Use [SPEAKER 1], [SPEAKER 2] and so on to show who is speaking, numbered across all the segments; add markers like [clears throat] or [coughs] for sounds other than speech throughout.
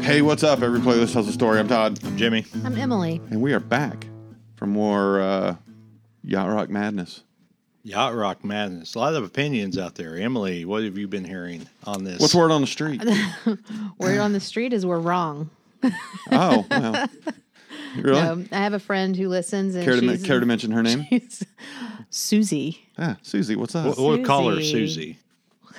[SPEAKER 1] Hey, what's up? Every playlist tells a story. I'm Todd,
[SPEAKER 2] Jimmy.
[SPEAKER 3] I'm Emily.
[SPEAKER 1] and we are back for more uh, yacht rock madness.
[SPEAKER 2] Yacht Rock Madness. A lot of opinions out there. Emily, what have you been hearing on this?
[SPEAKER 1] What's word on the
[SPEAKER 3] [laughs]
[SPEAKER 1] street?
[SPEAKER 3] Word on the street is we're wrong.
[SPEAKER 1] Oh, well, really?
[SPEAKER 3] Um, I have a friend who listens, and
[SPEAKER 1] care, to, men-
[SPEAKER 3] she's,
[SPEAKER 1] care to mention her
[SPEAKER 3] [laughs]
[SPEAKER 1] name?
[SPEAKER 3] she's Susie.
[SPEAKER 1] Ah, Susie, what's up?
[SPEAKER 2] We'll, we'll call her
[SPEAKER 3] Susie.
[SPEAKER 2] Susie.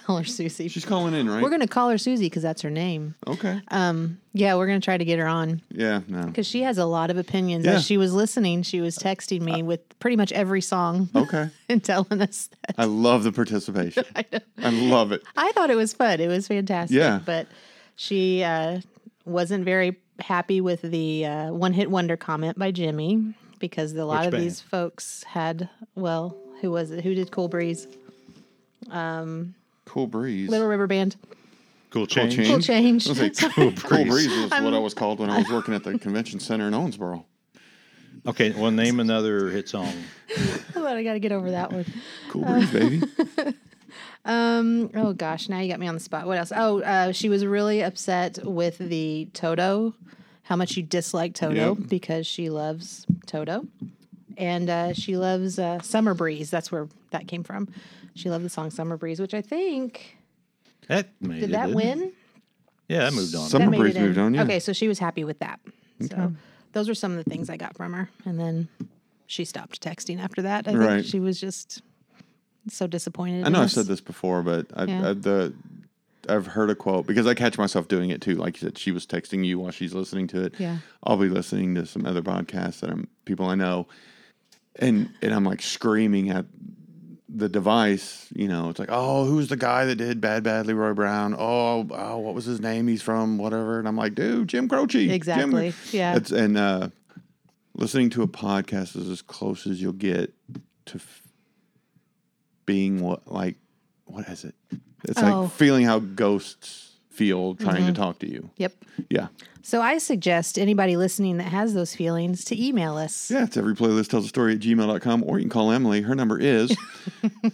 [SPEAKER 3] Call her Susie.
[SPEAKER 1] She's calling in, right?
[SPEAKER 3] we're gonna call her Susie because that's her name.
[SPEAKER 1] okay.
[SPEAKER 3] Um, yeah, we're gonna try to get her on
[SPEAKER 1] yeah, no.
[SPEAKER 3] because she has a lot of opinions.
[SPEAKER 1] Yeah. Uh,
[SPEAKER 3] As she was listening, she was texting me with pretty much every song
[SPEAKER 1] Okay.
[SPEAKER 3] [laughs] and telling us that.
[SPEAKER 1] I love the participation. I, love it.
[SPEAKER 3] I thought it was fun. It was fantastic.
[SPEAKER 1] Yeah.
[SPEAKER 3] but she uh, wasn't very happy with the uh, one hit wonder comment by Jimmy because a lot
[SPEAKER 2] Which
[SPEAKER 3] of
[SPEAKER 2] band?
[SPEAKER 3] these folks had well, who was it? Who did Cool Breeze?
[SPEAKER 1] Cool breeze.
[SPEAKER 3] Little River Band.
[SPEAKER 2] Cool change.
[SPEAKER 1] change.
[SPEAKER 3] Cool change.
[SPEAKER 1] I was
[SPEAKER 3] [laughs]
[SPEAKER 1] like, cool breeze was what I was called when I was working at the convention center in Owensboro.
[SPEAKER 2] Okay, well, name another hit song.
[SPEAKER 3] Hold on, I got to get over that one. [laughs]
[SPEAKER 1] Cool breeze, baby.
[SPEAKER 3] Oh gosh, now you got me on the spot. What else? Oh, uh, she was really upset with the Toto, how much you dislike Toto
[SPEAKER 1] Yep.
[SPEAKER 3] because she loves Toto, and uh, she loves uh, Summer Breeze. That's where that came from. She loved the song Summer Breeze, which I think
[SPEAKER 2] That made
[SPEAKER 3] did
[SPEAKER 2] it,
[SPEAKER 3] that
[SPEAKER 2] didn't
[SPEAKER 3] win?
[SPEAKER 2] it? Yeah, that moved on.
[SPEAKER 1] Some-
[SPEAKER 3] That
[SPEAKER 1] Summer
[SPEAKER 3] made it
[SPEAKER 1] Breeze
[SPEAKER 3] in.
[SPEAKER 1] moved on, yeah.
[SPEAKER 3] Okay, so she was happy with that. So those were some of the things I got from her, and then she stopped texting after that. I think
[SPEAKER 1] Right.
[SPEAKER 3] she was just so disappointed.
[SPEAKER 1] I
[SPEAKER 3] in
[SPEAKER 1] know I've
[SPEAKER 3] us.
[SPEAKER 1] said this before, but I,
[SPEAKER 3] Yeah.
[SPEAKER 1] I, the I've heard a quote because I catch myself doing it too. Like you said, she was texting you while she's listening to it.
[SPEAKER 3] Yeah.
[SPEAKER 1] I'll be listening to some other podcasts that I'm people I know, and and I'm like screaming at the device. You know, it's like, oh, who's the guy that did Bad Bad Leroy Brown? Oh, oh, what was his name? He's from whatever, and I'm like, dude, Jim Croce. Jim-
[SPEAKER 3] Exactly. Yeah.
[SPEAKER 1] It's and uh, listening to a podcast is as close as you'll get to f- being what like what is it? It's
[SPEAKER 3] Oh. Mm-hmm.
[SPEAKER 1] like feeling how ghosts feel trying to talk to you.
[SPEAKER 3] Yep.
[SPEAKER 1] Yeah.
[SPEAKER 3] So I suggest anybody listening that has those feelings to email us.
[SPEAKER 1] Yeah, it's every playlist tells a story at gmail.com or you can call Emily. Her number is [laughs]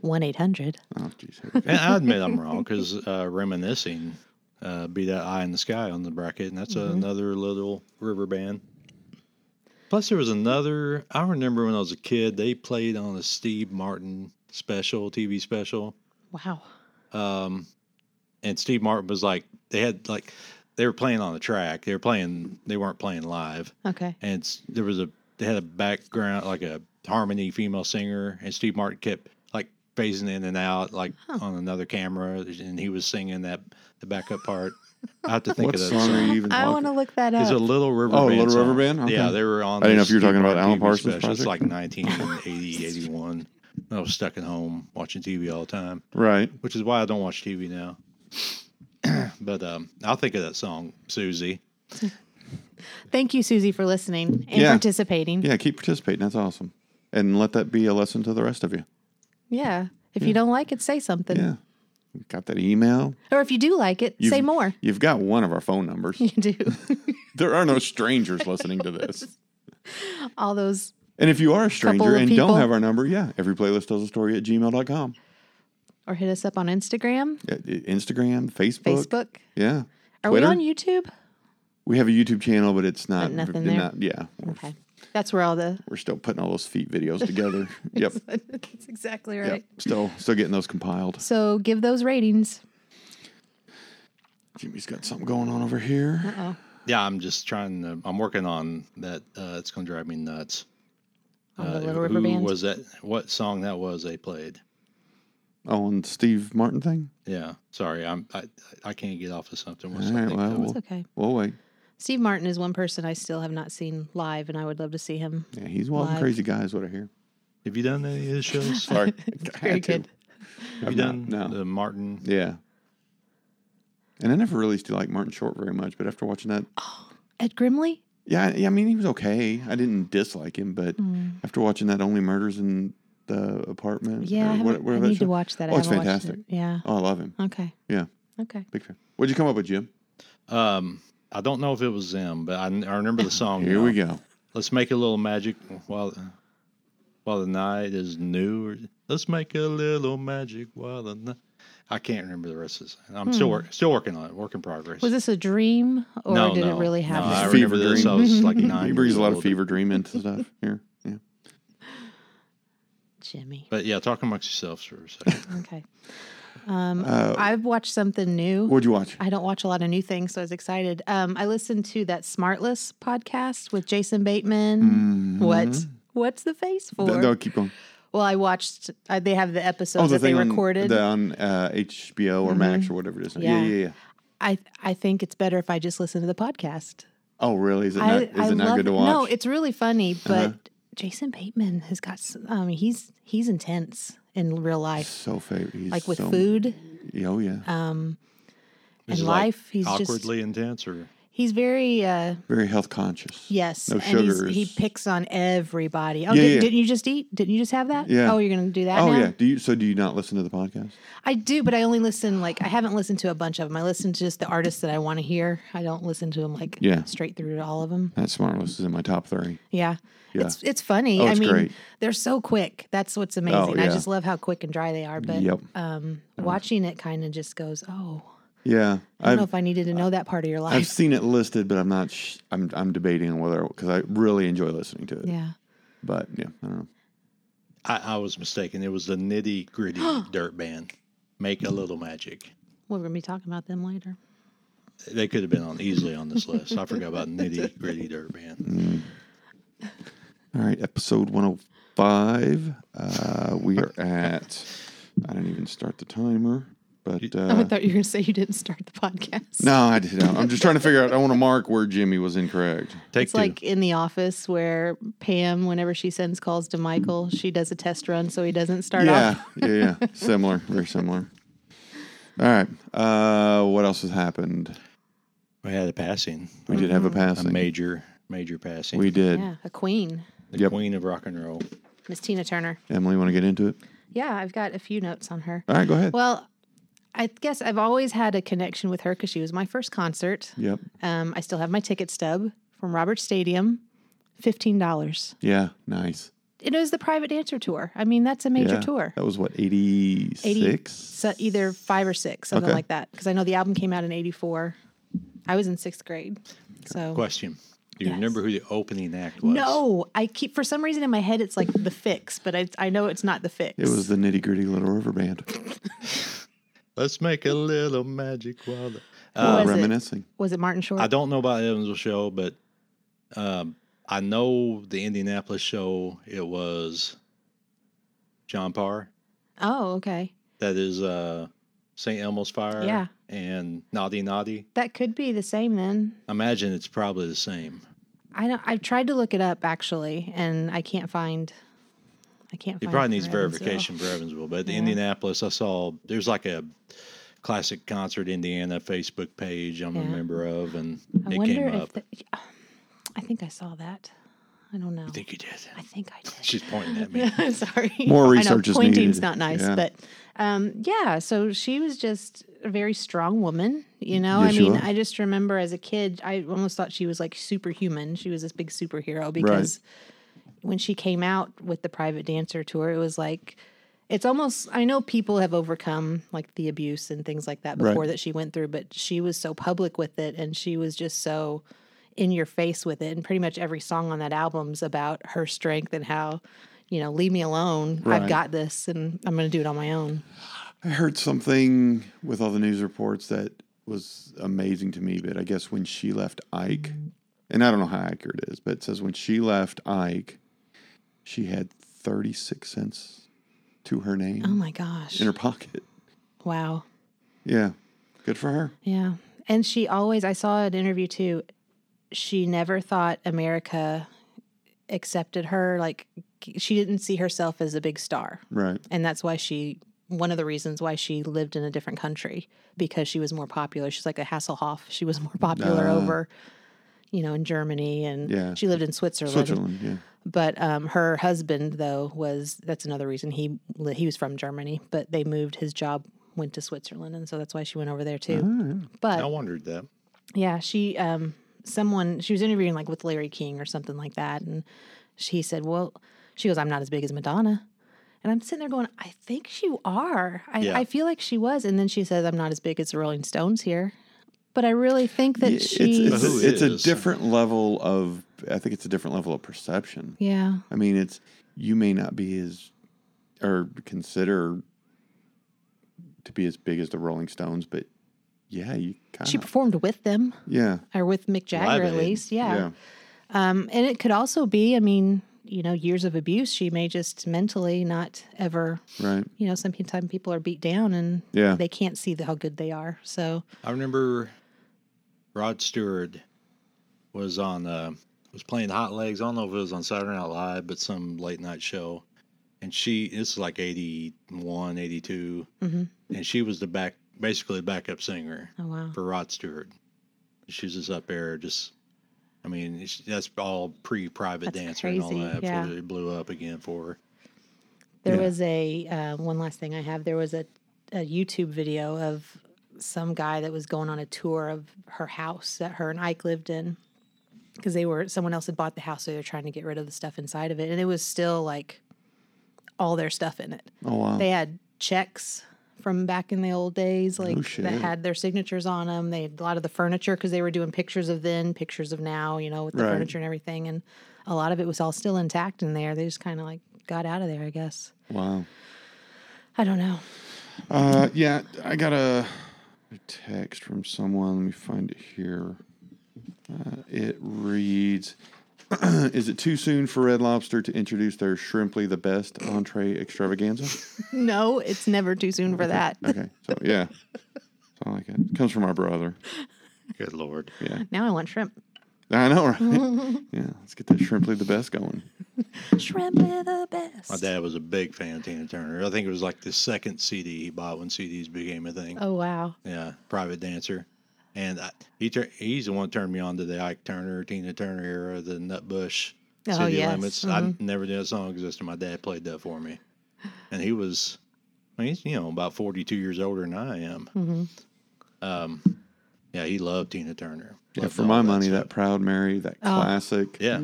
[SPEAKER 3] 1 800.
[SPEAKER 1] Oh jeez. here we go.
[SPEAKER 2] And I admit I'm wrong because uh, reminiscing uh, be that eye in the sky on the bracket, and that's
[SPEAKER 3] Mm-hmm.
[SPEAKER 2] another little river band. Plus, there was another. I remember when I was a kid, they played on a Steve Martin special, TV special.
[SPEAKER 3] Wow.
[SPEAKER 2] um, and Steve Martin was like they had like they were playing on the track. They were playing. They weren't playing live.
[SPEAKER 3] Okay.
[SPEAKER 2] And it's, there was a they had a background like a harmony female singer, and Steve Martin kept like phasing in and out like on another camera, and he was singing that the backup part. I have to think
[SPEAKER 1] What
[SPEAKER 2] of that
[SPEAKER 1] song are you even
[SPEAKER 3] I want
[SPEAKER 1] talking
[SPEAKER 3] to look that
[SPEAKER 2] It's a
[SPEAKER 3] up.
[SPEAKER 2] Little River
[SPEAKER 1] Oh,
[SPEAKER 2] Band.
[SPEAKER 1] Little River
[SPEAKER 2] song.
[SPEAKER 1] Band? Okay.
[SPEAKER 2] Yeah, they were on.
[SPEAKER 1] I didn't know
[SPEAKER 2] this
[SPEAKER 1] if you were talking
[SPEAKER 2] Steve
[SPEAKER 1] about
[SPEAKER 2] Martin
[SPEAKER 1] Alan
[SPEAKER 2] TV
[SPEAKER 1] Parsons
[SPEAKER 2] Special. It's like
[SPEAKER 1] Project.
[SPEAKER 2] 1980, 81. I was stuck at home watching TV all the time
[SPEAKER 1] Right.
[SPEAKER 2] which is why I don't watch TV now. [clears throat] but um, I'll think of that song, Susie.
[SPEAKER 3] Thank you, Susie, for listening and
[SPEAKER 1] Yeah.
[SPEAKER 3] participating. Yeah.
[SPEAKER 1] Yeah, keep participating. That's awesome. And let that be a lesson to the rest of you.
[SPEAKER 3] If you don't like it, say something.
[SPEAKER 1] Yeah. You've got that email.
[SPEAKER 3] Or if you do like it,
[SPEAKER 1] You've- [laughs]
[SPEAKER 3] say more.
[SPEAKER 1] You've got one of our phone numbers.
[SPEAKER 3] [laughs] You do.
[SPEAKER 1] there are no strangers listening to this.
[SPEAKER 3] [laughs] All those.
[SPEAKER 1] And if you are a
[SPEAKER 3] Couple
[SPEAKER 1] stranger
[SPEAKER 3] of
[SPEAKER 1] and
[SPEAKER 3] people.
[SPEAKER 1] don't have our number, yeah, every playlist tells a story at gmail.com.
[SPEAKER 3] Or hit us up on Instagram,
[SPEAKER 1] Yeah, i- Instagram, Facebook.
[SPEAKER 3] Facebook.
[SPEAKER 1] Yeah.
[SPEAKER 3] Are
[SPEAKER 1] Twitter.
[SPEAKER 3] we on YouTube?
[SPEAKER 1] We have a YouTube channel, but it's not.
[SPEAKER 3] nothing
[SPEAKER 1] they're
[SPEAKER 3] there?
[SPEAKER 1] not- yeah. We're,
[SPEAKER 3] Okay. That's where all the. [laughs]
[SPEAKER 1] we're still putting all those feet videos together. yep.
[SPEAKER 3] That's exactly right.
[SPEAKER 1] Yep. Still, still getting those compiled.
[SPEAKER 3] So give those ratings.
[SPEAKER 1] Jimmy's got something going on over here.
[SPEAKER 3] Oh,
[SPEAKER 2] Yeah, I'm just trying to. I'm working on that. Uh, it's gonna drive me nuts.
[SPEAKER 3] on the
[SPEAKER 2] Uh,
[SPEAKER 3] Little River
[SPEAKER 2] who
[SPEAKER 3] Band.
[SPEAKER 2] was that? What song that was they played?
[SPEAKER 1] Oh, and Steve Martin thing?
[SPEAKER 2] Yeah, sorry, I'm I I can't get off of something. Once
[SPEAKER 1] All
[SPEAKER 2] I
[SPEAKER 1] right.
[SPEAKER 2] think
[SPEAKER 1] Well,
[SPEAKER 2] of it.
[SPEAKER 1] we'll,
[SPEAKER 3] okay.
[SPEAKER 1] we'll wait.
[SPEAKER 3] Steve Martin is one person I still have not seen live, and I would love to see him.
[SPEAKER 1] Yeah, he's one of
[SPEAKER 3] Live.
[SPEAKER 1] the crazy guys over here.
[SPEAKER 2] Have you done any of
[SPEAKER 1] [laughs]
[SPEAKER 2] his shows?
[SPEAKER 3] [laughs]
[SPEAKER 1] Sorry. I
[SPEAKER 3] Very
[SPEAKER 1] had to.
[SPEAKER 3] good.
[SPEAKER 2] Have you
[SPEAKER 1] not,
[SPEAKER 2] done
[SPEAKER 1] no.
[SPEAKER 2] the Martin?
[SPEAKER 1] Yeah. And I never really used to like Martin Short very much, but after watching that
[SPEAKER 3] Ed Grimley?
[SPEAKER 1] Yeah, I- yeah. I mean, he was okay. I didn't dislike him, but
[SPEAKER 3] Mm.
[SPEAKER 1] after watching that, only murders in the apartment.
[SPEAKER 3] Yeah,
[SPEAKER 1] or
[SPEAKER 3] I,
[SPEAKER 1] what-
[SPEAKER 3] haven't- I
[SPEAKER 1] whatever that
[SPEAKER 3] need to
[SPEAKER 1] show-
[SPEAKER 3] watch that. I
[SPEAKER 1] Oh, it's
[SPEAKER 3] haven't watched it.
[SPEAKER 1] fantastic.
[SPEAKER 3] Yeah.
[SPEAKER 1] Oh, I love him.
[SPEAKER 3] Okay.
[SPEAKER 1] Yeah,
[SPEAKER 3] Okay.
[SPEAKER 1] big fan. What'd you come up with, Jim?
[SPEAKER 2] Um, I don't know if it was them, but I, I remember the song.
[SPEAKER 1] Here
[SPEAKER 2] now.
[SPEAKER 1] we go.
[SPEAKER 2] Let's make a little magic while while the night is new. Let's make a little magic while the night. I can't remember the rest of this. I'm still work, still working on it. Work in progress.
[SPEAKER 3] Hmm. Was this a dream or
[SPEAKER 2] no,
[SPEAKER 3] did
[SPEAKER 2] no,
[SPEAKER 3] it really
[SPEAKER 2] no,
[SPEAKER 3] happen?
[SPEAKER 2] I
[SPEAKER 1] Fever
[SPEAKER 2] remember this. I
[SPEAKER 1] dream. [laughs]
[SPEAKER 2] was like nine.
[SPEAKER 1] He brings
[SPEAKER 2] years
[SPEAKER 1] a lot of
[SPEAKER 2] old.
[SPEAKER 1] fever dream into stuff here. Yeah. [laughs]
[SPEAKER 3] Jimmy.
[SPEAKER 2] But yeah, talk amongst yourselves for a second.
[SPEAKER 3] Okay.
[SPEAKER 1] Uh,
[SPEAKER 3] Um, I've watched something new.
[SPEAKER 1] What'd you watch?
[SPEAKER 3] I don't watch a lot of new things, so I was excited. Um, I listened to that Smartless podcast with Jason Bateman. What? What's the face for?
[SPEAKER 1] Th- Mm-hmm. no, keep going. Oh,
[SPEAKER 3] well, I watched. I, they have the episodes that they
[SPEAKER 1] on-
[SPEAKER 3] recorded. Mm-hmm.
[SPEAKER 1] the- on, uh, HBO or Max or whatever it is. Yeah,
[SPEAKER 3] Yeah.
[SPEAKER 1] yeah, yeah.
[SPEAKER 3] I I think it's better if I just listen to the podcast.
[SPEAKER 1] Oh, really? Is it not,
[SPEAKER 3] I,
[SPEAKER 1] is
[SPEAKER 3] I
[SPEAKER 1] it not
[SPEAKER 3] love
[SPEAKER 1] good to watch? Uh-huh.
[SPEAKER 3] No, it's really funny, but Jason Bateman has got. s- I mean, he's he's intense in real life,
[SPEAKER 1] so favorite. He's
[SPEAKER 3] like with
[SPEAKER 1] so-
[SPEAKER 3] food Um,
[SPEAKER 1] Oh yeah,
[SPEAKER 2] Is
[SPEAKER 3] and
[SPEAKER 2] it, like,
[SPEAKER 3] life. he's just
[SPEAKER 2] Awkwardly intense, or
[SPEAKER 3] he's very. uh
[SPEAKER 1] very health conscious.
[SPEAKER 3] Yes,
[SPEAKER 1] No
[SPEAKER 3] and he's,
[SPEAKER 1] sugars.
[SPEAKER 3] he picks on everybody. Oh,
[SPEAKER 1] Yeah,
[SPEAKER 3] did,
[SPEAKER 1] yeah.
[SPEAKER 3] didn't you just eat? Didn't you just have that?
[SPEAKER 1] Yeah.
[SPEAKER 3] Oh, you're gonna do that
[SPEAKER 1] Oh
[SPEAKER 3] now?
[SPEAKER 1] yeah. Do you? So do you not listen to the podcast?
[SPEAKER 3] I do, but I only listen like I haven't listened to a bunch of them. I listen to just the artists that I want to hear. I don't listen to them like
[SPEAKER 1] Yeah.
[SPEAKER 3] straight through to all of them.
[SPEAKER 1] That smartless is in my top three.
[SPEAKER 3] Yeah.
[SPEAKER 1] Yeah.
[SPEAKER 3] It's it's funny.
[SPEAKER 1] Oh,
[SPEAKER 3] I
[SPEAKER 1] it's
[SPEAKER 3] mean,
[SPEAKER 1] great. Oh,
[SPEAKER 3] they're so quick. That's what's amazing. I
[SPEAKER 1] yeah.
[SPEAKER 3] just love how quick and dry they are. But
[SPEAKER 1] Yep.
[SPEAKER 3] um, watching it kind of just goes, oh,
[SPEAKER 1] Yeah,
[SPEAKER 3] I don't know
[SPEAKER 1] I've
[SPEAKER 3] if I needed to know that part of your
[SPEAKER 1] I've
[SPEAKER 3] life.
[SPEAKER 1] seen it listed, but I'm not. Sh- I'm I'm debating on whether because I really enjoy listening to it.
[SPEAKER 3] yeah.
[SPEAKER 1] But yeah, I don't know.
[SPEAKER 2] I, I was mistaken. It was the nitty gritty
[SPEAKER 3] [gasps]
[SPEAKER 2] dirt band. Make a little magic.
[SPEAKER 3] We're gonna be talking about them later.
[SPEAKER 2] They could have been on easily on this list. I forgot about nitty gritty dirt band.
[SPEAKER 1] All right, episode 105. Uh, we are at. I didn't even start the timer, but
[SPEAKER 3] oh, I
[SPEAKER 1] uh,
[SPEAKER 3] thought you were gonna say you didn't start the podcast.
[SPEAKER 1] no, I didn't. I'm just trying to figure out. I want to mark where Jimmy was incorrect.
[SPEAKER 2] Take
[SPEAKER 3] It's
[SPEAKER 2] two.
[SPEAKER 3] like in the office where Pam, whenever she sends calls to Michael, she does a test run so he doesn't start
[SPEAKER 1] yeah,
[SPEAKER 3] off.
[SPEAKER 1] yeah, yeah. Similar, very similar. All right. Uh, what else has happened?
[SPEAKER 2] we had a passing,
[SPEAKER 1] We did have a
[SPEAKER 2] a
[SPEAKER 1] passing.
[SPEAKER 2] major major passing.
[SPEAKER 1] We did.
[SPEAKER 3] Yeah, a queen,
[SPEAKER 2] the
[SPEAKER 1] Yep.
[SPEAKER 2] queen of rock and roll.
[SPEAKER 3] Miss Tina Turner.
[SPEAKER 1] Emily, want to get into it?
[SPEAKER 3] Yeah, I've got a few notes on her.
[SPEAKER 1] All right, go ahead.
[SPEAKER 3] Well, I guess I've always had a connection with her because she was my first concert.
[SPEAKER 1] yep.
[SPEAKER 3] Um, I still have my ticket stub from Robert Stadium, fifteen dollars.
[SPEAKER 1] Yeah. Nice.
[SPEAKER 3] It was the private dancer tour. I mean, that's a major
[SPEAKER 1] yeah.
[SPEAKER 3] tour.
[SPEAKER 1] That was what 86.
[SPEAKER 3] So either five or six, something
[SPEAKER 1] Okay.
[SPEAKER 3] like that. Because I know the album came out in '84. I was in sixth grade, so
[SPEAKER 2] Question: Do you
[SPEAKER 3] Yes.
[SPEAKER 2] remember who the opening act was?
[SPEAKER 3] No, I keep for some reason in my head it's like the fix, but I I know it's not the fix.
[SPEAKER 1] It was the nitty gritty Little River Band.
[SPEAKER 2] Let's make a little magic while the.
[SPEAKER 1] Uh,
[SPEAKER 3] was it?
[SPEAKER 1] reminiscing.
[SPEAKER 3] was it Martin Short?
[SPEAKER 2] I don't know about Evansville show, but um, I know the Indianapolis show. It was John Parr.
[SPEAKER 3] oh, okay.
[SPEAKER 2] That is uh, St. Elmo's Fire.
[SPEAKER 3] Yeah.
[SPEAKER 2] And Naughty Naughty.
[SPEAKER 3] That could be the same then.
[SPEAKER 2] I imagine it's probably the same.
[SPEAKER 3] I don't I've tried to look it up actually and I can't find I can't
[SPEAKER 2] It
[SPEAKER 3] find
[SPEAKER 2] probably needs
[SPEAKER 3] for Evansville.
[SPEAKER 2] verification for Evansville, but the
[SPEAKER 3] Yeah.
[SPEAKER 2] Indianapolis, I saw there's like a classic concert Indiana Facebook page I'm a
[SPEAKER 3] Yeah.
[SPEAKER 2] member of, and
[SPEAKER 3] I
[SPEAKER 2] it
[SPEAKER 3] wonder
[SPEAKER 2] came
[SPEAKER 3] if
[SPEAKER 2] up.
[SPEAKER 3] the, I think I saw that. I don't know.
[SPEAKER 2] I think you did.
[SPEAKER 3] I think I did.
[SPEAKER 2] She's pointing
[SPEAKER 3] [laughs]
[SPEAKER 2] at me.
[SPEAKER 3] I'm sorry.
[SPEAKER 1] More
[SPEAKER 3] I know
[SPEAKER 1] research is
[SPEAKER 3] pointing's
[SPEAKER 1] needed.
[SPEAKER 3] not nice,
[SPEAKER 1] Yeah.
[SPEAKER 3] but um, yeah. So she was just a very strong woman. You know,
[SPEAKER 1] Yes,
[SPEAKER 3] I
[SPEAKER 1] she
[SPEAKER 3] mean,
[SPEAKER 1] was.
[SPEAKER 3] I just remember as a kid, I almost thought she was like superhuman. She was this big superhero because when she came out with the private dancer tour, it was like. It's almost I know people have overcome like the abuse and things like that
[SPEAKER 1] Right.
[SPEAKER 3] before that she went through, but she was so public with it and she was just so in your face with it. And pretty much every song on that album's about her strength and how, you know, leave me alone.
[SPEAKER 1] Right.
[SPEAKER 3] I've got this and I'm going to do it on my own.
[SPEAKER 1] I heard something with all the news reports that was amazing to me, but I guess when she left Ike, and I don't know how accurate it is, but it says when she left Ike, she had 36 cents to her name
[SPEAKER 3] Oh my gosh.
[SPEAKER 1] in her pocket.
[SPEAKER 3] Wow.
[SPEAKER 1] Yeah. Good for her.
[SPEAKER 3] Yeah. And she always, I saw an interview too. She never thought America accepted her. Like she didn't see herself as a big star.
[SPEAKER 1] Right.
[SPEAKER 3] And that's why she, one of the reasons why she lived in a different country because she was more popular. She's like a Hasselhoff. She was more popular
[SPEAKER 1] Ah.
[SPEAKER 3] over, you know, in Germany and
[SPEAKER 1] Yeah.
[SPEAKER 3] she lived in Switzerland.
[SPEAKER 1] Switzerland. Yeah.
[SPEAKER 3] But um, her husband, though, was that's another reason he li- he was from Germany, but they moved his job went to Switzerland, and so that's why she went over there too.
[SPEAKER 1] Oh,
[SPEAKER 3] But
[SPEAKER 2] I wondered that.
[SPEAKER 3] yeah, she um someone she was interviewing like with Larry King or something like that and she said, "Well, she goes, I'm not as big as Madonna." And And I'm sitting there going, I think you are. I,
[SPEAKER 2] Yeah.
[SPEAKER 3] I feel like she was. And then she says, I'm not as big as the Rolling Stones here. But I really think that
[SPEAKER 1] Yeah, it's,
[SPEAKER 3] she's.
[SPEAKER 1] it's,
[SPEAKER 2] Who
[SPEAKER 1] a, it's a
[SPEAKER 2] is?
[SPEAKER 1] different level of i think it's a different level of perception
[SPEAKER 3] yeah.
[SPEAKER 1] i mean it's you may not be as or consider to be as big as the rolling stones but yeah you kind
[SPEAKER 3] She
[SPEAKER 1] of
[SPEAKER 3] performed with them
[SPEAKER 1] yeah
[SPEAKER 3] or with Mick Jagger, at
[SPEAKER 2] Aid.
[SPEAKER 3] least.
[SPEAKER 1] yeah
[SPEAKER 3] Um, and it could also be, I mean, you know, years of abuse. She may just mentally not ever,
[SPEAKER 1] right
[SPEAKER 3] you know, sometimes people are beat down and
[SPEAKER 1] Yeah.
[SPEAKER 3] they can't see the, how good they are. So,
[SPEAKER 2] I remember Rod Stewart was on uh, was playing Hot Legs. I don't know if it was on Saturday Night Live, but some late night show. And she, this is like 81, 82.
[SPEAKER 3] Mhm.
[SPEAKER 2] And she was the back, basically backup singer
[SPEAKER 3] oh, wow.
[SPEAKER 2] for Rod Stewart. She was just up there, just, I mean, it's- that's all pre private
[SPEAKER 3] That's
[SPEAKER 2] dancer and all
[SPEAKER 3] crazy,
[SPEAKER 2] that
[SPEAKER 3] yeah.
[SPEAKER 2] before it blew up again for her.
[SPEAKER 3] There
[SPEAKER 1] Yeah.
[SPEAKER 3] was a uh, one last thing I have. There was a, a YouTube video of some guy that was going on a tour of her house that her and Ike lived in because they were someone else had bought the house, so they're trying to get rid of the stuff inside of it, and it was still like all their stuff in it.
[SPEAKER 1] oh wow
[SPEAKER 3] They had checks from back in the old days, like
[SPEAKER 1] shit.
[SPEAKER 3] that had their signatures on them. They had a lot of the furniture because they were doing pictures of then, pictures of now, you know, with the
[SPEAKER 1] Right.
[SPEAKER 3] furniture and everything, and a lot of it was all still intact in there. They just kind of like got out of there, I guess.
[SPEAKER 1] wow
[SPEAKER 3] I don't know. [laughs]
[SPEAKER 1] Uh, yeah, I got a text from someone. Let me find it here. Uh, it reads [clears throat] Is it too soon for Red Lobster to introduce their Shrimply the Best entree extravaganza?
[SPEAKER 3] No, it's never too soon for that.
[SPEAKER 1] [laughs] Okay, so yeah. That's all I got. Comes from our brother.
[SPEAKER 2] Good Lord.
[SPEAKER 1] Yeah.
[SPEAKER 3] [laughs] Now I want shrimp.
[SPEAKER 1] I know,
[SPEAKER 3] [laughs]
[SPEAKER 1] right? yeah, let's get that Shrimply the Best going.
[SPEAKER 3] Shrimp are the best.
[SPEAKER 2] My dad was a big fan of Tina Turner. I think it was like the second CD he bought when CDs became a thing.
[SPEAKER 3] Oh wow.
[SPEAKER 2] Yeah, private dancer. And I, he tur- he's the one that turned me on to the Ike Turner, Tina Turner era, the Nutbush,
[SPEAKER 3] Oh,
[SPEAKER 2] City
[SPEAKER 3] yes. Mm-hmm.
[SPEAKER 2] Limits. I never knew that song existed. My dad played that for me. And he was, I mean, he's, you know, about 42 years older than I am.
[SPEAKER 3] hmm
[SPEAKER 2] Um, yeah, he loved Tina Turner.
[SPEAKER 1] Yeah,
[SPEAKER 2] Loved
[SPEAKER 1] for
[SPEAKER 2] all
[SPEAKER 1] my
[SPEAKER 2] that
[SPEAKER 1] money,
[SPEAKER 2] stuff.
[SPEAKER 1] that Proud Mary,
[SPEAKER 3] Oh.
[SPEAKER 1] that classic.
[SPEAKER 2] Yeah,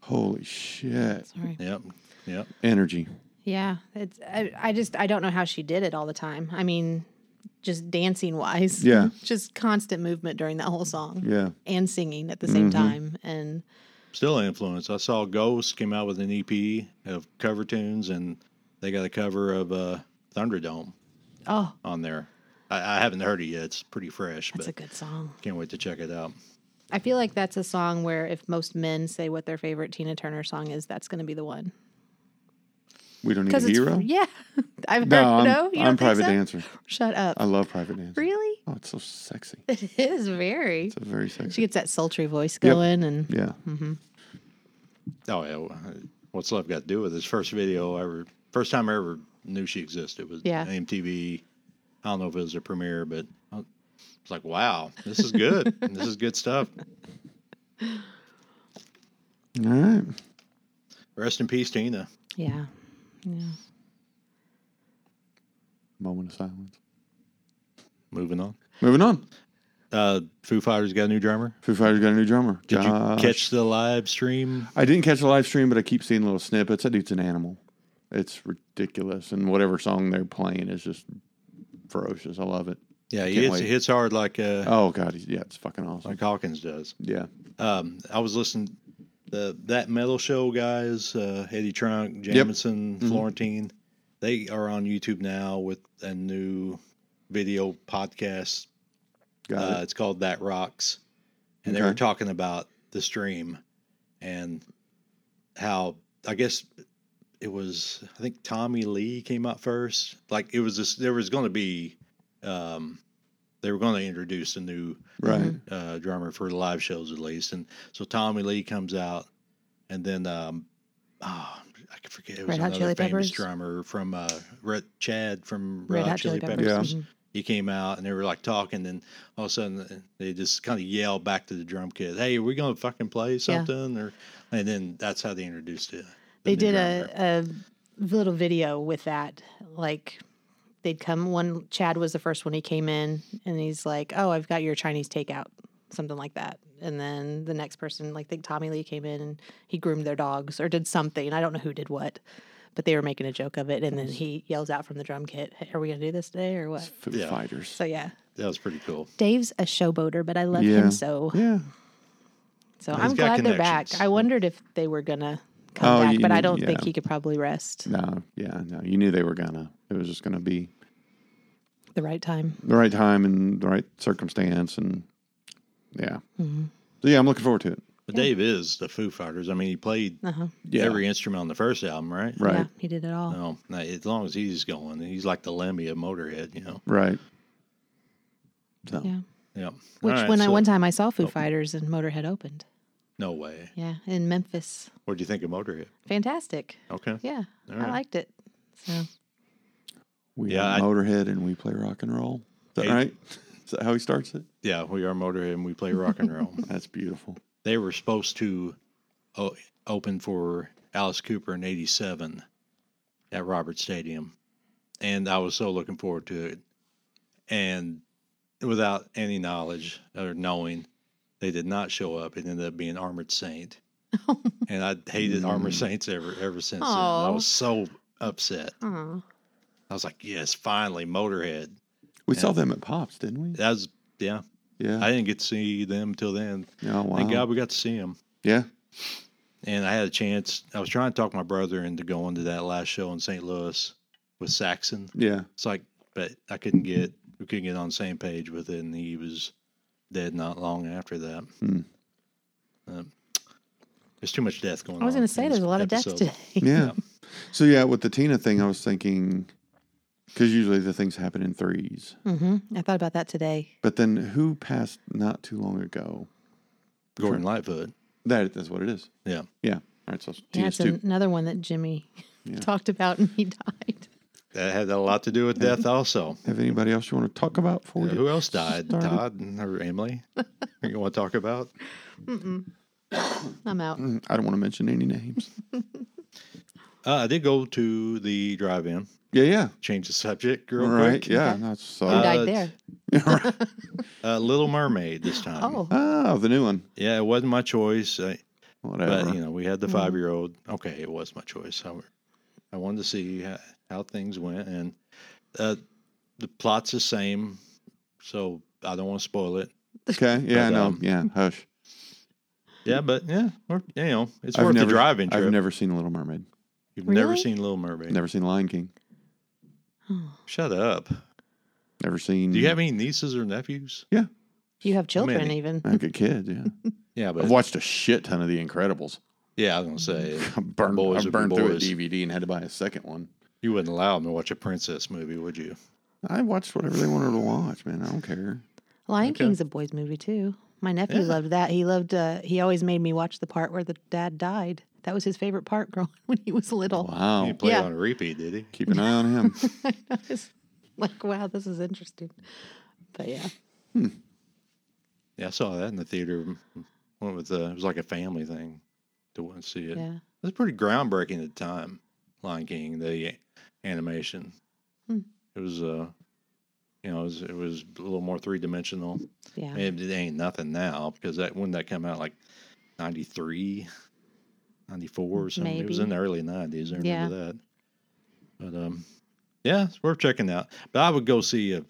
[SPEAKER 1] Holy shit.
[SPEAKER 3] Sorry.
[SPEAKER 2] yep, yep.
[SPEAKER 1] Energy.
[SPEAKER 3] Yeah, it's. I, I just I don't know how she did it all the time. I mean, just dancing wise.
[SPEAKER 1] Yeah.
[SPEAKER 3] [laughs] just constant movement during that whole song
[SPEAKER 1] Yeah.
[SPEAKER 3] and singing at the same
[SPEAKER 1] Mm-hmm.
[SPEAKER 3] time. And
[SPEAKER 2] still an influence. I saw Ghost came out with an EP of cover tunes, and they got a cover of uh, Thunderdome
[SPEAKER 3] oh,
[SPEAKER 2] on there. I, I haven't heard it yet; it's pretty fresh,
[SPEAKER 3] that's
[SPEAKER 2] but
[SPEAKER 3] a good song.
[SPEAKER 2] can't wait to check it out.
[SPEAKER 3] I feel like that's a song where if most men say what their favorite Tina Turner song is, that's going to be the one.
[SPEAKER 1] We don't need a
[SPEAKER 3] Because it's
[SPEAKER 1] hero.
[SPEAKER 3] [laughs] yeah. I've heard
[SPEAKER 1] No, I'm,
[SPEAKER 3] no. You
[SPEAKER 1] I'm
[SPEAKER 3] don't
[SPEAKER 1] private
[SPEAKER 3] think so?
[SPEAKER 1] dancer.
[SPEAKER 3] Shut up.
[SPEAKER 1] I love private dancing.
[SPEAKER 3] [laughs] really? [laughs]
[SPEAKER 1] Oh, it's so sexy.
[SPEAKER 3] It is very.
[SPEAKER 1] It's very
[SPEAKER 3] She
[SPEAKER 1] sexy.
[SPEAKER 3] gets that sultry voice
[SPEAKER 1] Yep.
[SPEAKER 3] going, and
[SPEAKER 1] Yeah.
[SPEAKER 2] Oh yeah, well, what's love got to do with this first video I ever? First time I ever knew she existed was
[SPEAKER 3] Yeah.
[SPEAKER 2] MTV. I don't know if it was a premiere, but I was like, wow, this is good.
[SPEAKER 3] [laughs]
[SPEAKER 2] this is good stuff.
[SPEAKER 1] All right.
[SPEAKER 2] Rest in peace, Tina.
[SPEAKER 3] yeah, yeah.
[SPEAKER 1] Moment of silence.
[SPEAKER 2] Moving on.
[SPEAKER 1] Moving on.
[SPEAKER 2] Uh, Foo Fighters got a new drummer.
[SPEAKER 1] Foo Fighters got a new drummer.
[SPEAKER 2] Did
[SPEAKER 1] Josh-
[SPEAKER 2] you catch the live stream?
[SPEAKER 1] I didn't catch the live stream, but I keep seeing little snippets. That dude's an animal. It's ridiculous, and whatever song they're playing is just ferocious. I love it.
[SPEAKER 2] Yeah, he
[SPEAKER 1] Can't
[SPEAKER 2] hits,
[SPEAKER 1] wait.
[SPEAKER 2] hits hard like uh,
[SPEAKER 1] Oh god, he's, yeah, it's fucking awesome.
[SPEAKER 2] like Hawkins does.
[SPEAKER 1] Yeah,
[SPEAKER 2] Um, I was listening the that metal show guys, uh, Eddie Trunk,
[SPEAKER 1] Yep. Mm-hmm.
[SPEAKER 2] Jamison, Florentine, they are on YouTube now with a new video podcast.
[SPEAKER 1] got
[SPEAKER 2] Uh,
[SPEAKER 1] it.
[SPEAKER 2] it's called That Rocks, and they were
[SPEAKER 1] Okay.
[SPEAKER 2] talking about the stream and how I guess it was I think Tommy Lee came out first. Like it was this, there was going to be um, they were going to introduce a new
[SPEAKER 1] Right.
[SPEAKER 2] uh, drummer for the live shows at least. And so Tommy Lee comes out, and then um, oh, I can forget it was
[SPEAKER 3] Red Hot
[SPEAKER 2] another
[SPEAKER 3] Chili
[SPEAKER 2] famous
[SPEAKER 3] Peppers?
[SPEAKER 2] drummer from uh, Red Chad from
[SPEAKER 3] Red Hot Chili Peppers.
[SPEAKER 1] Peppers.
[SPEAKER 3] Mhm.
[SPEAKER 2] He came out and they were like talking, and all of a sudden uh, they just kind of yell back to the drum kit, "Hey, are we gonna fucking play something?" Or and then that's how they introduced it. the
[SPEAKER 3] They
[SPEAKER 2] new
[SPEAKER 3] did
[SPEAKER 2] drummer.
[SPEAKER 3] a, a little video with that. Like they'd come. One Chad was the first one. He came in, and he's like, "Oh, I've got your Chinese takeout," something like that. And then the next person, like think Tommy Lee came in, and he groomed their dogs or did something. I don't know who did what, but they were making a joke of it. And then he yells out from the drum kit, hey, "Are we gonna do this today or what?"
[SPEAKER 1] Foo
[SPEAKER 2] Yeah.
[SPEAKER 1] Fighters.
[SPEAKER 3] So yeah,
[SPEAKER 2] That was pretty cool.
[SPEAKER 3] Dave's a showboater, but I love
[SPEAKER 1] Yeah.
[SPEAKER 3] him so.
[SPEAKER 1] Yeah.
[SPEAKER 3] So
[SPEAKER 2] He's
[SPEAKER 3] I'm
[SPEAKER 2] got
[SPEAKER 3] glad they're back.
[SPEAKER 2] connections.
[SPEAKER 3] I wondered if they were gonna come
[SPEAKER 1] Oh,
[SPEAKER 3] back,
[SPEAKER 1] you
[SPEAKER 3] but I
[SPEAKER 1] mean-
[SPEAKER 3] don't think
[SPEAKER 1] yeah.
[SPEAKER 3] he could probably rest
[SPEAKER 1] No. Yeah. No. You knew they were gonna. It was just gonna be
[SPEAKER 3] the right time.
[SPEAKER 1] the right time and the right circumstance, and yeah.
[SPEAKER 2] Mm-hmm.
[SPEAKER 1] So yeah, I'm looking forward to it.
[SPEAKER 2] But Dave is the Foo Fighters. I mean, he played
[SPEAKER 3] Uh huh.
[SPEAKER 1] Yeah.
[SPEAKER 2] every instrument on the first album, right?
[SPEAKER 1] Right.
[SPEAKER 3] Yeah, he did it all.
[SPEAKER 2] No, no, as long as he's going, he's like the Lemmy of Motorhead, you know.
[SPEAKER 1] Right. So
[SPEAKER 3] Yeah.
[SPEAKER 2] Yeah.
[SPEAKER 3] Which
[SPEAKER 2] All right,
[SPEAKER 3] when I
[SPEAKER 2] so-
[SPEAKER 3] one time I saw Foo Fighters and Motorhead opened.
[SPEAKER 2] No way.
[SPEAKER 3] Yeah, in Memphis.
[SPEAKER 2] What do you think of Motorhead?
[SPEAKER 3] Fantastic.
[SPEAKER 2] Okay.
[SPEAKER 3] Yeah,
[SPEAKER 2] All
[SPEAKER 3] I
[SPEAKER 2] right.
[SPEAKER 3] liked it. So
[SPEAKER 1] we
[SPEAKER 2] Yeah,
[SPEAKER 1] are
[SPEAKER 2] I-
[SPEAKER 1] Motorhead and we play rock and roll. Is that
[SPEAKER 2] Hey.
[SPEAKER 1] right? [laughs] Is that how he starts it?
[SPEAKER 2] Yeah, we are Motorhead and we play rock and roll.
[SPEAKER 1] That's beautiful.
[SPEAKER 2] they were supposed to o- open for Alice Cooper in '87 at Robert Stadium, and I was so looking forward to it. And without any knowledge or knowing, they did not show up. It ended up being Armored Saint, and I hated Armored Saints ever ever since. Then. I
[SPEAKER 3] Aw.
[SPEAKER 2] was so upset.
[SPEAKER 3] Aw.
[SPEAKER 2] I was like, "Yes, finally, Motorhead."
[SPEAKER 1] We saw them at Pops, didn't we?
[SPEAKER 2] That was yeah.
[SPEAKER 1] Yeah.
[SPEAKER 2] I didn't get to see them till then.
[SPEAKER 1] oh, wow.
[SPEAKER 2] Thank God we got to see them.
[SPEAKER 1] Yeah.
[SPEAKER 2] and I had a chance. I was trying to talk my brother into going to that last show in St. Louis with Saxon. [laughs]
[SPEAKER 1] Yeah.
[SPEAKER 2] It's like, but I couldn't get we couldn't get on the same page with it, and he was dead not long after that.
[SPEAKER 1] Hmm.
[SPEAKER 2] Um, there's too much death going on.
[SPEAKER 3] I was going
[SPEAKER 2] in
[SPEAKER 3] to say
[SPEAKER 2] this
[SPEAKER 3] there's a lot of deaths
[SPEAKER 2] episode. [laughs]
[SPEAKER 3] today.
[SPEAKER 1] Yeah. So yeah, with the Tina thing, I was thinking because usually the things happen in threes.
[SPEAKER 3] hmm I thought about that today.
[SPEAKER 1] But then who passed not too long ago?
[SPEAKER 3] [laughs]
[SPEAKER 2] Gordon Lightfoot.
[SPEAKER 1] That that's what it is.
[SPEAKER 2] Yeah.
[SPEAKER 1] Yeah. All right. So
[SPEAKER 3] Yeah,
[SPEAKER 1] Tina's
[SPEAKER 3] it's
[SPEAKER 1] two.
[SPEAKER 3] another one that Jimmy
[SPEAKER 2] [laughs]
[SPEAKER 3] talked about, and he died.
[SPEAKER 2] That had a lot to do with
[SPEAKER 3] Mm-hmm.
[SPEAKER 2] death also.
[SPEAKER 1] Have anybody else you want to talk about for you?
[SPEAKER 2] Who else died? Todd or
[SPEAKER 3] [laughs]
[SPEAKER 2] Emily? you want to talk about?
[SPEAKER 3] I'm
[SPEAKER 2] Mm.
[SPEAKER 3] out.
[SPEAKER 1] [laughs] I don't want to mention any names.
[SPEAKER 2] Uh, I did go to the drive-in.
[SPEAKER 1] yeah. Yeah.
[SPEAKER 2] Change the subject real
[SPEAKER 1] All right.
[SPEAKER 2] quick.
[SPEAKER 1] Yeah.
[SPEAKER 3] Okay.
[SPEAKER 1] That's so.
[SPEAKER 3] Who
[SPEAKER 1] [laughs]
[SPEAKER 2] Uh,
[SPEAKER 3] died there?
[SPEAKER 2] Uh, Little Mermaid this time.
[SPEAKER 3] Oh,
[SPEAKER 1] oh, the new one.
[SPEAKER 2] Yeah, it wasn't my choice. I,
[SPEAKER 1] Whatever. Mm-hmm.
[SPEAKER 2] but, you know, we had the five year old. Okay, it was my choice. I, I wanted to see how, how things went. And uh, the plot's the same. So I don't want to spoil it.
[SPEAKER 1] Okay. Yeah.
[SPEAKER 2] But,
[SPEAKER 1] no.
[SPEAKER 2] um,
[SPEAKER 1] yeah. Hush.
[SPEAKER 2] Yeah, but yeah, or, you know, it's worth the driving trip.
[SPEAKER 1] I've never seen The Little Mermaid.
[SPEAKER 2] You've never
[SPEAKER 3] Really?
[SPEAKER 2] seen Little Mermaid.
[SPEAKER 1] Never seen Lion King.
[SPEAKER 2] Shut up.
[SPEAKER 1] Never seen.
[SPEAKER 2] Do you have any nieces or nephews?
[SPEAKER 1] Yeah.
[SPEAKER 3] you have children,
[SPEAKER 2] many.
[SPEAKER 3] even.
[SPEAKER 1] Like a kid. Yeah.
[SPEAKER 2] Yeah, [laughs] but
[SPEAKER 1] I've watched a shit ton of The Incredibles.
[SPEAKER 2] yeah, I was gonna say
[SPEAKER 1] [laughs] I burned,
[SPEAKER 2] Boys
[SPEAKER 1] I
[SPEAKER 2] would be
[SPEAKER 1] burned through a
[SPEAKER 2] boys.
[SPEAKER 1] DVD and had to buy a second one.
[SPEAKER 2] you wouldn't allow them to watch a princess movie, would you?
[SPEAKER 1] I watched whatever they wanted to watch, man. I don't care.
[SPEAKER 3] Lion
[SPEAKER 2] Okay.
[SPEAKER 3] King's a boys' movie too. My nephew loved that. He loved. Uh, he always made me watch the part where the dad died. That was his favorite part [laughs] growing when he was little.
[SPEAKER 2] He
[SPEAKER 1] Wow.
[SPEAKER 2] played
[SPEAKER 3] Yeah.
[SPEAKER 2] on a repeat, did he?
[SPEAKER 1] Keep an eye on him.
[SPEAKER 3] [laughs] It's like, wow, this is interesting. But yeah,
[SPEAKER 2] Yeah, I saw that in the theater. mm, Went with uh, it was like a family thing to want to see it.
[SPEAKER 3] yeah.
[SPEAKER 2] It was pretty groundbreaking at the time, Lion King, the animation.
[SPEAKER 3] Hmm.
[SPEAKER 2] It was, uh, you know, it was, it was a little more three dimensional.
[SPEAKER 3] Yeah.
[SPEAKER 2] It, it ain't nothing now because that when that come out like 93, 94 or something. It was
[SPEAKER 3] Maybe.
[SPEAKER 2] in the early 90s. I remember
[SPEAKER 3] Yeah.
[SPEAKER 2] that. But um, yeah, it's worth checking out. But I would go see a,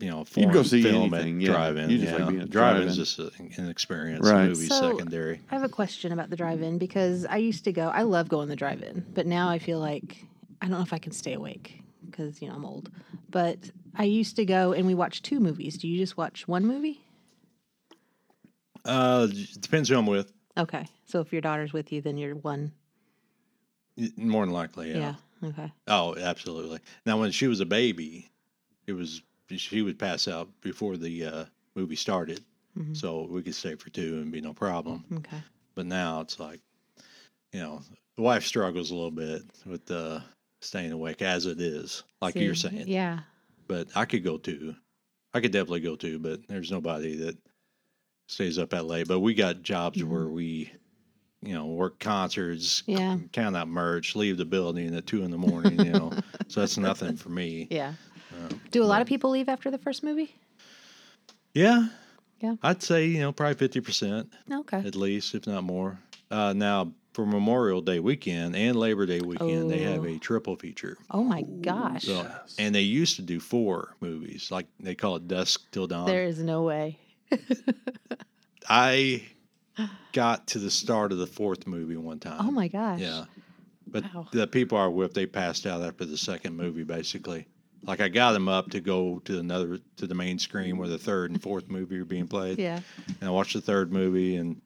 [SPEAKER 2] you know, a
[SPEAKER 1] You'd
[SPEAKER 2] foreign
[SPEAKER 1] go see
[SPEAKER 2] film
[SPEAKER 1] anything,
[SPEAKER 2] at
[SPEAKER 1] yeah.
[SPEAKER 2] drive-in.
[SPEAKER 1] You just
[SPEAKER 2] yeah.
[SPEAKER 1] like being at
[SPEAKER 2] drive-in's
[SPEAKER 1] drive-in.
[SPEAKER 2] just a- an experience.
[SPEAKER 1] Right.
[SPEAKER 2] Movie
[SPEAKER 3] So-
[SPEAKER 2] secondary.
[SPEAKER 3] I have a question about the drive-in because I used to go. I love going to the drive-in, but now I feel like I don't know if I can stay awake because you know I'm old. But I used to go and we watched two movies. Do you just watch one movie?
[SPEAKER 2] Uh, depends who I'm with.
[SPEAKER 3] Okay, so if your daughter's with you, then you're one.
[SPEAKER 2] More than likely, yeah.
[SPEAKER 3] Yeah. Okay.
[SPEAKER 2] Oh, absolutely. Now, when she was a baby, it was she would pass out before the uh, movie started,
[SPEAKER 3] Mm-hmm.
[SPEAKER 2] so we could stay for two and be no problem.
[SPEAKER 3] Okay.
[SPEAKER 2] But now it's like, you know, the wife struggles a little bit with uh, staying awake as it is, like you're
[SPEAKER 3] See,
[SPEAKER 2] saying.
[SPEAKER 3] Yeah.
[SPEAKER 2] But I could go two. I could definitely go two, but there's nobody that stays up that late. But we got jobs
[SPEAKER 3] Mm-hmm.
[SPEAKER 2] where we, you know, work concerts,
[SPEAKER 3] Yeah.
[SPEAKER 2] count out merch, leave the building at two in the morning, you
[SPEAKER 3] [laughs]
[SPEAKER 2] know. so that's nothing for me.
[SPEAKER 3] Yeah.
[SPEAKER 2] Um,
[SPEAKER 3] Do a lot of people leave after the first movie?
[SPEAKER 2] Yeah.
[SPEAKER 3] Yeah.
[SPEAKER 2] I'd say, you know, probably 50%
[SPEAKER 3] Okay.
[SPEAKER 2] at least, if not more. Uh, now, for Memorial Day weekend and Labor Day weekend, they have
[SPEAKER 3] Oh.
[SPEAKER 2] a triple feature.
[SPEAKER 3] Oh my gosh.
[SPEAKER 2] So, and they used to do four movies, like they call it Dusk Till Dawn.
[SPEAKER 3] There is no way.
[SPEAKER 2] I got to the start of the fourth movie one time.
[SPEAKER 3] Oh my gosh.
[SPEAKER 2] Yeah, but
[SPEAKER 3] Wow.
[SPEAKER 2] the people I whipped, they passed out after the second movie, basically. Like I got them up to go to another to the main screen where the third and fourth movie were being played.
[SPEAKER 3] Yeah.
[SPEAKER 2] and I watched the third movie, and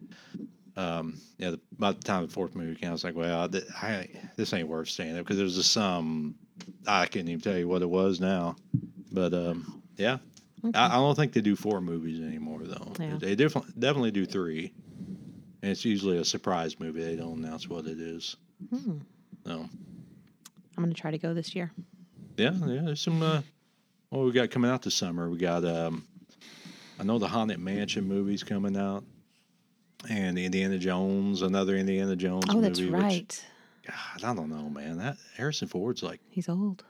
[SPEAKER 2] um, yeah, the, by the time the fourth movie came, I was like, well, th- I, this ain't worth staying up because there was just some I can't even tell you what it was now, but um, yeah, I, I don't think they do four movies anymore though.
[SPEAKER 3] Yeah.
[SPEAKER 2] They definitely definitely do three, and it's usually a surprise movie. They don't announce what it is.
[SPEAKER 3] Hmm.
[SPEAKER 2] So
[SPEAKER 3] I'm going to try to go this year.
[SPEAKER 2] yeah, yeah, there's some. Uh, what we got coming out this summer? We got um, I know the Haunted Mansion movie's coming out, and Indiana Jones, another Indiana Jones
[SPEAKER 3] Oh,
[SPEAKER 2] movie.
[SPEAKER 3] that's
[SPEAKER 2] which-
[SPEAKER 3] right.
[SPEAKER 2] God, I don't know, man. That Harrison Ford's like
[SPEAKER 3] He's old.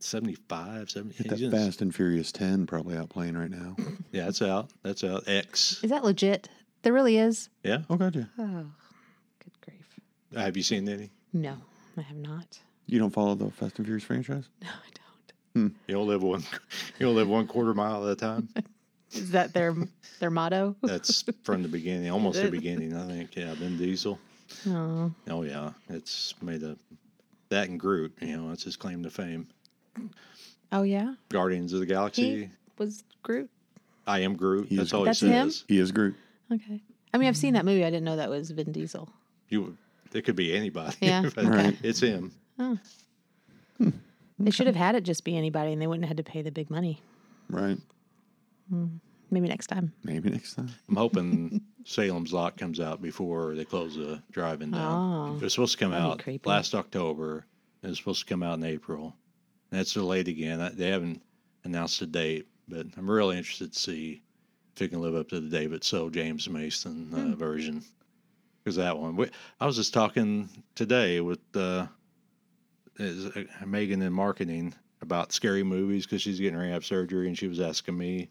[SPEAKER 2] 75, 70.
[SPEAKER 1] Get that
[SPEAKER 2] he's in-
[SPEAKER 1] Fast and Furious 10 probably out playing right now.
[SPEAKER 2] Yeah, that's out. That's out. X.
[SPEAKER 3] Is that legit? There really is.
[SPEAKER 2] Yeah.
[SPEAKER 1] [clears throat] Oh, gotcha.
[SPEAKER 3] Oh, good grief.
[SPEAKER 2] Have you seen any?
[SPEAKER 3] No, I have not. [laughs]
[SPEAKER 1] You don't follow the Fast and Furious franchise?
[SPEAKER 3] No, I don't.
[SPEAKER 2] You'll live one. [laughs] You'll live one quarter mile at a time.
[SPEAKER 3] Is that [laughs] their their motto?
[SPEAKER 2] That's from the beginning, almost the beginning. I think. Yeah, Vin Diesel.
[SPEAKER 3] No.
[SPEAKER 2] Oh yeah, it's made a that and Groot. You know, that's his claim to fame.
[SPEAKER 3] Oh yeah,
[SPEAKER 2] Guardians of the Galaxy.
[SPEAKER 3] he was Groot.
[SPEAKER 2] I am Groot.
[SPEAKER 1] He is
[SPEAKER 2] that's all
[SPEAKER 3] Groot.
[SPEAKER 2] he
[SPEAKER 3] That's him?
[SPEAKER 2] says.
[SPEAKER 1] He is Groot.
[SPEAKER 3] Okay. I mean, I've seen that movie. I didn't know that was Vin Diesel.
[SPEAKER 2] You. It could be anybody.
[SPEAKER 3] Yeah,
[SPEAKER 2] [laughs] but
[SPEAKER 1] Right.
[SPEAKER 2] It's him.
[SPEAKER 3] They should have had it just be anybody, and they wouldn't have had to pay the big money.
[SPEAKER 1] Right.
[SPEAKER 3] Maybe next time.
[SPEAKER 1] Maybe next time.
[SPEAKER 2] I'm hoping [laughs] Salem's Lot comes out before they close the drive-in down.
[SPEAKER 3] Oh,
[SPEAKER 2] it was supposed to come
[SPEAKER 3] that'd be
[SPEAKER 2] out
[SPEAKER 3] creepy.
[SPEAKER 2] last October. And it's supposed to come out in April. And it's delayed again. I- They haven't announced a date, but I'm really interested to see if it can live up to the David So James Mason
[SPEAKER 3] Hmm.
[SPEAKER 2] uh, version. Because that one, we, I was just talking today with uh, is, uh, Megan in marketing about scary movies because she's getting rehab surgery, and she was asking me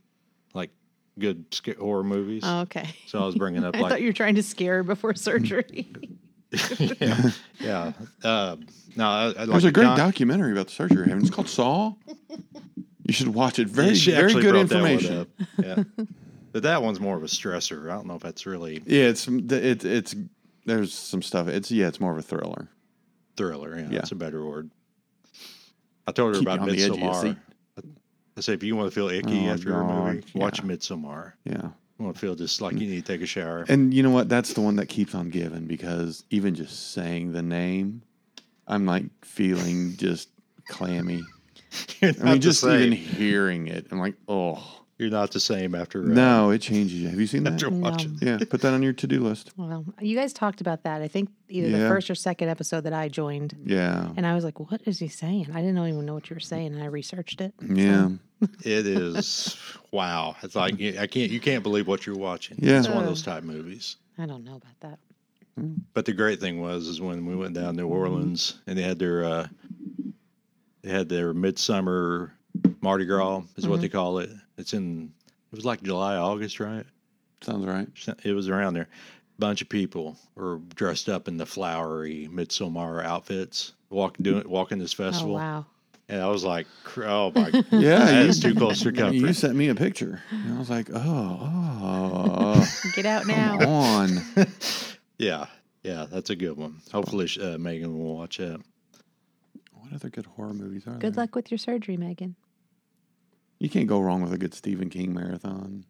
[SPEAKER 2] like good sca- horror movies.
[SPEAKER 3] Oh, okay. [laughs]
[SPEAKER 2] So I was bringing up
[SPEAKER 3] I
[SPEAKER 2] like
[SPEAKER 3] thought you were trying to scare
[SPEAKER 2] [laughs]
[SPEAKER 3] her before surgery.
[SPEAKER 2] yeah, yeah. Uh, no, I, I like
[SPEAKER 1] There's a great
[SPEAKER 2] John-
[SPEAKER 1] documentary about the surgery you're having. It's called Saw. You should watch it. Very,
[SPEAKER 2] [laughs] she
[SPEAKER 1] very
[SPEAKER 2] actually
[SPEAKER 1] good
[SPEAKER 2] brought that one
[SPEAKER 1] information.
[SPEAKER 2] up.
[SPEAKER 3] [laughs]
[SPEAKER 2] Yeah, but that one's more of a stressor. I don't know if that's really
[SPEAKER 1] Yeah, it's it's it's there's some stuff. It's yeah, it's more of a thriller.
[SPEAKER 2] thriller. Yeah,
[SPEAKER 1] Yeah.
[SPEAKER 2] that's a better word. I told her
[SPEAKER 1] Keep you
[SPEAKER 2] about
[SPEAKER 1] on the edge of your
[SPEAKER 2] Midsommar.
[SPEAKER 1] seat.
[SPEAKER 2] I said, if you want to feel icky
[SPEAKER 1] Oh,
[SPEAKER 2] after a movie,
[SPEAKER 1] God,
[SPEAKER 2] watch
[SPEAKER 1] yeah. Mm.
[SPEAKER 2] Midsommar.
[SPEAKER 1] Yeah,
[SPEAKER 2] You want to feel just like you need to take a shower.
[SPEAKER 1] and you know what? That's the one that keeps on giving because even just saying the name, I'm like feeling just clammy.
[SPEAKER 2] [laughs] You're
[SPEAKER 1] I mean,
[SPEAKER 2] not the
[SPEAKER 1] just
[SPEAKER 2] same.
[SPEAKER 1] even hearing it, I'm like, oh
[SPEAKER 2] You're not the same after uh,
[SPEAKER 1] no, it changes you. Have you seen that?
[SPEAKER 2] after
[SPEAKER 3] No.
[SPEAKER 2] watching.
[SPEAKER 1] Yeah, put that on your to do list.
[SPEAKER 3] well, you guys talked about that. I think either the
[SPEAKER 1] Yeah.
[SPEAKER 3] first or second episode that I joined,
[SPEAKER 1] Yeah,
[SPEAKER 3] and I was like, "What is he saying?" I didn't even know what you were saying, and I researched it.
[SPEAKER 1] yeah.
[SPEAKER 2] It is [laughs] wow. It's like you- I can't you can't believe what you're watching.
[SPEAKER 1] Yeah.
[SPEAKER 2] it's one of
[SPEAKER 3] Uh.
[SPEAKER 2] those type movies.
[SPEAKER 3] I don't know about that.
[SPEAKER 2] But the great thing was is when we went down to New Orleans and they had their uh, they had their midsummer Mardi Gras is what
[SPEAKER 3] Mm-hmm.
[SPEAKER 2] they call it. It's in it was like July August, right?
[SPEAKER 1] Sounds
[SPEAKER 3] [laughs]
[SPEAKER 1] right.
[SPEAKER 2] It was around there. Bunch of people were dressed up in the flowery midsummer outfits, walk doing walking this
[SPEAKER 3] Oh
[SPEAKER 2] festival,
[SPEAKER 3] wow.
[SPEAKER 2] and I was like, cr- oh my,
[SPEAKER 1] Yeah,
[SPEAKER 2] that
[SPEAKER 1] you-
[SPEAKER 2] is too close for
[SPEAKER 1] [laughs]
[SPEAKER 2] comfort.
[SPEAKER 1] You sent me a picture, and I was like,
[SPEAKER 3] [laughs]
[SPEAKER 1] "Oh, oh,
[SPEAKER 3] Get out
[SPEAKER 1] come
[SPEAKER 3] now. [laughs]
[SPEAKER 1] on!"
[SPEAKER 2] Yeah, yeah, that's a good one. Hopefully, sh- uh, Megan will watch that.
[SPEAKER 1] What other good horror movies are there?
[SPEAKER 3] Good luck with your surgery, Megan.
[SPEAKER 1] You can't go wrong with a good Stephen King marathon.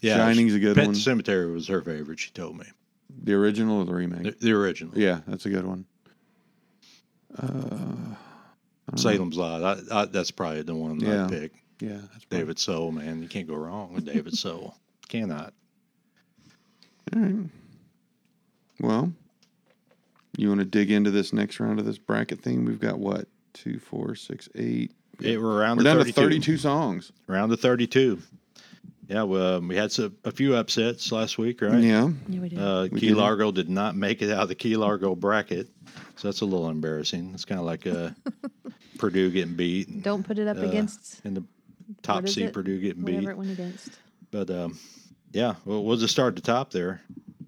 [SPEAKER 2] Yeah,
[SPEAKER 1] Shining's a good
[SPEAKER 2] Pet
[SPEAKER 1] one.
[SPEAKER 2] Cemetery was her favorite. She told me
[SPEAKER 1] The original or the remake?
[SPEAKER 2] the, the original
[SPEAKER 1] yeah, that's a good one. Uh, I don't know.
[SPEAKER 2] Salem's Lot. I, I, that's probably the one
[SPEAKER 1] Yeah.
[SPEAKER 2] I'd pick.
[SPEAKER 1] Yeah, that's probably-
[SPEAKER 2] David Soul, man, you can't go wrong with David Soul. Cannot.
[SPEAKER 1] All right. Well, you want to dig into this next round of this bracket thing? We've got what two, four, six, eight.
[SPEAKER 2] It, we're around
[SPEAKER 1] We're
[SPEAKER 2] to
[SPEAKER 1] down
[SPEAKER 2] 32.
[SPEAKER 1] to thirty-two songs.
[SPEAKER 2] Round to thirty-two. Yeah, well, um, we had some, a few upsets last week, right?
[SPEAKER 1] Yeah,
[SPEAKER 3] Yeah, we did.
[SPEAKER 2] Uh,
[SPEAKER 1] We
[SPEAKER 2] Key
[SPEAKER 1] did.
[SPEAKER 2] Largo did not make it out of the Key Largo bracket, so that's a little embarrassing. It's kind of
[SPEAKER 1] [laughs]
[SPEAKER 2] like uh, Purdue getting beat. and-
[SPEAKER 3] don't put it up
[SPEAKER 2] uh,
[SPEAKER 3] against
[SPEAKER 2] in the top
[SPEAKER 3] is
[SPEAKER 2] seed
[SPEAKER 3] it?
[SPEAKER 2] Purdue getting beat.
[SPEAKER 3] whatever it went against.
[SPEAKER 2] But um, yeah, we'll, we'll just start at the top there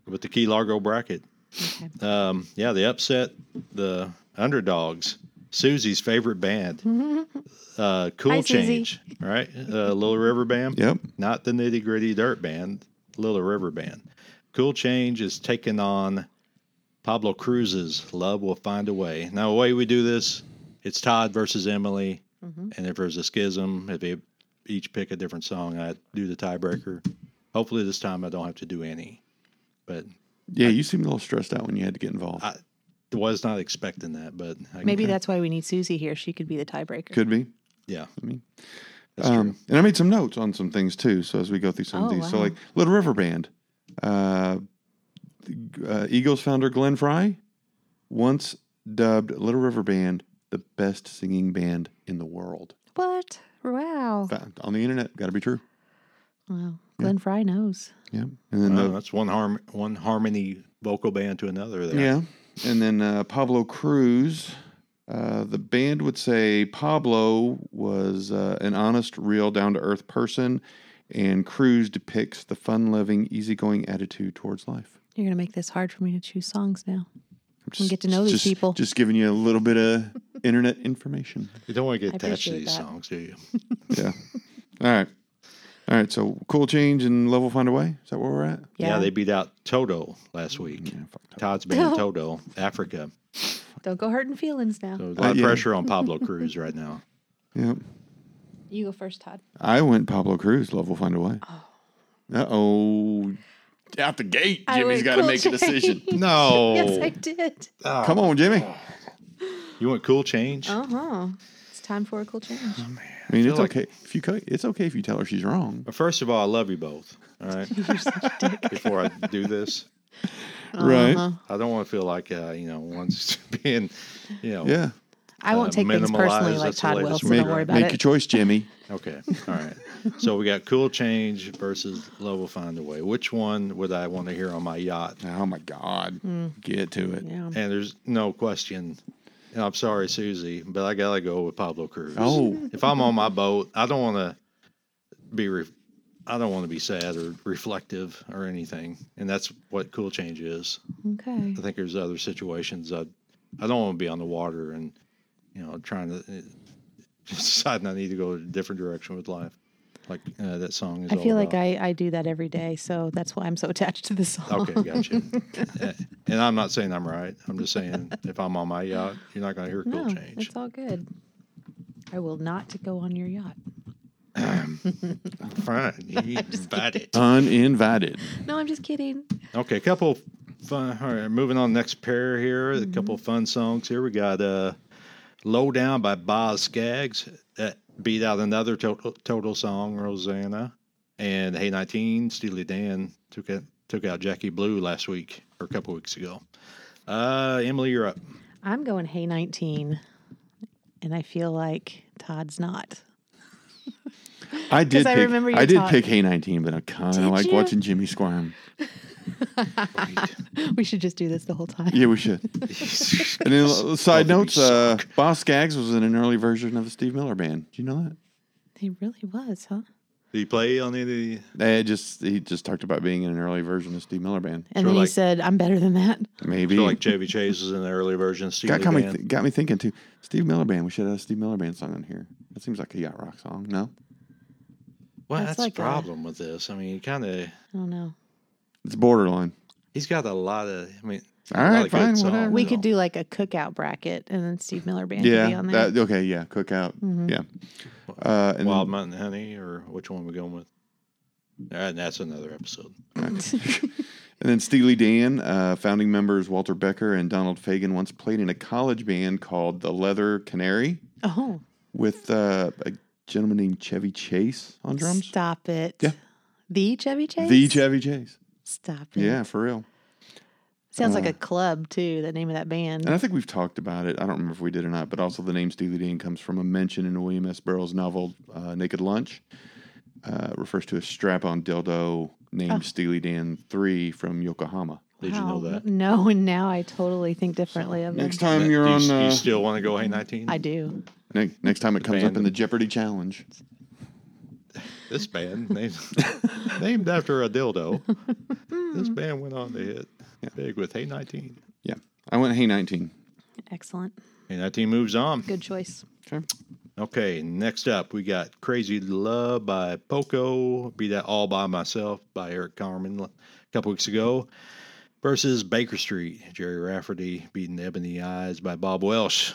[SPEAKER 2] with the Key Largo bracket. Um, yeah, the upset, the underdogs, Susie's favorite band,
[SPEAKER 3] [laughs]
[SPEAKER 2] uh, Cool
[SPEAKER 3] Hi, Susie.
[SPEAKER 2] Change, right? Uh, Little River Band.
[SPEAKER 1] Yep.
[SPEAKER 2] Not the nitty gritty dirt band, Little River Band. Cool Change is taking on Pablo Cruz's Love Will Find a Way. Now, the way we do this, it's Todd versus Emily.
[SPEAKER 3] Mm-hmm.
[SPEAKER 2] And if there's a schism, if they each pick a different song, I do the tiebreaker. Hopefully, this time I don't have to do any. But
[SPEAKER 1] Yeah, you seemed a little stressed out when you had to get involved.
[SPEAKER 2] I- was not expecting that, but I
[SPEAKER 3] Maybe that's why we need Susie here. She could be the tiebreaker.
[SPEAKER 1] Could be.
[SPEAKER 2] yeah.
[SPEAKER 1] I mean,
[SPEAKER 2] That's true.
[SPEAKER 1] um, and I made some notes on some things too. So as we go through some of
[SPEAKER 3] Oh,
[SPEAKER 1] these, so
[SPEAKER 3] wow.
[SPEAKER 1] like Little River Band, uh, uh, Eagles founder Glenn Fry once dubbed Little River Band the best singing band in the world.
[SPEAKER 3] What? Wow.
[SPEAKER 1] Found on the internet, got to be true.
[SPEAKER 3] Wow. Glenn Fry knows.
[SPEAKER 1] Yeah, and then
[SPEAKER 2] Wow,
[SPEAKER 1] the,
[SPEAKER 2] that's one harm one harmony vocal band to another. There.
[SPEAKER 1] Yeah. And then uh, Pablo Cruz. Uh, the band would say Pablo was uh, an honest, real, down to earth person, and Cruz depicts the fun loving, easygoing attitude towards life.
[SPEAKER 3] You're going to make this hard for me to choose songs now.
[SPEAKER 1] I'm just,
[SPEAKER 3] get to know these
[SPEAKER 1] just-
[SPEAKER 3] people.
[SPEAKER 1] Just giving you a little bit of
[SPEAKER 3] [laughs]
[SPEAKER 1] internet information.
[SPEAKER 2] You don't want to
[SPEAKER 3] I
[SPEAKER 2] get attached to
[SPEAKER 3] appreciate
[SPEAKER 2] these
[SPEAKER 3] that.
[SPEAKER 2] songs, do you?
[SPEAKER 1] Yeah. All right. All right. So cool change and level find a way. Is that where we're at?
[SPEAKER 2] Yeah. they beat out Toto last week.
[SPEAKER 1] Mm, Yeah, fuck that.
[SPEAKER 2] Todd's
[SPEAKER 3] [laughs]
[SPEAKER 2] band Toto, Africa.
[SPEAKER 3] Don't go hurting feelings now.
[SPEAKER 2] So a lot of
[SPEAKER 1] yeah.
[SPEAKER 2] pressure on Pablo Cruz right now.
[SPEAKER 1] Yeah.
[SPEAKER 3] You go first, Todd.
[SPEAKER 1] I went Pablo Cruz. Love will find a way. Uh oh. Out the gate,
[SPEAKER 3] I
[SPEAKER 1] Jimmy's
[SPEAKER 3] went
[SPEAKER 1] got to
[SPEAKER 3] Cool
[SPEAKER 1] make a decision. Oh.
[SPEAKER 3] Change.
[SPEAKER 2] No.
[SPEAKER 3] [laughs] [laughs] Yes, I did.
[SPEAKER 1] Come on, Jimmy.
[SPEAKER 2] [laughs] You want cool change?
[SPEAKER 3] Uh huh. It's time for a cool change.
[SPEAKER 1] I mean, it's
[SPEAKER 2] like-
[SPEAKER 1] okay if you co- it's okay if you tell her she's wrong.
[SPEAKER 2] Well, first of all, I love you both. All
[SPEAKER 3] [laughs]
[SPEAKER 2] right. Before I do this,
[SPEAKER 3] Uh-huh.
[SPEAKER 1] Right?
[SPEAKER 2] I don't want to feel like uh, you know one's [laughs] being, you know.
[SPEAKER 1] Yeah.
[SPEAKER 3] I won't
[SPEAKER 2] Uh,
[SPEAKER 3] take things personally
[SPEAKER 2] minimalize,
[SPEAKER 3] like
[SPEAKER 2] that's the
[SPEAKER 3] Todd will,
[SPEAKER 2] latest
[SPEAKER 3] so
[SPEAKER 2] word,
[SPEAKER 3] don't worry
[SPEAKER 2] right?
[SPEAKER 3] about
[SPEAKER 1] Make
[SPEAKER 3] it.
[SPEAKER 1] your choice,
[SPEAKER 3] [laughs]
[SPEAKER 1] Jimmy.
[SPEAKER 2] Okay. All right. so we got cool change versus love will find a way. Which one would I want to hear on my yacht?
[SPEAKER 1] Oh my God. Get to it.
[SPEAKER 2] [laughs]
[SPEAKER 3] Hmm. yeah.
[SPEAKER 2] And there's no question. And I'm sorry, Susie, but I gotta go with Pablo Cruz.
[SPEAKER 1] Oh.
[SPEAKER 2] If I'm on my boat, I don't want to be. Re- I don't want to be sad or reflective or anything. And that's what cool change is.
[SPEAKER 3] Okay.
[SPEAKER 2] I think there's other situations I I don't want to be on the water and you know trying to [laughs] uh, deciding I need to go a different direction with life. Like uh, that song is.
[SPEAKER 3] I
[SPEAKER 2] all
[SPEAKER 3] feel like
[SPEAKER 2] about.
[SPEAKER 3] I, I do that every day, so that's why I'm so [laughs] attached to this song. [laughs]
[SPEAKER 2] Okay, gotcha. Uh, and I'm not saying I'm right. I'm just saying if I'm on my yacht, you're not going to hear cool
[SPEAKER 3] No,
[SPEAKER 2] change.
[SPEAKER 3] it's all good. I will not go on your yacht. [laughs]
[SPEAKER 2] Fine, you got it.
[SPEAKER 1] Uninvited.
[SPEAKER 3] No, I'm just kidding.
[SPEAKER 2] Okay, a couple fun. All right, moving on. Next pair here,
[SPEAKER 3] Mm-hmm.
[SPEAKER 2] a couple fun songs here. We got uh, "Low Down" by Boz Scaggs that beat out another total, total song, Rosanna, and "Hey 19." Steely Dan took it took out Jackie Blue last week or a couple weeks ago. Uh, Emily, you're
[SPEAKER 3] [laughs]
[SPEAKER 2] up.
[SPEAKER 3] I'm going Hey 19, and I feel like Todd's not. [laughs]
[SPEAKER 1] I did.
[SPEAKER 3] 'Cause
[SPEAKER 1] Pick,
[SPEAKER 3] I
[SPEAKER 1] I
[SPEAKER 3] remember you
[SPEAKER 1] did
[SPEAKER 3] talk-
[SPEAKER 1] pick Hey 19, but I kind
[SPEAKER 3] Did
[SPEAKER 1] of like
[SPEAKER 3] you?
[SPEAKER 1] watching Jimmy squirm.
[SPEAKER 3] We should just do this the whole time.
[SPEAKER 1] Yeah, we
[SPEAKER 3] [laughs]
[SPEAKER 1] should. and then uh, side
[SPEAKER 2] Both of you
[SPEAKER 1] notes: uh, Boss Skaggs was in an early version of the Steve Miller Band. Do you know that?
[SPEAKER 3] He really was, huh?
[SPEAKER 2] Do you play on any?
[SPEAKER 1] They just he just talked about being in an early version of Steve Miller Band.
[SPEAKER 3] And
[SPEAKER 2] Sure,
[SPEAKER 3] then he
[SPEAKER 2] like-
[SPEAKER 3] said, I'm better than that.
[SPEAKER 1] Maybe
[SPEAKER 2] Feel like Chevy Chase is in the early version. Steely
[SPEAKER 1] got, got me
[SPEAKER 2] Dan.
[SPEAKER 1] got me thinking too. Steve Miller Band. We should have a Steve Miller Band song on here. That seems like a yacht rock song. No,
[SPEAKER 2] well,
[SPEAKER 3] That's
[SPEAKER 2] that's,
[SPEAKER 3] like a-
[SPEAKER 2] the problem with this. I mean, kind of.
[SPEAKER 3] I don't know.
[SPEAKER 1] it's borderline.
[SPEAKER 2] He's got a lot of. I mean,
[SPEAKER 1] All
[SPEAKER 2] a lot
[SPEAKER 1] right,
[SPEAKER 2] of good
[SPEAKER 1] fine,
[SPEAKER 2] songs.
[SPEAKER 1] whatever.
[SPEAKER 3] We could do like a cookout bracket, and then Steve Miller Band could be
[SPEAKER 1] Yeah.
[SPEAKER 3] on there.
[SPEAKER 1] that- okay. Yeah. Cookout.
[SPEAKER 3] Mm-hmm.
[SPEAKER 1] Yeah. Uh, and
[SPEAKER 2] Wild Mountain Honey, or which one we going with? All right, that's another episode.
[SPEAKER 1] [laughs] And then Steely Dan, uh, founding members Walter Becker and Donald Fagen once played in a college band called the Leather Canary
[SPEAKER 3] oh,
[SPEAKER 1] with uh, a gentleman named Chevy Chase on drums.
[SPEAKER 3] stop it.
[SPEAKER 1] Yeah.
[SPEAKER 3] The Chevy Chase?
[SPEAKER 1] The Chevy Chase.
[SPEAKER 3] Stop it.
[SPEAKER 1] Yeah, Uh. for real.
[SPEAKER 3] Sounds like a club, too, the name of that band.
[SPEAKER 1] And I think we've talked about it. I don't remember if we did or not, but also the name Steely Dan comes from a mention in William S. Burroughs' novel uh, Naked Lunch. Uh, it refers to a strap on dildo named Steely Dan 3 from Yokohama.
[SPEAKER 2] Did you know
[SPEAKER 3] Wow.
[SPEAKER 2] that?
[SPEAKER 3] No, and now I totally think differently of
[SPEAKER 1] Next
[SPEAKER 3] it.
[SPEAKER 1] time
[SPEAKER 2] That-
[SPEAKER 1] you're
[SPEAKER 2] do you,
[SPEAKER 1] on.
[SPEAKER 2] do you
[SPEAKER 1] Uh,
[SPEAKER 2] still want to go Hey 19?
[SPEAKER 3] I do.
[SPEAKER 1] ne- next time it comes up in
[SPEAKER 2] Abandoned.
[SPEAKER 1] the Jeopardy challenge.
[SPEAKER 2] This
[SPEAKER 3] [laughs]
[SPEAKER 2] band named, named after a dildo.
[SPEAKER 3] Hmm.
[SPEAKER 2] this band went on to hit big with Hey 19.
[SPEAKER 1] Yeah. I went Hey 19.
[SPEAKER 3] Excellent.
[SPEAKER 2] Hey 19 moves on.
[SPEAKER 3] Good choice.
[SPEAKER 1] Sure.
[SPEAKER 2] Okay, next up we got Crazy Love by Poco, Be That All By Myself by Eric Carmen a couple weeks ago, versus Baker Street, Jerry Rafferty beating Ebony Eyes by Bob Welsh.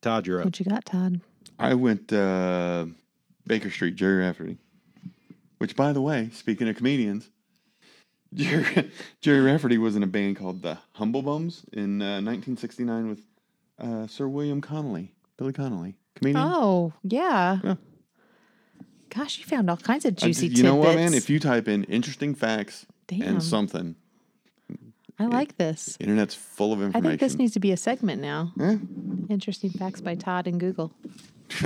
[SPEAKER 2] Todd, you're up.
[SPEAKER 3] What you got, Todd?
[SPEAKER 1] I went uh, Baker Street, Jerry Rafferty. Which, by the way, speaking of comedians, [laughs] Jerry, Jerry Rafferty was in a band called the Humble Bums in uh, 1969 with uh, Sir William Connolly, Billy Connolly, comedian.
[SPEAKER 3] Oh, yeah.
[SPEAKER 1] Yeah.
[SPEAKER 3] Gosh, you found all kinds of
[SPEAKER 1] I-
[SPEAKER 3] juicy
[SPEAKER 1] you know what,
[SPEAKER 3] tidbits.
[SPEAKER 1] man? If you type in interesting facts
[SPEAKER 3] Damn.
[SPEAKER 1] and something,
[SPEAKER 3] I like this.
[SPEAKER 1] internet's full of
[SPEAKER 3] I
[SPEAKER 1] information.
[SPEAKER 3] think this needs to be a segment now.
[SPEAKER 1] Eh?
[SPEAKER 3] Interesting facts by Todd and Google.
[SPEAKER 1] [laughs]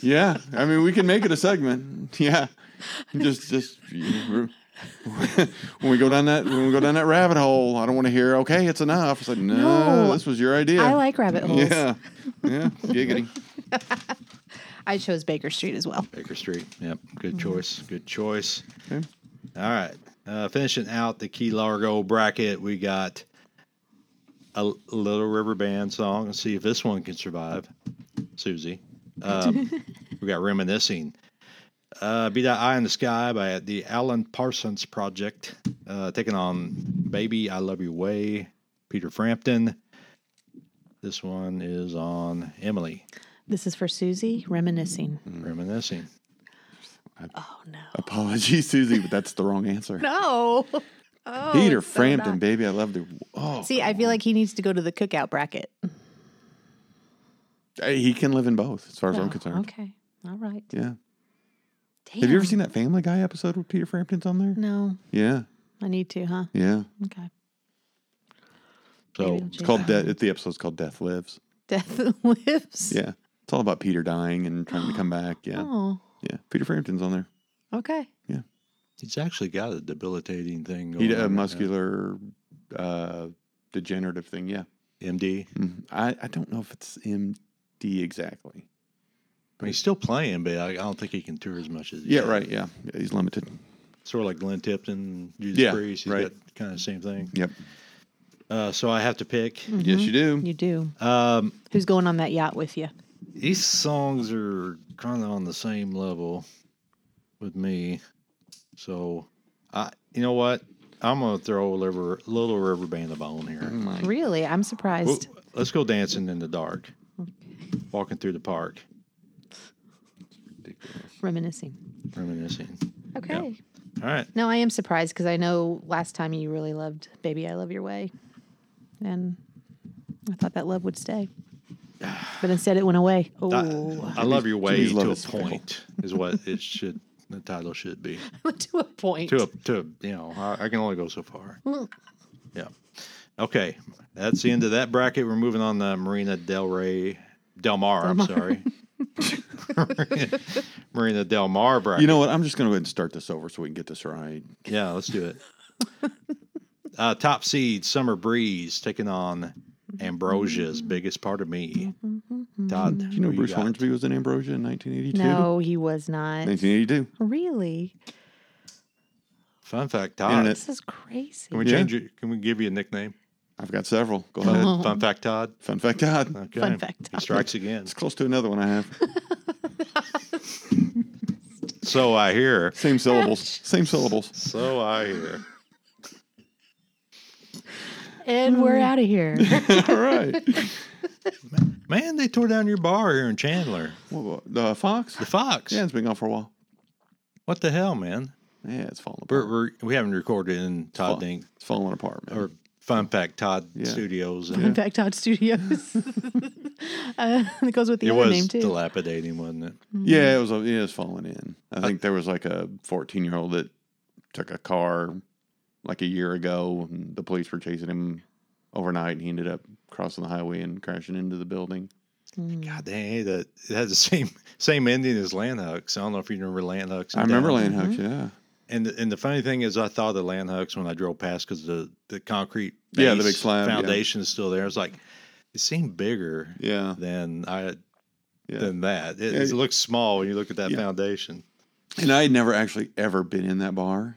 [SPEAKER 1] yeah, I mean, we can make it a segment. Yeah, just just when we go down that when we go down that rabbit hole, I don't want to hear. Okay, it's enough. It's like no,
[SPEAKER 3] No.
[SPEAKER 1] this was your idea.
[SPEAKER 3] I like rabbit holes.
[SPEAKER 1] Yeah, yeah, giggity.
[SPEAKER 3] I chose Baker Street as well.
[SPEAKER 2] Baker Street. Yep. Good choice. Good choice.
[SPEAKER 1] Okay.
[SPEAKER 2] All right. Uh, finishing out the Key Largo bracket, we got a L- Little River Band song. Let's see if this one can survive. Susie. Um, we got Reminiscing. Uh, Be That Eye in the Sky by the Alan Parsons Project, uh, taking on Baby I Love Your Way, Peter Frampton. This one is on Emily,
[SPEAKER 3] This is for Susie reminiscing.
[SPEAKER 2] Reminiscing.
[SPEAKER 3] Oh no.
[SPEAKER 1] Apologies, Susie, but that's the wrong answer.
[SPEAKER 3] No. [laughs] Oh,
[SPEAKER 1] Peter
[SPEAKER 3] it's so
[SPEAKER 1] Frampton,
[SPEAKER 3] not-
[SPEAKER 1] baby, I love the. Oh,
[SPEAKER 3] See, I feel like he needs to go to the cookout bracket.
[SPEAKER 1] hey, he can live in both, as far as
[SPEAKER 3] Oh,
[SPEAKER 1] I'm concerned.
[SPEAKER 3] Okay. All right.
[SPEAKER 1] Yeah.
[SPEAKER 3] Damn.
[SPEAKER 1] Have you ever seen that Family Guy episode with Peter Frampton's on there?
[SPEAKER 3] No,
[SPEAKER 1] Yeah,
[SPEAKER 3] I need to, huh?
[SPEAKER 1] yeah.
[SPEAKER 3] Okay.
[SPEAKER 2] So
[SPEAKER 3] Maybe I'll
[SPEAKER 1] It's
[SPEAKER 3] check
[SPEAKER 1] called
[SPEAKER 3] it
[SPEAKER 1] Death. The episode's called Death Lives.
[SPEAKER 3] [laughs] Death Lives.
[SPEAKER 1] Yeah. It's all about Peter dying and trying to come back. Yeah.
[SPEAKER 3] Oh.
[SPEAKER 1] Yeah. Peter Frampton's on there.
[SPEAKER 3] Okay.
[SPEAKER 2] He's actually got a debilitating thing.
[SPEAKER 1] He
[SPEAKER 2] Going
[SPEAKER 1] d-
[SPEAKER 2] on
[SPEAKER 1] a
[SPEAKER 2] right now.
[SPEAKER 1] muscular uh, degenerative thing. Yeah.
[SPEAKER 2] MD.
[SPEAKER 1] Mhm. I, I don't know if it's MD exactly.
[SPEAKER 2] I mean, he's still playing, but I, I don't think he can tour as much as he
[SPEAKER 1] Yeah,
[SPEAKER 2] did.
[SPEAKER 1] right. Yeah. Yeah, He's limited.
[SPEAKER 2] Sort of like Glenn Tipton, Judas
[SPEAKER 1] Yeah,
[SPEAKER 2] Priest. He's
[SPEAKER 1] right.
[SPEAKER 2] got kind of the same thing.
[SPEAKER 1] Yep.
[SPEAKER 2] Uh, so I have to pick.
[SPEAKER 1] Yes, you do.
[SPEAKER 3] You do.
[SPEAKER 2] Um,
[SPEAKER 3] Who's going on that yacht with you?
[SPEAKER 2] these songs are kind of on the same level with me. So, I, you know what? I'm gonna throw River, Little River Band a bone here.
[SPEAKER 1] Oh,
[SPEAKER 3] Mm,
[SPEAKER 1] my.
[SPEAKER 3] Really? I'm surprised.
[SPEAKER 2] Well, let's go dancing in the dark, walking through the park,
[SPEAKER 3] Reminiscing.
[SPEAKER 2] reminiscing.
[SPEAKER 3] Okay.
[SPEAKER 2] All right.
[SPEAKER 3] No, I am surprised because I know last time you really loved Baby I Love Your Way. And I thought that love would
[SPEAKER 1] [sighs]
[SPEAKER 3] stay. But instead it went away. Oh.
[SPEAKER 2] I love your way
[SPEAKER 1] Jimmy's love
[SPEAKER 2] to a
[SPEAKER 1] is fickle.
[SPEAKER 2] point is what
[SPEAKER 1] [laughs]
[SPEAKER 2] it should. The title should be
[SPEAKER 3] [laughs] to a point.
[SPEAKER 2] to a to a- you know. I, I can only go so [laughs] far. Yeah. Okay, that's the end of that bracket. We're moving on to Marina Del Rey, Del Mar. I'm [laughs] sorry. Marina Del Mar bracket.
[SPEAKER 1] You know what? I'm just going to go ahead and start this over so we can get this right.
[SPEAKER 2] yeah, let's do it. Uh, top seed Summer Breeze taking on Ambrosia's biggest part of me. Todd,
[SPEAKER 1] Do you know
[SPEAKER 2] who
[SPEAKER 1] Bruce
[SPEAKER 2] got?
[SPEAKER 1] Hornsby was in Ambrosia in 1982?
[SPEAKER 3] no, he was not.
[SPEAKER 1] 1982.
[SPEAKER 3] Really?
[SPEAKER 2] Fun fact, Todd.
[SPEAKER 1] Internet.
[SPEAKER 3] This is crazy.
[SPEAKER 2] Can we
[SPEAKER 1] Yeah.
[SPEAKER 2] change it? Can we give you a nickname?
[SPEAKER 1] I've got several. Go
[SPEAKER 2] [laughs]
[SPEAKER 1] [laughs]
[SPEAKER 2] Fun,
[SPEAKER 1] ahead.
[SPEAKER 2] fun fact, Todd.
[SPEAKER 1] Fun fact, Todd.
[SPEAKER 2] Okay.
[SPEAKER 3] Fun fact.
[SPEAKER 2] He strikes
[SPEAKER 1] [laughs]
[SPEAKER 2] again.
[SPEAKER 1] It's close to another one I have.
[SPEAKER 2] So I hear.
[SPEAKER 1] Same syllables. Same
[SPEAKER 2] [laughs]
[SPEAKER 1] syllables.
[SPEAKER 2] So I hear.
[SPEAKER 3] [laughs] And we're out of here. [laughs]
[SPEAKER 1] All right.
[SPEAKER 2] Man, they tore down your bar here in Chandler.
[SPEAKER 1] What- The Fox?
[SPEAKER 2] The Fox.
[SPEAKER 1] Yeah, it's been gone for a while.
[SPEAKER 2] What the hell, man?
[SPEAKER 1] Yeah, it's falling apart.
[SPEAKER 2] We're, we're, we haven't recorded in Todd
[SPEAKER 1] Fall-
[SPEAKER 2] Dink
[SPEAKER 1] It's falling apart, man.
[SPEAKER 2] or Fun Fact Todd
[SPEAKER 1] Yeah.
[SPEAKER 2] Studios. And
[SPEAKER 3] Fun fact Todd Studios. [laughs] uh, it goes with the
[SPEAKER 2] It
[SPEAKER 3] other
[SPEAKER 2] was
[SPEAKER 3] name too. Hmm.
[SPEAKER 2] dilapidating, wasn't it?
[SPEAKER 1] yeah, it was. a- It was falling in. I think there was like a 14 year old that took a car like a year ago, and the police were chasing him overnight, and he ended up crossing the highway and crashing into the building.
[SPEAKER 3] Mm.
[SPEAKER 2] God dang, that it had the [laughs] same same ending as Land Hooks. I don't know if you remember Land Hooks.
[SPEAKER 1] I
[SPEAKER 2] in
[SPEAKER 1] remember
[SPEAKER 2] Dallas.
[SPEAKER 1] Land Hooks. Yeah,
[SPEAKER 2] And the, and the funny thing is, I thought of Land Hooks when I drove past because the the concrete
[SPEAKER 1] Yeah, the
[SPEAKER 2] base
[SPEAKER 1] big slab, yeah.
[SPEAKER 2] foundation is still there. It's like it seemed bigger
[SPEAKER 1] yeah.
[SPEAKER 2] than I
[SPEAKER 1] Yeah.
[SPEAKER 2] than that. It, it
[SPEAKER 1] Yeah.
[SPEAKER 2] looks small when you look at that
[SPEAKER 1] Yeah.
[SPEAKER 2] foundation.
[SPEAKER 1] And I had never actually ever been in that bar.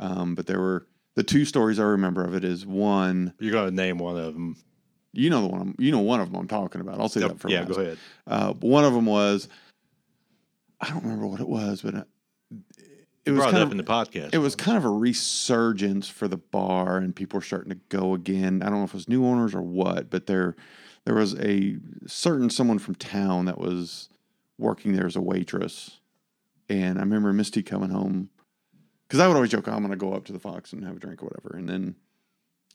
[SPEAKER 1] Um, but there were the two stories I remember of it is one,
[SPEAKER 2] You're going to name one of them.
[SPEAKER 1] you know the one, I'm, you know one of them I'm talking about. I'll say that for
[SPEAKER 2] yeah,
[SPEAKER 1] last.
[SPEAKER 2] go ahead.
[SPEAKER 1] Uh, one of them was, I don't remember what it was, but it, it was
[SPEAKER 2] Brought
[SPEAKER 1] kind
[SPEAKER 2] it up
[SPEAKER 1] of,
[SPEAKER 2] in the podcast.
[SPEAKER 1] it was kind of a resurgence for the bar and people were starting to go again. I don't know if it was new owners or what, but there there was a certain someone from town that was working there as a waitress. And I remember Misty coming home because I would always joke, I'm going to go up to the Fox and have a drink or whatever. And then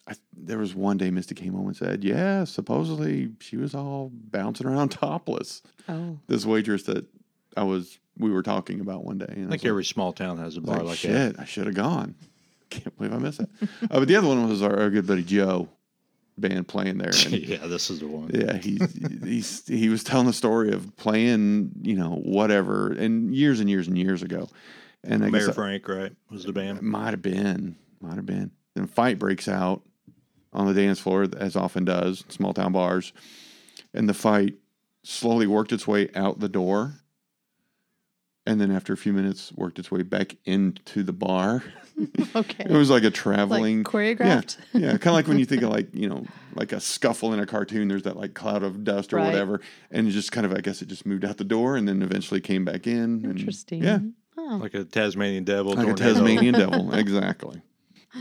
[SPEAKER 1] I, there was one day Misty came home and said, Yeah, supposedly she was all bouncing around [laughs] topless.
[SPEAKER 3] Oh,
[SPEAKER 1] This waitress that I was, we were talking about one day. And I
[SPEAKER 2] I
[SPEAKER 1] was
[SPEAKER 2] think every small town has a
[SPEAKER 1] I was
[SPEAKER 2] bar like,
[SPEAKER 1] like,
[SPEAKER 2] that.
[SPEAKER 1] shit, I should have gone. [laughs] Can't believe I missed it. uh, but the other one was our, our good buddy Joe band playing there. And
[SPEAKER 2] [laughs] yeah, this is the one.
[SPEAKER 1] yeah, he he's, he was telling the story of playing, you know, whatever, and years and years and years ago. And I
[SPEAKER 2] Mayor
[SPEAKER 1] guess
[SPEAKER 2] Frank, right, was the
[SPEAKER 1] it
[SPEAKER 2] band.
[SPEAKER 1] might have been, might have been. Then a fight breaks out on the dance floor, as often does in small town bars, and the fight slowly worked its way out the door. And then after a few minutes, worked its way back into the bar.
[SPEAKER 3] okay.
[SPEAKER 1] It was like a
[SPEAKER 3] Like
[SPEAKER 1] traveling.
[SPEAKER 3] choreographed.
[SPEAKER 1] yeah, kind of like when you
[SPEAKER 3] [laughs]
[SPEAKER 1] think of like you know like a scuffle in a cartoon. There's that like cloud of dust or
[SPEAKER 3] Right.
[SPEAKER 1] whatever, and it just kind of I guess it just moved out the door and then eventually came back in. and-
[SPEAKER 3] Interesting.
[SPEAKER 1] yeah,
[SPEAKER 3] Oh.
[SPEAKER 2] Like a Tasmanian devil.
[SPEAKER 1] like a
[SPEAKER 2] tornado.
[SPEAKER 1] Tasmanian devil. Exactly.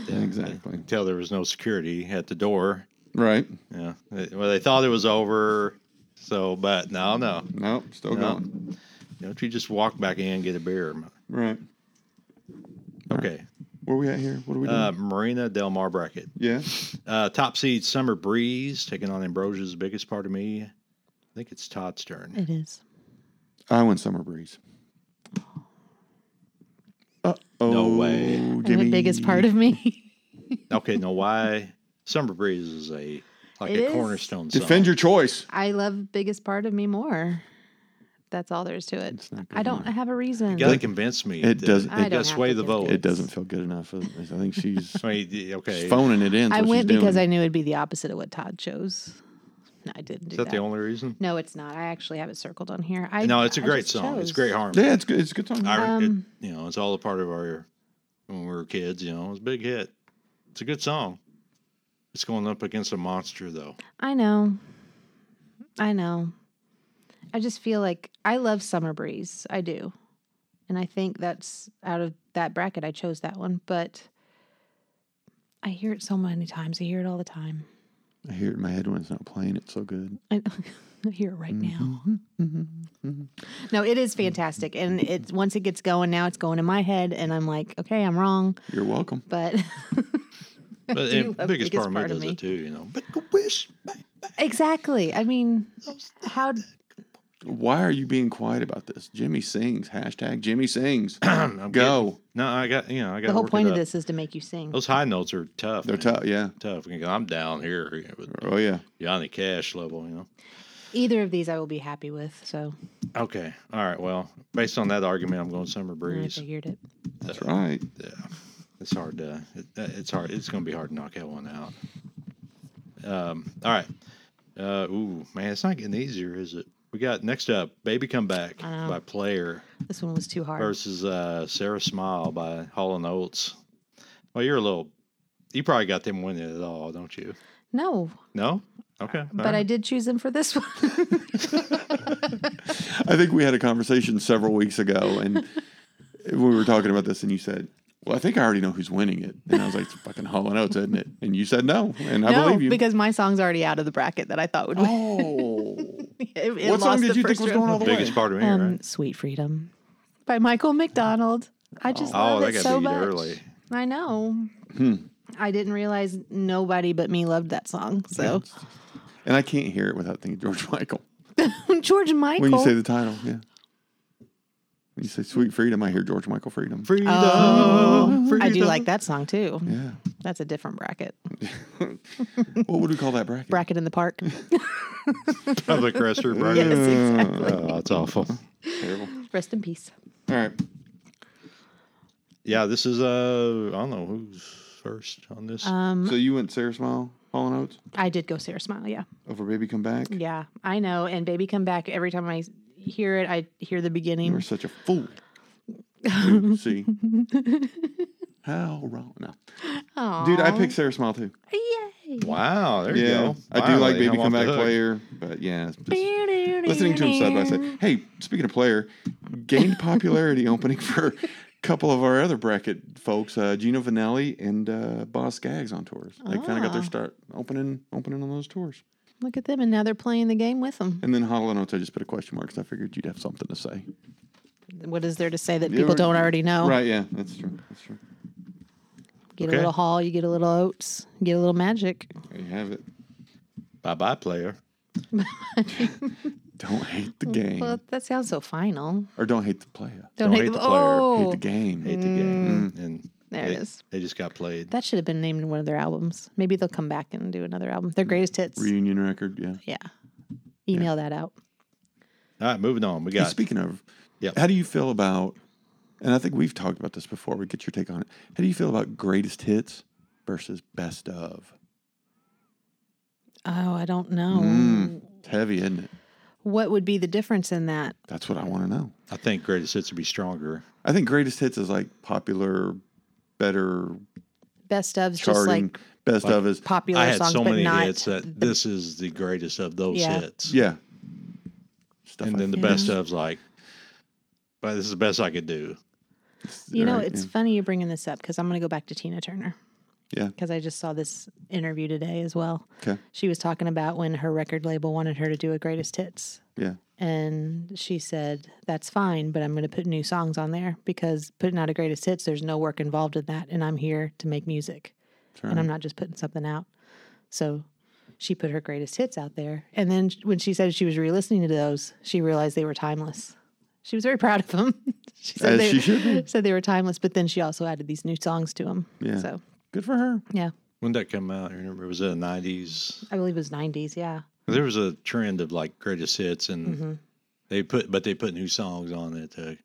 [SPEAKER 2] Yeah,
[SPEAKER 1] Exactly.
[SPEAKER 2] they Tell there was no security at the door.
[SPEAKER 1] Right.
[SPEAKER 2] Yeah. They- Well, they thought it was over. So, but no, no.
[SPEAKER 1] Nope. Still
[SPEAKER 2] No.
[SPEAKER 1] gone.
[SPEAKER 2] Don't you just walk back in and get a beer?
[SPEAKER 1] Right.
[SPEAKER 2] Okay.
[SPEAKER 1] Where we at here? What are we doing?
[SPEAKER 2] Uh, Marina Del Mar bracket.
[SPEAKER 1] yeah.
[SPEAKER 2] Uh, top seed Summer Breeze taking on Ambrosia's biggest part of me. I think it's Todd's turn.
[SPEAKER 3] It is.
[SPEAKER 1] I went summer breeze. Uh oh.
[SPEAKER 2] No way.
[SPEAKER 3] And the biggest part of me. [laughs]
[SPEAKER 2] Okay, now why Summer Breeze is a like
[SPEAKER 3] It
[SPEAKER 2] a
[SPEAKER 3] is.
[SPEAKER 2] cornerstone song.
[SPEAKER 1] Defend your choice.
[SPEAKER 3] I love biggest part of me more. That's all there is to it.
[SPEAKER 1] It's not good
[SPEAKER 3] I don't
[SPEAKER 1] enough.
[SPEAKER 3] have a reason.
[SPEAKER 2] You gotta convince me.
[SPEAKER 1] It
[SPEAKER 2] that-
[SPEAKER 1] doesn't-
[SPEAKER 3] I
[SPEAKER 2] You
[SPEAKER 3] don't
[SPEAKER 2] gotta sway
[SPEAKER 3] have to
[SPEAKER 2] the
[SPEAKER 3] convince
[SPEAKER 2] vote.
[SPEAKER 1] It doesn't feel good enough. Uh, I think she's
[SPEAKER 2] I mean, y- [laughs] okay.
[SPEAKER 1] She's phoning it in.
[SPEAKER 3] I
[SPEAKER 1] so
[SPEAKER 3] went
[SPEAKER 1] she's
[SPEAKER 3] because
[SPEAKER 1] doing.
[SPEAKER 3] I knew it'd be the opposite of what Todd chose. No, I didn't do
[SPEAKER 2] Is that the only reason?
[SPEAKER 3] No, it's not. I actually have it circled on here. I
[SPEAKER 2] no, it's a
[SPEAKER 3] I
[SPEAKER 2] great
[SPEAKER 3] just
[SPEAKER 2] song. It's
[SPEAKER 3] chose.
[SPEAKER 2] great harmony.
[SPEAKER 1] Yeah, it's good. It's a good song.
[SPEAKER 2] I,
[SPEAKER 3] Um,
[SPEAKER 2] it, you know, it's all a part of our when we were kids. You know, it was a big hit. It's a good song. It's going up against a monster,
[SPEAKER 3] [laughs]
[SPEAKER 2] though.
[SPEAKER 3] I know. I know. I just feel like I love Summer Breeze. I do. And I think that's out of that bracket I chose that one, but I hear it so many times. I hear it all the time.
[SPEAKER 1] I hear it in my head when it's not playing. It's so good.
[SPEAKER 3] I, [laughs] I hear it right now.
[SPEAKER 2] Mm-hmm.
[SPEAKER 3] No, it is fantastic. And it's once it gets going now, it's going in my head and I'm like, okay, I'm wrong,
[SPEAKER 1] You're welcome.
[SPEAKER 3] but [laughs]
[SPEAKER 2] But
[SPEAKER 3] do
[SPEAKER 2] and
[SPEAKER 3] love
[SPEAKER 2] biggest,
[SPEAKER 3] Biggest
[SPEAKER 2] part of me
[SPEAKER 3] Part of
[SPEAKER 2] does
[SPEAKER 3] Me.
[SPEAKER 2] it too. You know, make a wish.
[SPEAKER 3] exactly. I mean, how
[SPEAKER 1] Why are you being quiet about this? Jimmy sings. Hashtag Jimmy
[SPEAKER 2] [coughs]
[SPEAKER 1] sings.
[SPEAKER 2] [clears throat] I'm
[SPEAKER 1] Go.
[SPEAKER 2] kidding. No, I got you know, I got
[SPEAKER 3] the whole point of this is to make you sing.
[SPEAKER 2] Those high notes are tough.
[SPEAKER 1] They're
[SPEAKER 2] man.
[SPEAKER 1] tough. Yeah.
[SPEAKER 2] Tough. You know, I'm down here you know, with
[SPEAKER 1] Oh yeah.
[SPEAKER 2] Johnny Cash level. You know.
[SPEAKER 3] Either of these I will be happy with. So
[SPEAKER 2] Okay. All right. Well, based on that argument, I'm going Summer
[SPEAKER 3] I
[SPEAKER 2] Breeze.
[SPEAKER 3] figured it.
[SPEAKER 1] That's right.
[SPEAKER 2] Yeah, it's hard to. It, it's hard. It's going to be hard to knock that one out. Um. All right. Uh. Ooh, man, it's not getting easier, is it? We got next up, "Baby Come Back"
[SPEAKER 3] I know.
[SPEAKER 2] by Player
[SPEAKER 3] This one was too hard.
[SPEAKER 2] versus uh, "Sarah Smile" by Hall and Oates. Well, you're a little. You probably got them winning at all, don't you?
[SPEAKER 3] No,
[SPEAKER 2] No. Okay. all
[SPEAKER 3] Uh, but
[SPEAKER 1] Uh-huh.
[SPEAKER 2] right.
[SPEAKER 3] I did choose them for this [laughs] one.
[SPEAKER 1] I think we had a conversation several weeks ago,
[SPEAKER 3] [laughs]
[SPEAKER 1] and we were talking about this, and you said. Well, I think I already know who's winning it, and I was like, "It's fucking Hall and Oates, isn't it?" And you said no, and I
[SPEAKER 3] no,
[SPEAKER 1] believe you.
[SPEAKER 3] because my song's already out of the bracket that I thought would win. [laughs]
[SPEAKER 1] oh,
[SPEAKER 3] It, it
[SPEAKER 1] what song
[SPEAKER 3] lost
[SPEAKER 1] did
[SPEAKER 3] the
[SPEAKER 1] you think
[SPEAKER 3] first
[SPEAKER 1] was
[SPEAKER 3] round.
[SPEAKER 1] going all the way?
[SPEAKER 2] biggest part of me,
[SPEAKER 3] Um,
[SPEAKER 2] right?
[SPEAKER 3] Sweet Freedom by Michael McDonald. I just
[SPEAKER 2] Oh,
[SPEAKER 3] love
[SPEAKER 2] that
[SPEAKER 3] it
[SPEAKER 2] got
[SPEAKER 3] so
[SPEAKER 2] beat
[SPEAKER 3] much.
[SPEAKER 2] early.
[SPEAKER 3] I know.
[SPEAKER 1] Hmm.
[SPEAKER 3] I didn't realize nobody but me loved that song. So
[SPEAKER 1] And I can't hear it without thinking George [laughs] Michael.
[SPEAKER 3] [laughs] George Michael.
[SPEAKER 1] When you say the title, yeah. When you say "Sweet Freedom," I hear George Michael Freedom.
[SPEAKER 2] Freedom.
[SPEAKER 3] Oh, I do
[SPEAKER 2] freedom.
[SPEAKER 3] like that song too.
[SPEAKER 1] Yeah.
[SPEAKER 3] That's a different bracket.
[SPEAKER 1] What would we call that bracket?
[SPEAKER 3] Bracket in
[SPEAKER 1] [laughs]
[SPEAKER 3] the park.
[SPEAKER 2] Public restroom. right?
[SPEAKER 3] yes, exactly.
[SPEAKER 2] Oh, that's awful.
[SPEAKER 1] Terrible.
[SPEAKER 3] Rest in peace.
[SPEAKER 1] All right.
[SPEAKER 2] Yeah, this is uh, I don't know who's first on this.
[SPEAKER 3] Um,
[SPEAKER 1] So you went Sarah Smile. Hall and Oates
[SPEAKER 3] I did go Sarah Smile. Yeah.
[SPEAKER 1] over Baby Come Back?
[SPEAKER 3] Yeah. I know. And Baby Come Back, every time I hear it, I hear the
[SPEAKER 1] You
[SPEAKER 3] beginning.
[SPEAKER 1] were such a
[SPEAKER 3] [laughs]
[SPEAKER 1] fool. Dude, See, how wrong? No, dude, I
[SPEAKER 3] Aw.
[SPEAKER 1] picked Sarah Smile too.
[SPEAKER 3] Yay.
[SPEAKER 2] Wow, there you
[SPEAKER 1] yeah,
[SPEAKER 2] go.
[SPEAKER 1] I do like
[SPEAKER 2] Finally,
[SPEAKER 1] Baby
[SPEAKER 2] I'm off
[SPEAKER 1] Come
[SPEAKER 2] the
[SPEAKER 1] Back
[SPEAKER 2] hook.
[SPEAKER 1] Player, but yeah, it's just- listening to him side by side. Hey, speaking of player, gained popularity [laughs] opening for a couple of our other bracket folks, uh, Gino Vanelli and uh, Boss Gags on tours. They kind of got their
[SPEAKER 3] Ah.
[SPEAKER 1] start opening opening on those tours.
[SPEAKER 3] Look at them, and now they're playing the game with them.
[SPEAKER 1] And then Hollow Notes, I just put a question mark because I figured you'd have something to say.
[SPEAKER 3] What is there to say that
[SPEAKER 1] Yeah,
[SPEAKER 3] people
[SPEAKER 1] we're-
[SPEAKER 3] don't already know?
[SPEAKER 1] Right? Yeah, that's true. That's true.
[SPEAKER 3] Get
[SPEAKER 2] Okay.
[SPEAKER 3] a little haul, you get a little oats, you get a little magic.
[SPEAKER 1] There you have it.
[SPEAKER 2] Bye bye, player.
[SPEAKER 1] Don't hate the game,
[SPEAKER 3] Well, that sounds so final.
[SPEAKER 1] or don't hate the player.
[SPEAKER 3] Don't, hate, the, player.
[SPEAKER 1] Hate
[SPEAKER 3] Oh,
[SPEAKER 1] the game.
[SPEAKER 2] Hate the game.
[SPEAKER 1] Mm.
[SPEAKER 2] And
[SPEAKER 3] There it
[SPEAKER 2] they-
[SPEAKER 3] is.
[SPEAKER 2] They just got played.
[SPEAKER 3] That should have been named in one of their albums. Maybe they'll come back and do another album.
[SPEAKER 1] Mm.
[SPEAKER 3] Their greatest hits.
[SPEAKER 1] Reunion record. Yeah.
[SPEAKER 3] yeah. Email that out.
[SPEAKER 2] All right, moving on. We
[SPEAKER 1] Hey,
[SPEAKER 2] got
[SPEAKER 1] speaking of,
[SPEAKER 2] Yep.
[SPEAKER 1] how do you feel about, and I think we've talked about this before, we get your take on it. How do you feel about greatest hits versus best of?
[SPEAKER 3] Oh, I don't know.
[SPEAKER 1] Mm, it's heavy, isn't it?
[SPEAKER 3] What would be the difference in that?
[SPEAKER 1] That's what I want to know.
[SPEAKER 2] I think greatest hits would be stronger.
[SPEAKER 1] I think greatest hits is like popular, better
[SPEAKER 3] Best of's just
[SPEAKER 1] charting.
[SPEAKER 3] like
[SPEAKER 1] best
[SPEAKER 2] Like-
[SPEAKER 1] of is,
[SPEAKER 3] popular
[SPEAKER 2] I had
[SPEAKER 3] songs,
[SPEAKER 2] so
[SPEAKER 3] but
[SPEAKER 2] many
[SPEAKER 3] not
[SPEAKER 2] hits that this is the greatest of those
[SPEAKER 3] Yeah.
[SPEAKER 2] hits.
[SPEAKER 1] yeah. Stuff
[SPEAKER 2] And
[SPEAKER 1] I-
[SPEAKER 2] then the
[SPEAKER 3] Yeah.
[SPEAKER 2] best of's like, well, this is the best I could do.
[SPEAKER 3] You know,
[SPEAKER 1] right,
[SPEAKER 3] it's
[SPEAKER 1] yeah.
[SPEAKER 3] funny you're bringing this up because I'm going to go back to Tina Turner.
[SPEAKER 1] Yeah.
[SPEAKER 3] Because I just saw this interview today as well.
[SPEAKER 1] 'Kay.
[SPEAKER 3] She was talking about when her record label wanted her to do a greatest hits.
[SPEAKER 1] Yeah.
[SPEAKER 3] And she said, that's fine, but I'm going to put new songs on there because putting out a greatest hits, there's no work involved in that. And I'm here to make music
[SPEAKER 1] That's right.
[SPEAKER 3] and I'm not just putting something out. So she put her greatest hits out there. And then when she said she was re listening to those, she realized they were timeless. She was very proud of them. [laughs] she said
[SPEAKER 1] As
[SPEAKER 3] they,
[SPEAKER 1] she should
[SPEAKER 3] said they were timeless, but then she also added these new songs to them.
[SPEAKER 1] Yeah.
[SPEAKER 3] So,
[SPEAKER 1] Good for her.
[SPEAKER 3] yeah,
[SPEAKER 2] When did that come out? I remember it was in the 90s.
[SPEAKER 3] I believe it was 90s. Yeah.
[SPEAKER 2] There was a trend of like greatest hits and
[SPEAKER 3] Mm-hmm.
[SPEAKER 2] they put, but they put new songs on it. Uh,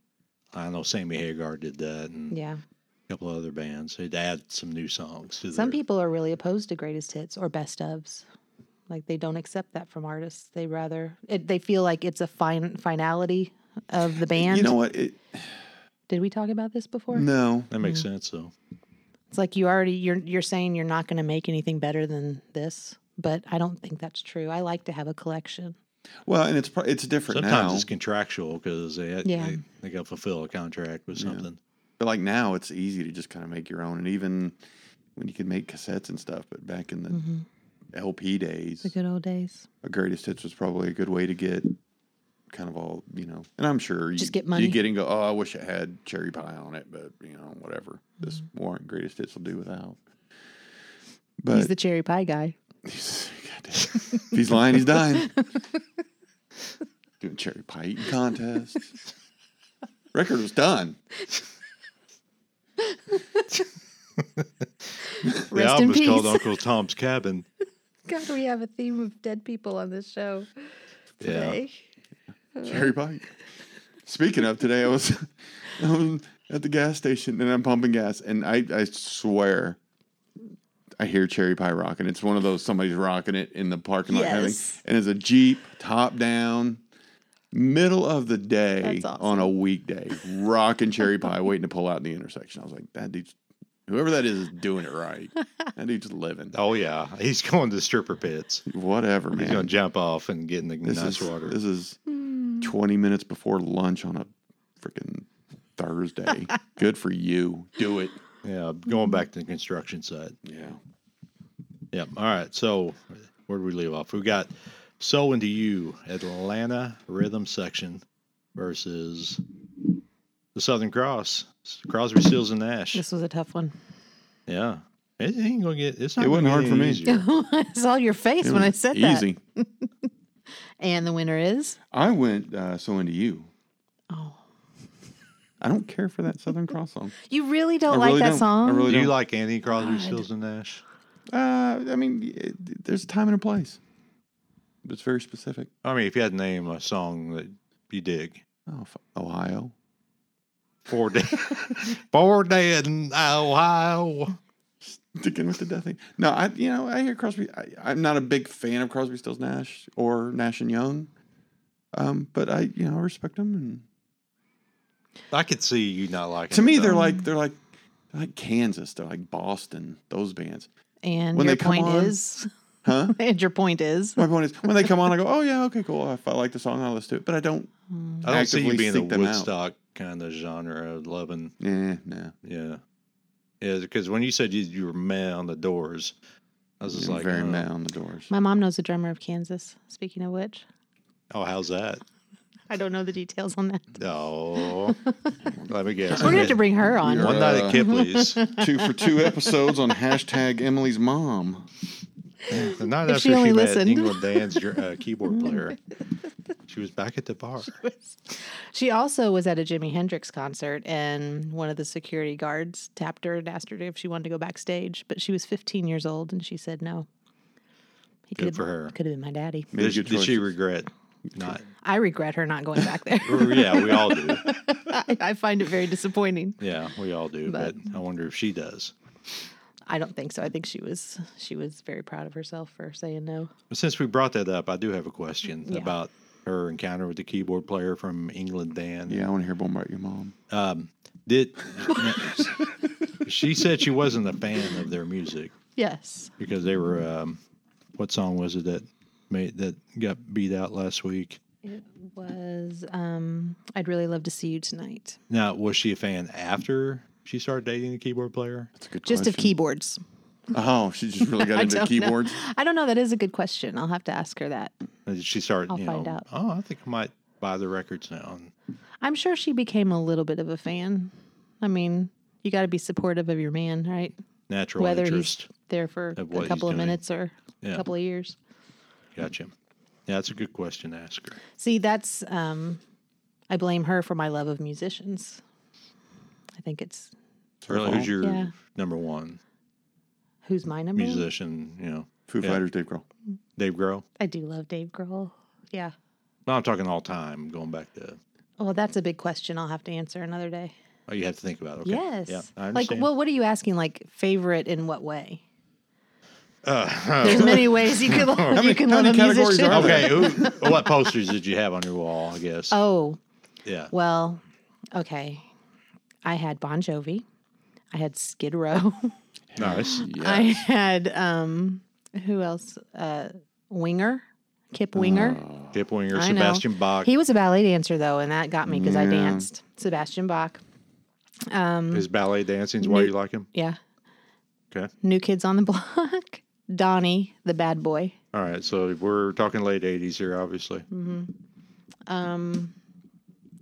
[SPEAKER 2] I know Sammy Hagar did that and
[SPEAKER 3] Yeah.
[SPEAKER 2] a couple other bands. They'd add some new songs to
[SPEAKER 3] Some
[SPEAKER 2] their-
[SPEAKER 3] people are really opposed to greatest hits or best ofs. Like they don't accept that from artists. They rather, it, they feel like it's a fin- finality of the band.
[SPEAKER 1] you know what? It,
[SPEAKER 3] Did we talk about this before?
[SPEAKER 1] no.
[SPEAKER 2] That
[SPEAKER 3] mm.
[SPEAKER 2] makes sense though.
[SPEAKER 3] It's like you already you're you're saying you're not going to make anything better than this, but I don't think that's true. I like to have a collection.
[SPEAKER 1] Well, and it's pro- it's different
[SPEAKER 2] Sometimes
[SPEAKER 1] now.
[SPEAKER 2] it's contractual because they, had-
[SPEAKER 3] Yeah.
[SPEAKER 2] they they got to fulfill a contract with something.
[SPEAKER 1] But like now, it's easy to just kind of make your own, and even when you could make cassettes and stuff. But back in the
[SPEAKER 3] Mm-hmm.
[SPEAKER 1] LP days,
[SPEAKER 3] The good old days.
[SPEAKER 1] a greatest hits was probably a good way to get kind of all you know. And I'm sure you
[SPEAKER 3] Just get money.
[SPEAKER 1] You get and go. Oh, I wish it had cherry pie on it, but you know, whatever. This warrant greatest hits will do without. But
[SPEAKER 3] Mm-hmm. He's the cherry pie guy.
[SPEAKER 1] [laughs] he's, goddamn, if he's lying, he's
[SPEAKER 3] [laughs]
[SPEAKER 1] dying. Doing cherry pie eating contests. Record was done.
[SPEAKER 2] The
[SPEAKER 3] Rest in
[SPEAKER 2] album is
[SPEAKER 3] peace.
[SPEAKER 2] called Uncle Tom's
[SPEAKER 3] [laughs]
[SPEAKER 2] Cabin.
[SPEAKER 3] God, we have a theme of dead people on this show
[SPEAKER 2] yeah.
[SPEAKER 3] today.
[SPEAKER 1] Cherry pie. Speaking of today, I was, [laughs] I was at the gas station and I'm pumping gas, and I, I swear I hear cherry pie rocking. It's one of those somebody's rocking it in the parking lot, having,
[SPEAKER 3] Yes.
[SPEAKER 1] and it's a Jeep top down, middle of the day
[SPEAKER 3] That's awesome.
[SPEAKER 1] on a weekday, rocking cherry pie, waiting to pull out in the intersection. I was like, that dude's, whoever that is, is doing it
[SPEAKER 3] [laughs]
[SPEAKER 1] right. That dude's living.
[SPEAKER 2] Oh yeah, he's going to stripper pits.
[SPEAKER 1] Whatever,
[SPEAKER 2] He's going
[SPEAKER 1] man.
[SPEAKER 2] to jump off and get in the
[SPEAKER 1] This
[SPEAKER 2] nice
[SPEAKER 1] is,
[SPEAKER 2] water.
[SPEAKER 1] This is
[SPEAKER 3] Hmm.
[SPEAKER 1] 20 minutes before lunch on a freaking
[SPEAKER 3] [laughs]
[SPEAKER 1] Thursday. Good for you. Do it.
[SPEAKER 2] yeah,
[SPEAKER 3] Mm-hmm.
[SPEAKER 2] going back to the construction site.
[SPEAKER 1] Yeah.
[SPEAKER 2] Yep. All right. So where do we leave off? We got So Into You, Atlanta Rhythm Section versus the Southern Cross, Crosby, Seals, and Nash.
[SPEAKER 3] This was a tough one.
[SPEAKER 2] Yeah. It ain't gonna get. It's
[SPEAKER 1] It
[SPEAKER 2] not.
[SPEAKER 1] wasn't
[SPEAKER 2] gonna
[SPEAKER 1] hard
[SPEAKER 2] get
[SPEAKER 1] for
[SPEAKER 2] any
[SPEAKER 1] me.
[SPEAKER 2] easier.
[SPEAKER 3] [laughs] I saw your face when I said that.
[SPEAKER 1] Easy.
[SPEAKER 3] And the winner is
[SPEAKER 1] I went uh, so into you.
[SPEAKER 3] Oh.
[SPEAKER 1] I don't care for that
[SPEAKER 3] [laughs]
[SPEAKER 1] Southern Cross song.
[SPEAKER 3] You really don't
[SPEAKER 1] I
[SPEAKER 3] like
[SPEAKER 1] really
[SPEAKER 3] that
[SPEAKER 1] don't. I
[SPEAKER 3] song?
[SPEAKER 1] [laughs] really-
[SPEAKER 2] Do
[SPEAKER 1] don't-
[SPEAKER 2] you like Andy Crosby,
[SPEAKER 3] God.
[SPEAKER 2] Stills, and Nash?
[SPEAKER 1] Uh, I mean, it, there's a time and a place. It's very specific.
[SPEAKER 2] I mean, if you had to name a song that you dig,
[SPEAKER 1] Oh, f- Ohio. [laughs]
[SPEAKER 2] [laughs] Four Day, Four Day in Ohio.
[SPEAKER 1] Sticking with the death thing. No, I you know I hear Crosby. I, I'm not a big fan of Crosby, Stills, Nash or Nash and Young, um, but I you know I respect them. And
[SPEAKER 2] I could see you not liking.
[SPEAKER 1] to
[SPEAKER 2] it,
[SPEAKER 1] me,
[SPEAKER 2] though.
[SPEAKER 1] they're like they're like they're like Kansas. They're like Boston. Those bands,
[SPEAKER 3] And
[SPEAKER 1] When
[SPEAKER 3] your
[SPEAKER 1] they come
[SPEAKER 3] point
[SPEAKER 1] on-
[SPEAKER 3] is,
[SPEAKER 1] huh?
[SPEAKER 3] [laughs]
[SPEAKER 1] [laughs]
[SPEAKER 3] and your point is,
[SPEAKER 1] My point is when they come on, I go, oh yeah, okay, cool. If I like the song, I'll listen to it. But I don't.
[SPEAKER 3] Hmm.
[SPEAKER 2] I don't see you
[SPEAKER 1] actively
[SPEAKER 2] being a
[SPEAKER 1] seek them out.
[SPEAKER 2] Woodstock kind of genre of loving.
[SPEAKER 1] Yeah, no.
[SPEAKER 2] Yeah, yeah. Because when you said you, you were meh on the Doors, I was just
[SPEAKER 1] I'm
[SPEAKER 2] like,
[SPEAKER 1] very
[SPEAKER 2] oh,
[SPEAKER 1] mad on the doors.
[SPEAKER 3] my mom knows a drummer of Kansas. Speaking of which,
[SPEAKER 2] oh,
[SPEAKER 1] [laughs]
[SPEAKER 2] how's that?
[SPEAKER 3] I don't know the details on that.
[SPEAKER 2] No, let me guess.
[SPEAKER 3] We're gonna have to bring her on.
[SPEAKER 1] You're-
[SPEAKER 2] [laughs] One night
[SPEAKER 1] [laughs]
[SPEAKER 2] at Kipley's.
[SPEAKER 1] [laughs] two for two episodes on hashtag Emily's mom.
[SPEAKER 2] The night
[SPEAKER 3] If
[SPEAKER 2] after
[SPEAKER 3] she
[SPEAKER 2] she,
[SPEAKER 3] only
[SPEAKER 2] met
[SPEAKER 3] listened.
[SPEAKER 2] England Dan's dr- uh,
[SPEAKER 3] [laughs]
[SPEAKER 2] keyboard player, she was back at the bar.
[SPEAKER 3] She also was at a Jimi Hendrix concert, and one of the security guards tapped her and asked her if she wanted to go backstage, but she was 15 years old, and she said no. He
[SPEAKER 2] Good
[SPEAKER 3] could
[SPEAKER 2] for her.
[SPEAKER 3] Could have been my daddy.
[SPEAKER 1] Made
[SPEAKER 2] Did, she-
[SPEAKER 1] good
[SPEAKER 2] did she
[SPEAKER 1] choices.
[SPEAKER 2] regret not?
[SPEAKER 3] I regret her not going
[SPEAKER 2] [laughs]
[SPEAKER 3] back there. [laughs]
[SPEAKER 2] Or, yeah, we all
[SPEAKER 1] [laughs]
[SPEAKER 2] do.
[SPEAKER 3] I, I find it very disappointing.
[SPEAKER 2] Yeah, we all do. But,
[SPEAKER 3] But-
[SPEAKER 2] I wonder if she does.
[SPEAKER 3] I don't think so. I think she was she was very proud of herself for saying no.
[SPEAKER 2] But since we brought that up, I do have a question
[SPEAKER 3] Yeah.
[SPEAKER 2] about her encounter with the keyboard player from England Dan.
[SPEAKER 1] Yeah, I want to hear more about your mom.
[SPEAKER 2] Um, did she said she wasn't a fan of their music
[SPEAKER 3] Yes.
[SPEAKER 2] because they were um, what song was it that made that got beat out last week?
[SPEAKER 3] It was um I'd really love to see you tonight.
[SPEAKER 2] Now, was she a fan after she started dating the keyboard player?
[SPEAKER 1] That's a good
[SPEAKER 3] Just of
[SPEAKER 1] question.
[SPEAKER 3] keyboards.
[SPEAKER 1] Oh, she just
[SPEAKER 3] [laughs]
[SPEAKER 1] really got
[SPEAKER 3] I
[SPEAKER 1] into
[SPEAKER 3] don't know.
[SPEAKER 1] keyboards.
[SPEAKER 3] I don't know. That is a good question. I'll have to ask her that.
[SPEAKER 2] Or Did she start?
[SPEAKER 3] I'll
[SPEAKER 2] you
[SPEAKER 3] find
[SPEAKER 2] know,
[SPEAKER 3] out.
[SPEAKER 2] Oh, I think I might buy the records now. And
[SPEAKER 3] I'm sure she became a little bit of a fan. I mean, you got to be supportive of your man, right?
[SPEAKER 2] natural
[SPEAKER 3] Whether
[SPEAKER 2] interest.
[SPEAKER 3] he's there for
[SPEAKER 2] of what
[SPEAKER 3] a
[SPEAKER 2] he's
[SPEAKER 3] couple of
[SPEAKER 2] doing.
[SPEAKER 3] minutes or
[SPEAKER 2] Yeah.
[SPEAKER 3] a couple of years.
[SPEAKER 2] Gotcha. Yeah, that's a good question to ask her.
[SPEAKER 3] See, that's um, I blame her for my love of musicians. I think it's
[SPEAKER 1] It's her
[SPEAKER 2] Really, who's
[SPEAKER 1] fault.
[SPEAKER 2] your
[SPEAKER 3] Yeah.
[SPEAKER 2] number one
[SPEAKER 3] who's my number. one?
[SPEAKER 2] musician? You know,
[SPEAKER 1] Foo
[SPEAKER 2] Yeah.
[SPEAKER 1] Fighters, Dave Grohl.
[SPEAKER 2] Dave Grohl.
[SPEAKER 3] I do love Dave Grohl. Yeah.
[SPEAKER 2] No, I'm talking all time, going back to.
[SPEAKER 3] Well, that's a big question. I'll have to answer another day.
[SPEAKER 2] Oh, you have to think about it. Okay.
[SPEAKER 3] Yes.
[SPEAKER 2] Yeah, I
[SPEAKER 3] like,
[SPEAKER 2] understand.
[SPEAKER 3] well, what are you asking? Like, favorite in what way?
[SPEAKER 2] Uh, [laughs]
[SPEAKER 3] There's many ways you could love,
[SPEAKER 1] many-
[SPEAKER 3] [laughs] you can
[SPEAKER 1] how
[SPEAKER 3] love
[SPEAKER 1] many
[SPEAKER 3] a
[SPEAKER 1] categories
[SPEAKER 3] musician.
[SPEAKER 1] are there?
[SPEAKER 2] okay. Who, what posters did you have on your wall? I guess.
[SPEAKER 3] Oh,
[SPEAKER 2] yeah.
[SPEAKER 3] Well, okay. I had Bon Jovi. I had Skid Row. [laughs]
[SPEAKER 2] Nice.
[SPEAKER 3] I had um who else? Uh Winger. Kip Winger.
[SPEAKER 2] Kip Winger,
[SPEAKER 3] I know.
[SPEAKER 2] Oh. Sebastian Bach.
[SPEAKER 3] He was a ballet dancer though, and that got me because I
[SPEAKER 1] Yeah.
[SPEAKER 3] danced. Sebastian Bach. Um
[SPEAKER 2] His ballet dancing's why you like him.
[SPEAKER 3] yeah.
[SPEAKER 2] Okay.
[SPEAKER 3] New Kids on the [laughs] Block. Donnie, the bad boy.
[SPEAKER 2] All right. So we're talking late '80s here, obviously.
[SPEAKER 3] Um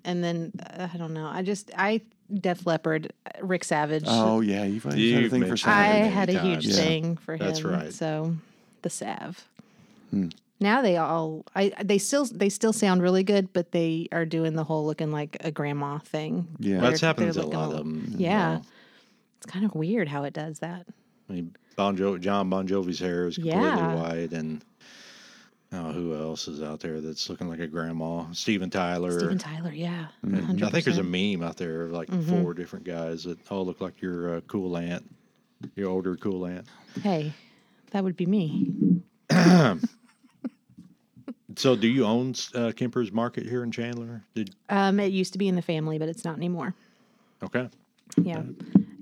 [SPEAKER 3] and then uh, I don't know. I just I Def Leppard, Rick Savage.
[SPEAKER 1] Oh yeah, you've, you've had a
[SPEAKER 2] You've
[SPEAKER 1] thing for
[SPEAKER 2] mentioned
[SPEAKER 1] Savage.
[SPEAKER 3] I
[SPEAKER 2] many
[SPEAKER 3] had a huge
[SPEAKER 2] times.
[SPEAKER 1] Yeah.
[SPEAKER 3] thing for him.
[SPEAKER 2] That's right.
[SPEAKER 3] So the Sav.
[SPEAKER 1] Hmm.
[SPEAKER 3] Now they all I they still they still sound really good, but they are doing the whole looking like a grandma thing.
[SPEAKER 1] Yeah.
[SPEAKER 2] That's
[SPEAKER 3] They're-
[SPEAKER 2] happened to
[SPEAKER 3] they're
[SPEAKER 2] a
[SPEAKER 3] looking
[SPEAKER 2] lot of
[SPEAKER 3] all-
[SPEAKER 2] them.
[SPEAKER 3] Yeah. It's kind of weird how it does that.
[SPEAKER 2] I mean, Bon jo- John Bon Jovi's hair is completely
[SPEAKER 3] Yeah.
[SPEAKER 2] white, and oh, who else is out there that's looking like a grandma? Steven Tyler.
[SPEAKER 3] Steven Tyler, yeah.
[SPEAKER 2] And I think there's a
[SPEAKER 3] 100%.
[SPEAKER 2] meme out there of like
[SPEAKER 3] Mhm.
[SPEAKER 2] four different guys that all look like your uh, cool aunt, your older cool aunt.
[SPEAKER 3] Hey, that would be me.
[SPEAKER 2] So, do you own uh, Kemper's Market here in Chandler? Did
[SPEAKER 3] Um, it used to be in the family, but it's not anymore.
[SPEAKER 2] okay,
[SPEAKER 3] Yeah.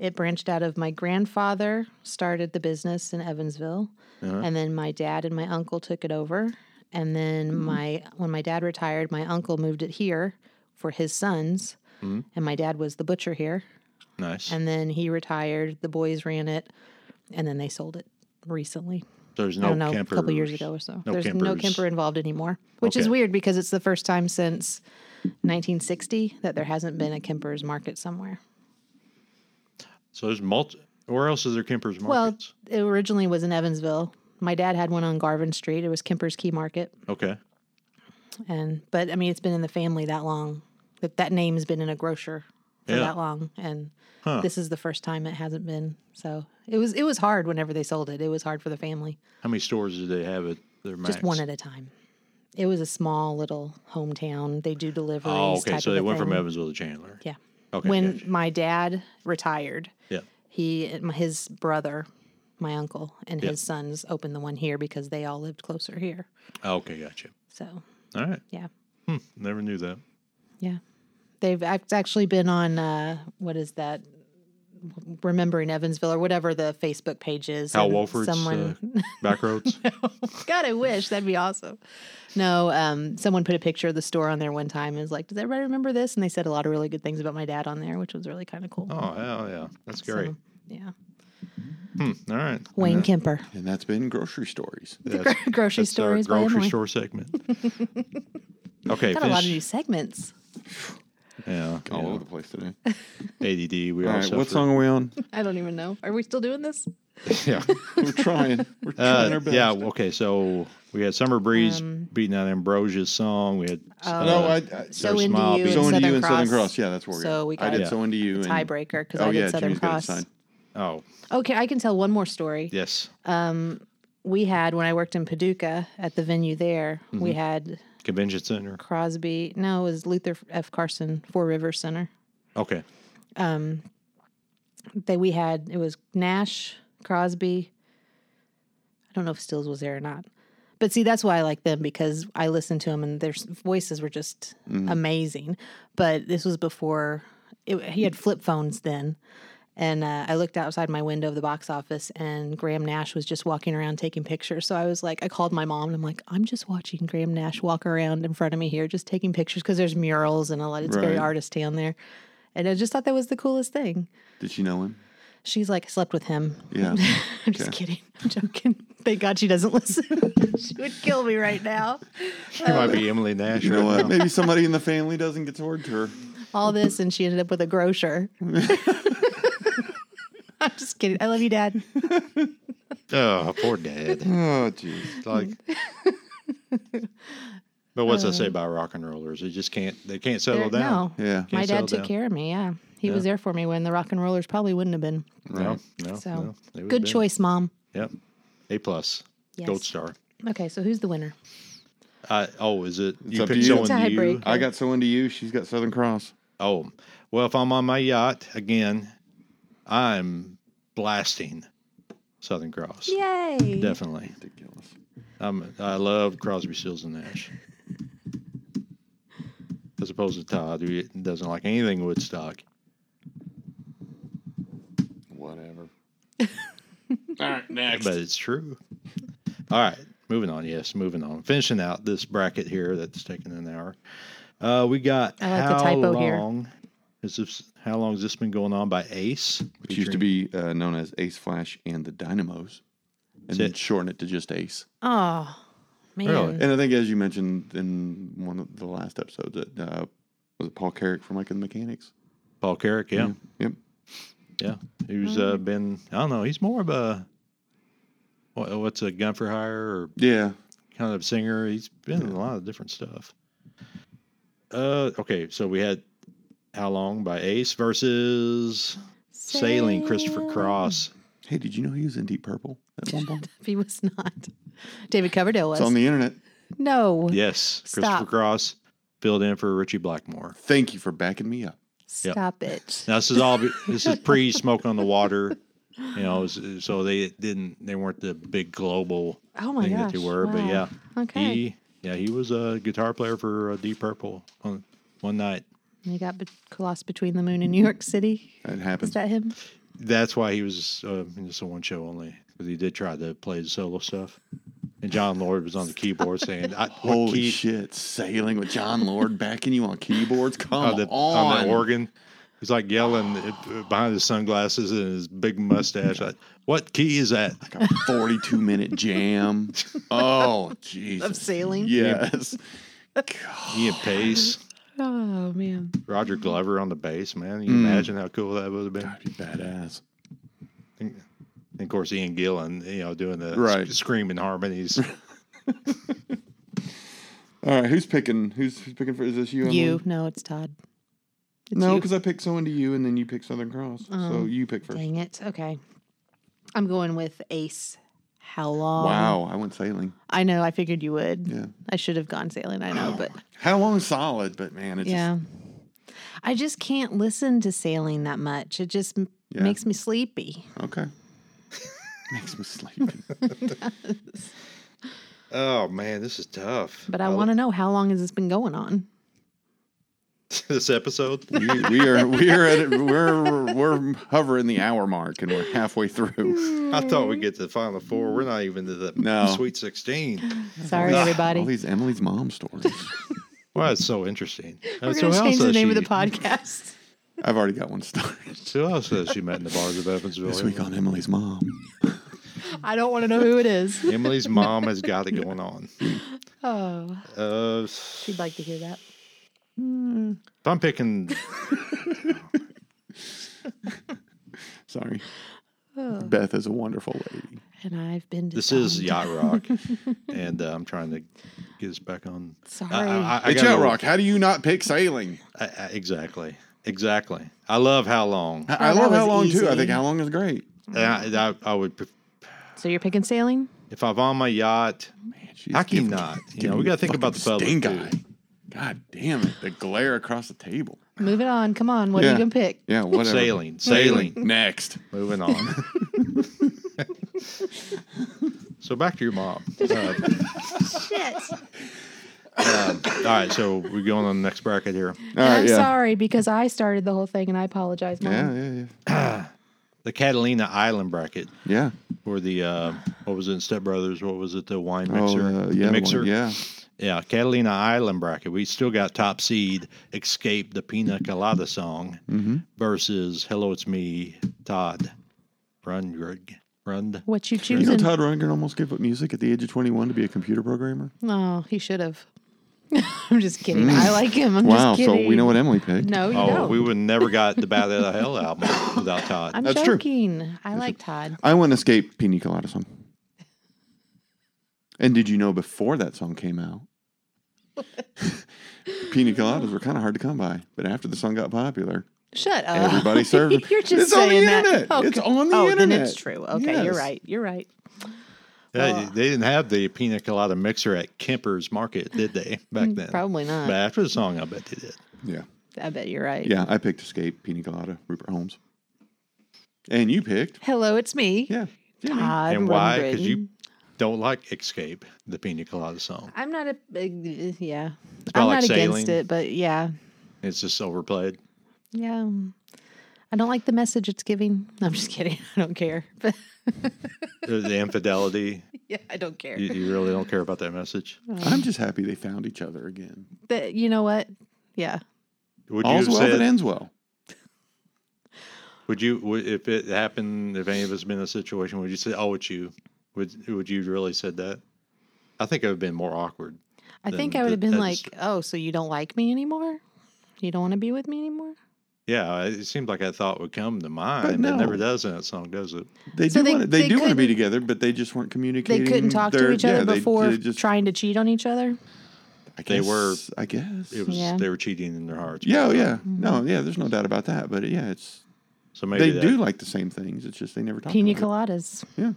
[SPEAKER 3] It branched out of my grandfather started the business in Evansville,
[SPEAKER 2] Uh-huh.
[SPEAKER 3] and then my dad and my uncle took it over, and then
[SPEAKER 2] Hmm.
[SPEAKER 3] my when my dad retired, my uncle moved it here for his sons,
[SPEAKER 2] Hmm.
[SPEAKER 3] and my dad was the butcher here,
[SPEAKER 2] nice.
[SPEAKER 3] and then he retired, the boys ran it, and then they sold it recently.
[SPEAKER 2] there's
[SPEAKER 3] I
[SPEAKER 2] no
[SPEAKER 3] don't know,
[SPEAKER 2] Kemper's.
[SPEAKER 3] a couple years ago or so.
[SPEAKER 2] no
[SPEAKER 3] There's no
[SPEAKER 2] Kemper's.
[SPEAKER 3] Kemper involved anymore, which is
[SPEAKER 2] Okay.
[SPEAKER 3] weird because it's the first time since 1960 that there hasn't been a Kemper's market somewhere.
[SPEAKER 2] So there's multi. Where else is there Kemper's
[SPEAKER 3] Well,
[SPEAKER 2] Markets?
[SPEAKER 3] it originally was in Evansville. My dad had one on Garvin Street. It was Kemper's Key Market,
[SPEAKER 2] okay,
[SPEAKER 3] and but I mean, it's been in the family that long. That that name's been in a grocer for
[SPEAKER 2] Yeah.
[SPEAKER 3] that long, and
[SPEAKER 2] Huh.
[SPEAKER 3] this is the first time it hasn't been. So it was it was hard whenever they sold it. It was hard for the family,
[SPEAKER 2] how many stores do they have at their max?
[SPEAKER 3] just one at a time. It was a small little hometown. They do deliveries.
[SPEAKER 2] Oh, okay.
[SPEAKER 3] type
[SPEAKER 2] So
[SPEAKER 3] of
[SPEAKER 2] they
[SPEAKER 3] a
[SPEAKER 2] went from
[SPEAKER 3] thing.
[SPEAKER 2] Evansville to Chandler.
[SPEAKER 3] Yeah.
[SPEAKER 2] Okay.
[SPEAKER 3] when
[SPEAKER 2] gotcha.
[SPEAKER 3] my dad retired,
[SPEAKER 2] yeah.
[SPEAKER 3] he his brother, my uncle, and
[SPEAKER 2] Yeah.
[SPEAKER 3] his sons opened the one here because they all lived closer here.
[SPEAKER 2] Oh, okay, gotcha.
[SPEAKER 3] So
[SPEAKER 2] All right.
[SPEAKER 3] yeah,
[SPEAKER 2] Hmm, never knew that.
[SPEAKER 3] yeah, they've act- actually been on uh, what is that? Remembering Evansville or whatever the Facebook page is.
[SPEAKER 2] Hal
[SPEAKER 3] and
[SPEAKER 2] Wolford's uh, back
[SPEAKER 3] [laughs]
[SPEAKER 2] roads. uh,
[SPEAKER 3] God, I wish that'd be awesome. No, um, someone put a picture of the store on there one time and was like, "Does everybody remember this?" And they said a lot of really good things about my dad on there, which was really kind of cool.
[SPEAKER 2] oh hell yeah, that's
[SPEAKER 3] So,
[SPEAKER 2] great.
[SPEAKER 3] yeah,
[SPEAKER 2] Hmm, all right.
[SPEAKER 3] Wayne
[SPEAKER 1] that-
[SPEAKER 3] Kemper, [laughs]
[SPEAKER 1] And that's been grocery stories.
[SPEAKER 3] the [laughs]
[SPEAKER 2] That's-
[SPEAKER 3] gro- grocery
[SPEAKER 2] That's our
[SPEAKER 3] stories by
[SPEAKER 2] grocery
[SPEAKER 3] Emily.
[SPEAKER 2] store
[SPEAKER 3] [laughs]
[SPEAKER 2] segment. okay,
[SPEAKER 3] Got a lot of new
[SPEAKER 2] finish.
[SPEAKER 3] segments.
[SPEAKER 2] Yeah,
[SPEAKER 1] All
[SPEAKER 2] yeah.
[SPEAKER 1] over the place today.
[SPEAKER 2] ADD. We
[SPEAKER 1] All
[SPEAKER 2] all
[SPEAKER 1] right,
[SPEAKER 2] suffer.
[SPEAKER 1] what song are we [laughs] on?
[SPEAKER 3] I don't even know. Are we still doing this?
[SPEAKER 2] [laughs] yeah.
[SPEAKER 1] We're trying. We're trying
[SPEAKER 2] Uh,
[SPEAKER 1] our best.
[SPEAKER 2] yeah. Okay. So we had Summer Breeze
[SPEAKER 3] Um, oh.
[SPEAKER 2] beating out Ambrosia's song. We had uh,
[SPEAKER 1] no, I, I
[SPEAKER 3] So
[SPEAKER 2] Their
[SPEAKER 3] into
[SPEAKER 2] smile
[SPEAKER 3] you,
[SPEAKER 2] being- So
[SPEAKER 3] and,
[SPEAKER 1] so
[SPEAKER 3] Southern
[SPEAKER 1] into you and
[SPEAKER 3] Cross.
[SPEAKER 1] Southern Cross. Yeah, that's where we
[SPEAKER 3] So
[SPEAKER 1] are.
[SPEAKER 3] we
[SPEAKER 1] I
[SPEAKER 3] got
[SPEAKER 1] did
[SPEAKER 3] a
[SPEAKER 1] so into you and
[SPEAKER 3] tiebreaker because
[SPEAKER 1] Oh
[SPEAKER 3] I did
[SPEAKER 1] yeah,
[SPEAKER 3] Southern
[SPEAKER 1] Jimmy's got it
[SPEAKER 3] Cross.
[SPEAKER 1] signed.
[SPEAKER 2] oh
[SPEAKER 3] Okay, I can tell one more story.
[SPEAKER 2] yes,
[SPEAKER 3] Uh, We had when I worked in Paducah at the venue there. We
[SPEAKER 1] Mm-hmm.
[SPEAKER 3] had
[SPEAKER 2] convention center.
[SPEAKER 3] Crosby. No, it was Luther F. Carson Four Rivers Center. [laughs]
[SPEAKER 2] Okay.
[SPEAKER 3] That we had it was Nash Crosby. I don't know if Stills was there or not, but see that's why I like them because I listened to them and their s- voices were just amazing. But this was before it, he had flip phones then. And uh, I looked outside my window of the box office, and Graham Nash was just walking around taking pictures. So I was like, I called my mom, and I'm like, I'm just watching Graham Nash walk around in front of me here, just taking pictures because there's murals and a lot. It's very
[SPEAKER 1] Right.
[SPEAKER 3] artisty on there, and I just thought that was the coolest thing.
[SPEAKER 1] Did you know him?
[SPEAKER 3] She's like, I slept with him.
[SPEAKER 1] Yeah.
[SPEAKER 3] [laughs] I'm just kidding. [laughs] I'm joking. Thank God she doesn't [laughs] listen. she would kill me right now.
[SPEAKER 2] She might be Emily Nash.
[SPEAKER 1] You know
[SPEAKER 2] right
[SPEAKER 1] what? [laughs] Maybe somebody in the family doesn't get toward her.
[SPEAKER 3] All this, and she ended up with
[SPEAKER 1] [laughs]
[SPEAKER 3] a grocer. [laughs] I'm just kidding. I love you, Dad.
[SPEAKER 2] now. Oh, poor dad.
[SPEAKER 1] Oh, jeez.
[SPEAKER 2] like.
[SPEAKER 3] [laughs]
[SPEAKER 2] But what's
[SPEAKER 3] Um,
[SPEAKER 2] that say about rock and rollers? They just can't. They can't settle
[SPEAKER 3] There-
[SPEAKER 2] down.
[SPEAKER 3] No.
[SPEAKER 1] Yeah.
[SPEAKER 3] My
[SPEAKER 2] Can't
[SPEAKER 3] dad
[SPEAKER 2] settle
[SPEAKER 3] took
[SPEAKER 2] down.
[SPEAKER 3] care of me. Yeah. He was there for me when the rock and rollers probably wouldn't have been.
[SPEAKER 2] No. No.
[SPEAKER 3] So
[SPEAKER 2] no. They would've
[SPEAKER 3] good
[SPEAKER 2] been-
[SPEAKER 3] choice, mom.
[SPEAKER 2] Yep. A plus.
[SPEAKER 3] Yes.
[SPEAKER 2] Gold star.
[SPEAKER 3] Okay. So who's the winner?
[SPEAKER 2] Uh, oh, is it?
[SPEAKER 1] up to
[SPEAKER 2] picked
[SPEAKER 1] you.
[SPEAKER 2] someone
[SPEAKER 3] Tiebreak.
[SPEAKER 1] I got so into you. She's got Southern Cross.
[SPEAKER 2] Oh, well, if I'm on my yacht again, I'm blasting Southern Cross.
[SPEAKER 3] Yay.
[SPEAKER 2] Definitely.
[SPEAKER 1] Ridiculous.
[SPEAKER 2] Um, I love Crosby, Stills, and Nash. As opposed to Todd, who doesn't like anything Woodstock.
[SPEAKER 1] Whatever. [laughs]
[SPEAKER 2] But it's true. All right, moving on. Yes, moving on. Finishing out this bracket here that's taken an hour. Uh, we got
[SPEAKER 3] I like
[SPEAKER 2] how
[SPEAKER 3] the typo here.
[SPEAKER 2] long is this? How long has this been going on by Ace?
[SPEAKER 1] Which used to be uh, known as Ace Flash and the Dynamos, and then
[SPEAKER 2] it.
[SPEAKER 1] shorten it to just Ace.
[SPEAKER 3] Oh, man.
[SPEAKER 2] Really?
[SPEAKER 1] And I think, as you mentioned in one of the last episodes, that uh, was it Paul Carrick from like the Mechanics.
[SPEAKER 2] Paul Carrick. Yeah.
[SPEAKER 1] Yep.
[SPEAKER 2] Yeah, who's uh, been? I don't know. He's more of a what, what's a gun for hire or
[SPEAKER 1] Yeah.
[SPEAKER 2] kind of singer. He's been in a lot of different stuff. Uh, okay, so we had how long by Ace versus Sailing Christopher Cross.
[SPEAKER 1] Hey, did you know he was in Deep Purple at one point?
[SPEAKER 3] [laughs] He was not. David Coverdale was.
[SPEAKER 1] It's on the internet.
[SPEAKER 3] no.
[SPEAKER 2] Yes, Christopher
[SPEAKER 3] Stop.
[SPEAKER 2] Cross filled in for Richie Blackmore.
[SPEAKER 1] Thank you for backing me up.
[SPEAKER 3] Stop it.
[SPEAKER 2] Now this is all this is pre Smoke on the Water. You know, s- so they didn't they weren't the big global
[SPEAKER 3] Oh my
[SPEAKER 2] thing
[SPEAKER 3] gosh.
[SPEAKER 2] that they were, but
[SPEAKER 3] wow.
[SPEAKER 2] yeah.
[SPEAKER 3] Okay.
[SPEAKER 2] He, yeah, he was a guitar player for uh, Deep Purple on one night.
[SPEAKER 3] He got be- lost between the moon and New York City.
[SPEAKER 1] It
[SPEAKER 3] Is
[SPEAKER 1] happens.
[SPEAKER 3] that him?
[SPEAKER 2] That's why he was uh, in just a one show only because he did try to play the solo stuff. And John Lord was on the
[SPEAKER 3] [laughs]
[SPEAKER 2] keyboard saying, I,
[SPEAKER 1] Holy
[SPEAKER 2] what key,
[SPEAKER 1] shit! Sailing with John Lord backing you on
[SPEAKER 2] [laughs]
[SPEAKER 1] keyboards. Come
[SPEAKER 2] on the,
[SPEAKER 1] on,
[SPEAKER 2] on the organ." He's like yelling it- behind his sunglasses and his big mustache. Like, what key is that?
[SPEAKER 1] Like a forty-two minute
[SPEAKER 2] [laughs]
[SPEAKER 1] jam. Oh Jesus!
[SPEAKER 3] [laughs] Of sailing?
[SPEAKER 1] Yes.
[SPEAKER 2] Ian Pace,
[SPEAKER 3] Oh man.
[SPEAKER 2] Roger Glover on the bass. Man,
[SPEAKER 1] Mm.
[SPEAKER 2] you imagine how cool that would have been.
[SPEAKER 1] That'd be badass.
[SPEAKER 2] And of course, Ian Gillan, you know, doing the
[SPEAKER 1] Right.
[SPEAKER 2] sc- screaming harmonies.
[SPEAKER 1] All right, who's picking? Who's, who's picking for? Is this you? Emily?
[SPEAKER 3] You? No, it's Todd. It's
[SPEAKER 1] No,
[SPEAKER 3] you. Oh,
[SPEAKER 1] because I picked so into you, and then you picked Southern Cross. so you pick first.
[SPEAKER 3] Dang it. Okay. I'm going with Ace. How long?
[SPEAKER 1] Wow, I went sailing.
[SPEAKER 3] I know. I figured you would.
[SPEAKER 1] Yeah.
[SPEAKER 3] I should have gone sailing.
[SPEAKER 2] [sighs]
[SPEAKER 3] I know, but
[SPEAKER 1] How long? Solid, but man, it's
[SPEAKER 3] yeah. I just can't listen to sailing that much. It just m-
[SPEAKER 1] Yeah.
[SPEAKER 3] Makes me sleepy.
[SPEAKER 1] okay. [laughs] Makes me sleepy.
[SPEAKER 2] Oh man, this is tough.
[SPEAKER 3] But I want to know how long has this been
[SPEAKER 2] [laughs]
[SPEAKER 3] going on?
[SPEAKER 2] to [laughs] this
[SPEAKER 3] [laughs]
[SPEAKER 2] episode.
[SPEAKER 1] we, we are we are at we're we're hovering the hour mark and we're halfway through.
[SPEAKER 2] I thought we'd get to the final four. We're not even to the
[SPEAKER 1] No.
[SPEAKER 2] Sweet Sixteen.
[SPEAKER 3] Sorry,
[SPEAKER 1] All
[SPEAKER 3] everybody.
[SPEAKER 1] these Emily's mom
[SPEAKER 3] [laughs]
[SPEAKER 1] stories.
[SPEAKER 2] Wow, it's so interesting. Uh,
[SPEAKER 3] We're
[SPEAKER 2] so
[SPEAKER 3] going to
[SPEAKER 2] who else
[SPEAKER 3] change the
[SPEAKER 2] has
[SPEAKER 3] name of
[SPEAKER 2] she- [laughs]
[SPEAKER 3] the podcast.
[SPEAKER 1] I've already got one started
[SPEAKER 2] Who else has she met in the bars of Evansville?
[SPEAKER 1] this week on Emily's mom.
[SPEAKER 3] I don't want to know who it is. [laughs]
[SPEAKER 2] Emily's mom has got it going on.
[SPEAKER 3] Oh,
[SPEAKER 2] Uh,
[SPEAKER 3] she'd like to hear that.
[SPEAKER 2] if I'm picking
[SPEAKER 1] Sorry,
[SPEAKER 3] Oh.
[SPEAKER 1] Beth is a wonderful lady.
[SPEAKER 3] And I've been.
[SPEAKER 2] This is
[SPEAKER 3] disowned.
[SPEAKER 2] Yacht Rock, and uh, I'm trying to get us back on.
[SPEAKER 3] Sorry.
[SPEAKER 2] I, I, I
[SPEAKER 1] It's
[SPEAKER 2] gotta
[SPEAKER 1] Yacht
[SPEAKER 2] go-
[SPEAKER 1] Rock. How do you not pick sailing?
[SPEAKER 2] I- I- exactly, exactly. I love how long.
[SPEAKER 1] I, I
[SPEAKER 3] Oh, that
[SPEAKER 1] love how
[SPEAKER 3] was
[SPEAKER 1] long too. I
[SPEAKER 3] easy.
[SPEAKER 1] think how long is great.
[SPEAKER 2] And I, I, I would pref-
[SPEAKER 3] so you're picking sailing?
[SPEAKER 2] if I'm on my yacht.
[SPEAKER 1] Jeez,
[SPEAKER 2] How can you
[SPEAKER 1] give-
[SPEAKER 2] not? You
[SPEAKER 1] give
[SPEAKER 2] know,
[SPEAKER 1] me
[SPEAKER 2] we
[SPEAKER 1] the
[SPEAKER 2] gotta think about
[SPEAKER 1] fucking
[SPEAKER 2] the public,
[SPEAKER 1] sting
[SPEAKER 2] too.
[SPEAKER 1] eye. God damn it! The glare across the table.
[SPEAKER 3] Move it on. Come on. What are
[SPEAKER 1] Yeah.
[SPEAKER 3] you going to pick?
[SPEAKER 1] Yeah, whatever. [laughs]
[SPEAKER 2] Sailing, sailing.
[SPEAKER 1] Next.
[SPEAKER 2] Moving
[SPEAKER 1] [laughs]
[SPEAKER 2] on. so back to your mom. Uh,
[SPEAKER 3] [laughs] Shit.
[SPEAKER 2] um, all right, so we're going on the next bracket
[SPEAKER 1] [laughs]
[SPEAKER 2] here.
[SPEAKER 1] All right.
[SPEAKER 3] I'm
[SPEAKER 1] yeah.
[SPEAKER 3] sorry because I started the whole thing and I apologize, Mom.
[SPEAKER 1] Yeah, yeah, yeah.
[SPEAKER 2] The Catalina Island bracket,
[SPEAKER 1] Yeah.
[SPEAKER 2] or the uh, what was it in Step Brothers? What was it? The wine
[SPEAKER 1] Oh,
[SPEAKER 2] mixer,
[SPEAKER 1] uh,
[SPEAKER 2] the
[SPEAKER 1] yeah, the
[SPEAKER 2] mixer,
[SPEAKER 1] One, yeah.
[SPEAKER 2] Yeah, Catalina Island bracket. We still got top seed escape the Pina Colada song
[SPEAKER 1] Mm-hmm.
[SPEAKER 2] versus Hello It's Me Todd Rundgren. Rund.
[SPEAKER 3] What you
[SPEAKER 1] You know,
[SPEAKER 3] choosing?
[SPEAKER 1] Todd Rundgren almost gave up music at the age of 21 to be a computer programmer.
[SPEAKER 3] No, Oh, he should have. [laughs] I'm just kidding. I like him. I'm
[SPEAKER 1] Mm. wow,
[SPEAKER 3] just kidding.
[SPEAKER 1] so we know what Emily picked.
[SPEAKER 3] No, you
[SPEAKER 2] Oh,
[SPEAKER 3] don't.
[SPEAKER 2] we would never got the Bad Out
[SPEAKER 3] [laughs]
[SPEAKER 2] of Hell album without Todd.
[SPEAKER 3] I'm
[SPEAKER 1] That's true.
[SPEAKER 3] joking. I like Todd.
[SPEAKER 1] I want to escape Pina Colada song. And did you know before that song came
[SPEAKER 3] [laughs]
[SPEAKER 1] out, pina coladas were kind of hard to come by. But after the song got popular,
[SPEAKER 3] Shut up.
[SPEAKER 1] everybody
[SPEAKER 3] [laughs]
[SPEAKER 1] served them.
[SPEAKER 3] you're just
[SPEAKER 1] it's on the
[SPEAKER 3] saying that.
[SPEAKER 1] internet.
[SPEAKER 3] Oh,
[SPEAKER 1] It's
[SPEAKER 3] okay.
[SPEAKER 1] on the
[SPEAKER 3] oh,
[SPEAKER 1] internet.
[SPEAKER 3] then it's true. Okay, you're
[SPEAKER 1] Yes.
[SPEAKER 3] right. You're right.
[SPEAKER 2] Yeah, they didn't have the Pina Colada mixer at Kemper's Market, did they, back then?
[SPEAKER 3] Mm, Probably not.
[SPEAKER 2] But after the song, I bet they did.
[SPEAKER 1] Yeah.
[SPEAKER 3] I bet you're right.
[SPEAKER 1] Yeah, I picked Escape, Pina Colada, Rupert Holmes. And you picked.
[SPEAKER 3] Hello, it's me.
[SPEAKER 1] Yeah. Jimmy.
[SPEAKER 3] Todd
[SPEAKER 2] and why? Because
[SPEAKER 3] Rundgren.
[SPEAKER 2] you don't like Escape, the Pina Colada song.
[SPEAKER 3] I'm not a big, eh, yeah.
[SPEAKER 2] about
[SPEAKER 3] I'm
[SPEAKER 2] like
[SPEAKER 3] not
[SPEAKER 2] sailing.
[SPEAKER 3] against it, but yeah,
[SPEAKER 2] It's just overplayed.
[SPEAKER 3] yeah. um, I don't like the message it's giving. [laughs] I'm just kidding. I don't care. [laughs] But
[SPEAKER 2] The- the infidelity.
[SPEAKER 3] yeah, I don't care.
[SPEAKER 2] You, you really don't care about that message.
[SPEAKER 1] I'm just happy they found each other again.
[SPEAKER 3] But you know what? Yeah.
[SPEAKER 2] Would
[SPEAKER 1] All's
[SPEAKER 2] you
[SPEAKER 1] well
[SPEAKER 2] have
[SPEAKER 1] that
[SPEAKER 2] said?
[SPEAKER 1] ends well.
[SPEAKER 2] Would you would, if it happened? If any of us been in a situation, would you say, "Oh, it's you"? Would Would you really said that? I think it would have been more awkward.
[SPEAKER 3] I think
[SPEAKER 2] Then
[SPEAKER 3] I would have
[SPEAKER 2] th-
[SPEAKER 3] been
[SPEAKER 2] that is-
[SPEAKER 3] like, oh, so you don't like me anymore? You don't want to be with me anymore?
[SPEAKER 2] Yeah, it seemed like that thought would come to mind.
[SPEAKER 1] But
[SPEAKER 2] It
[SPEAKER 1] no.
[SPEAKER 2] never does in that song, does it?
[SPEAKER 1] They
[SPEAKER 3] So
[SPEAKER 1] do
[SPEAKER 3] they-
[SPEAKER 1] want to, they,
[SPEAKER 3] they
[SPEAKER 1] do want to be
[SPEAKER 3] couldn't-
[SPEAKER 1] together, but they just weren't
[SPEAKER 3] They
[SPEAKER 1] communicating.
[SPEAKER 3] couldn't talk to
[SPEAKER 1] their-
[SPEAKER 3] each other
[SPEAKER 1] yeah, they-
[SPEAKER 3] before
[SPEAKER 1] they just-
[SPEAKER 3] trying to cheat on each other.
[SPEAKER 1] I
[SPEAKER 2] They
[SPEAKER 1] guess-
[SPEAKER 2] were-
[SPEAKER 1] I guess.
[SPEAKER 2] It was Mm-hmm.
[SPEAKER 3] Yeah.
[SPEAKER 2] they were cheating in their hearts.
[SPEAKER 1] yeah, oh, yeah. No, yeah. There's no doubt about that. But yeah, it's
[SPEAKER 2] So maybe
[SPEAKER 1] they
[SPEAKER 2] that,
[SPEAKER 1] do like the same things. It's just they
[SPEAKER 2] Oh.
[SPEAKER 1] never talk.
[SPEAKER 3] Pina
[SPEAKER 1] about
[SPEAKER 3] coladas. [laughs]
[SPEAKER 1] it. Yeah,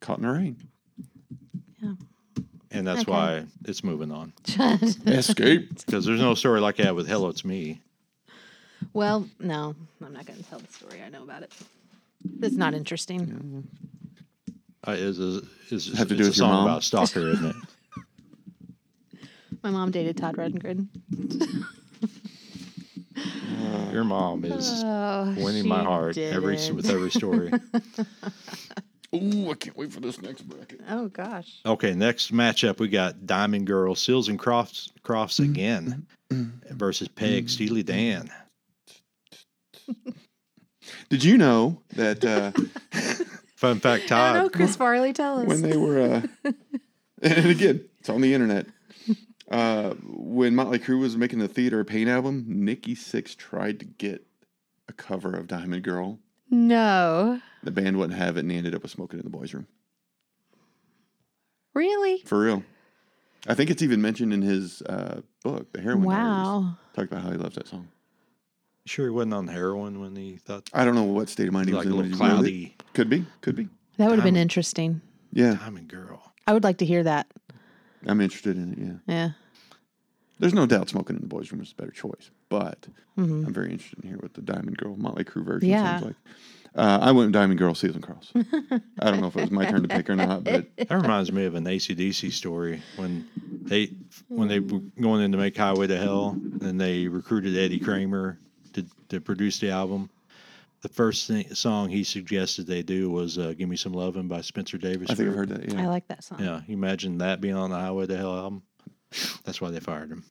[SPEAKER 1] caught in the rain.
[SPEAKER 2] and that's
[SPEAKER 3] Okay.
[SPEAKER 2] why it's moving on
[SPEAKER 1] Escape.
[SPEAKER 2] because there's no story like that with "Hello, It's Me."
[SPEAKER 3] well, no, I'm not going to tell the story. I know about it. It's not interesting.
[SPEAKER 2] Uh, is is is
[SPEAKER 1] Have to do
[SPEAKER 2] it's a
[SPEAKER 1] with your
[SPEAKER 2] song
[SPEAKER 1] mom?
[SPEAKER 2] about a stalker, isn't it?
[SPEAKER 1] [laughs]
[SPEAKER 3] My mom dated Todd Rundgren.
[SPEAKER 2] Your mom is
[SPEAKER 3] Oh,
[SPEAKER 2] winning my
[SPEAKER 3] she
[SPEAKER 2] heart every
[SPEAKER 3] didn't.
[SPEAKER 2] with
[SPEAKER 1] [laughs]
[SPEAKER 2] every story.
[SPEAKER 1] Ooh, I can't wait for this next bracket.
[SPEAKER 3] Oh gosh.
[SPEAKER 2] Okay, next matchup we got Diamond Girl, Seals and Crofts, Crofts
[SPEAKER 1] Mm.
[SPEAKER 2] again versus Peg Steely Dan.
[SPEAKER 1] Did you know that uh,
[SPEAKER 2] Fun fact,
[SPEAKER 3] I don't know,
[SPEAKER 2] Todd.
[SPEAKER 3] Chris Farley, tell us.
[SPEAKER 1] when they were, uh, [laughs] and again, it's on the internet. Uh, when Motley Crue was making the Theater of Pain album, Nikki Six tried to get a cover of Diamond Girl
[SPEAKER 3] no.
[SPEAKER 1] The band wouldn't have it, and he ended up with smoking in the boys' room.
[SPEAKER 3] Really?
[SPEAKER 1] For real, I think it's even mentioned in his uh, book, The Heroin. Diaries.
[SPEAKER 3] Wow.
[SPEAKER 1] talked about how he loves that song.
[SPEAKER 2] Sure, he wasn't on heroin when he thought
[SPEAKER 1] I don't know what state of mind he
[SPEAKER 2] like a
[SPEAKER 1] was in.
[SPEAKER 2] little
[SPEAKER 1] when he wrote it.
[SPEAKER 2] cloudy.
[SPEAKER 1] Could be, could be.
[SPEAKER 3] That would have been
[SPEAKER 2] Diamond.
[SPEAKER 3] interesting.
[SPEAKER 1] Yeah,
[SPEAKER 2] Diamond Girl.
[SPEAKER 3] I would like to hear that.
[SPEAKER 1] I'm interested in it. Yeah,
[SPEAKER 3] Yeah.
[SPEAKER 1] there's no doubt smoking in the boys' room is a better choice, but I'm very interested in hear what the Diamond Girl Motley Crue version
[SPEAKER 3] Mm-hmm. Yeah.
[SPEAKER 1] sounds like. Uh, I went Diamond Girl, Susan
[SPEAKER 3] [laughs]
[SPEAKER 1] Cross. I don't know if it was my turn to pick or not, but
[SPEAKER 2] That reminds me of an ACDC story when they when they were going in to make Highway to Hell and they recruited Eddie Kramer to, to produce the album. The first thing, song he suggested they do was uh, "Give Me Some Lovin'" by Spencer Davis.
[SPEAKER 1] I think I've heard that.
[SPEAKER 3] I
[SPEAKER 1] Yeah.
[SPEAKER 3] like that song.
[SPEAKER 2] Yeah, you imagine that being on the Highway to Hell album. That's why they fired him.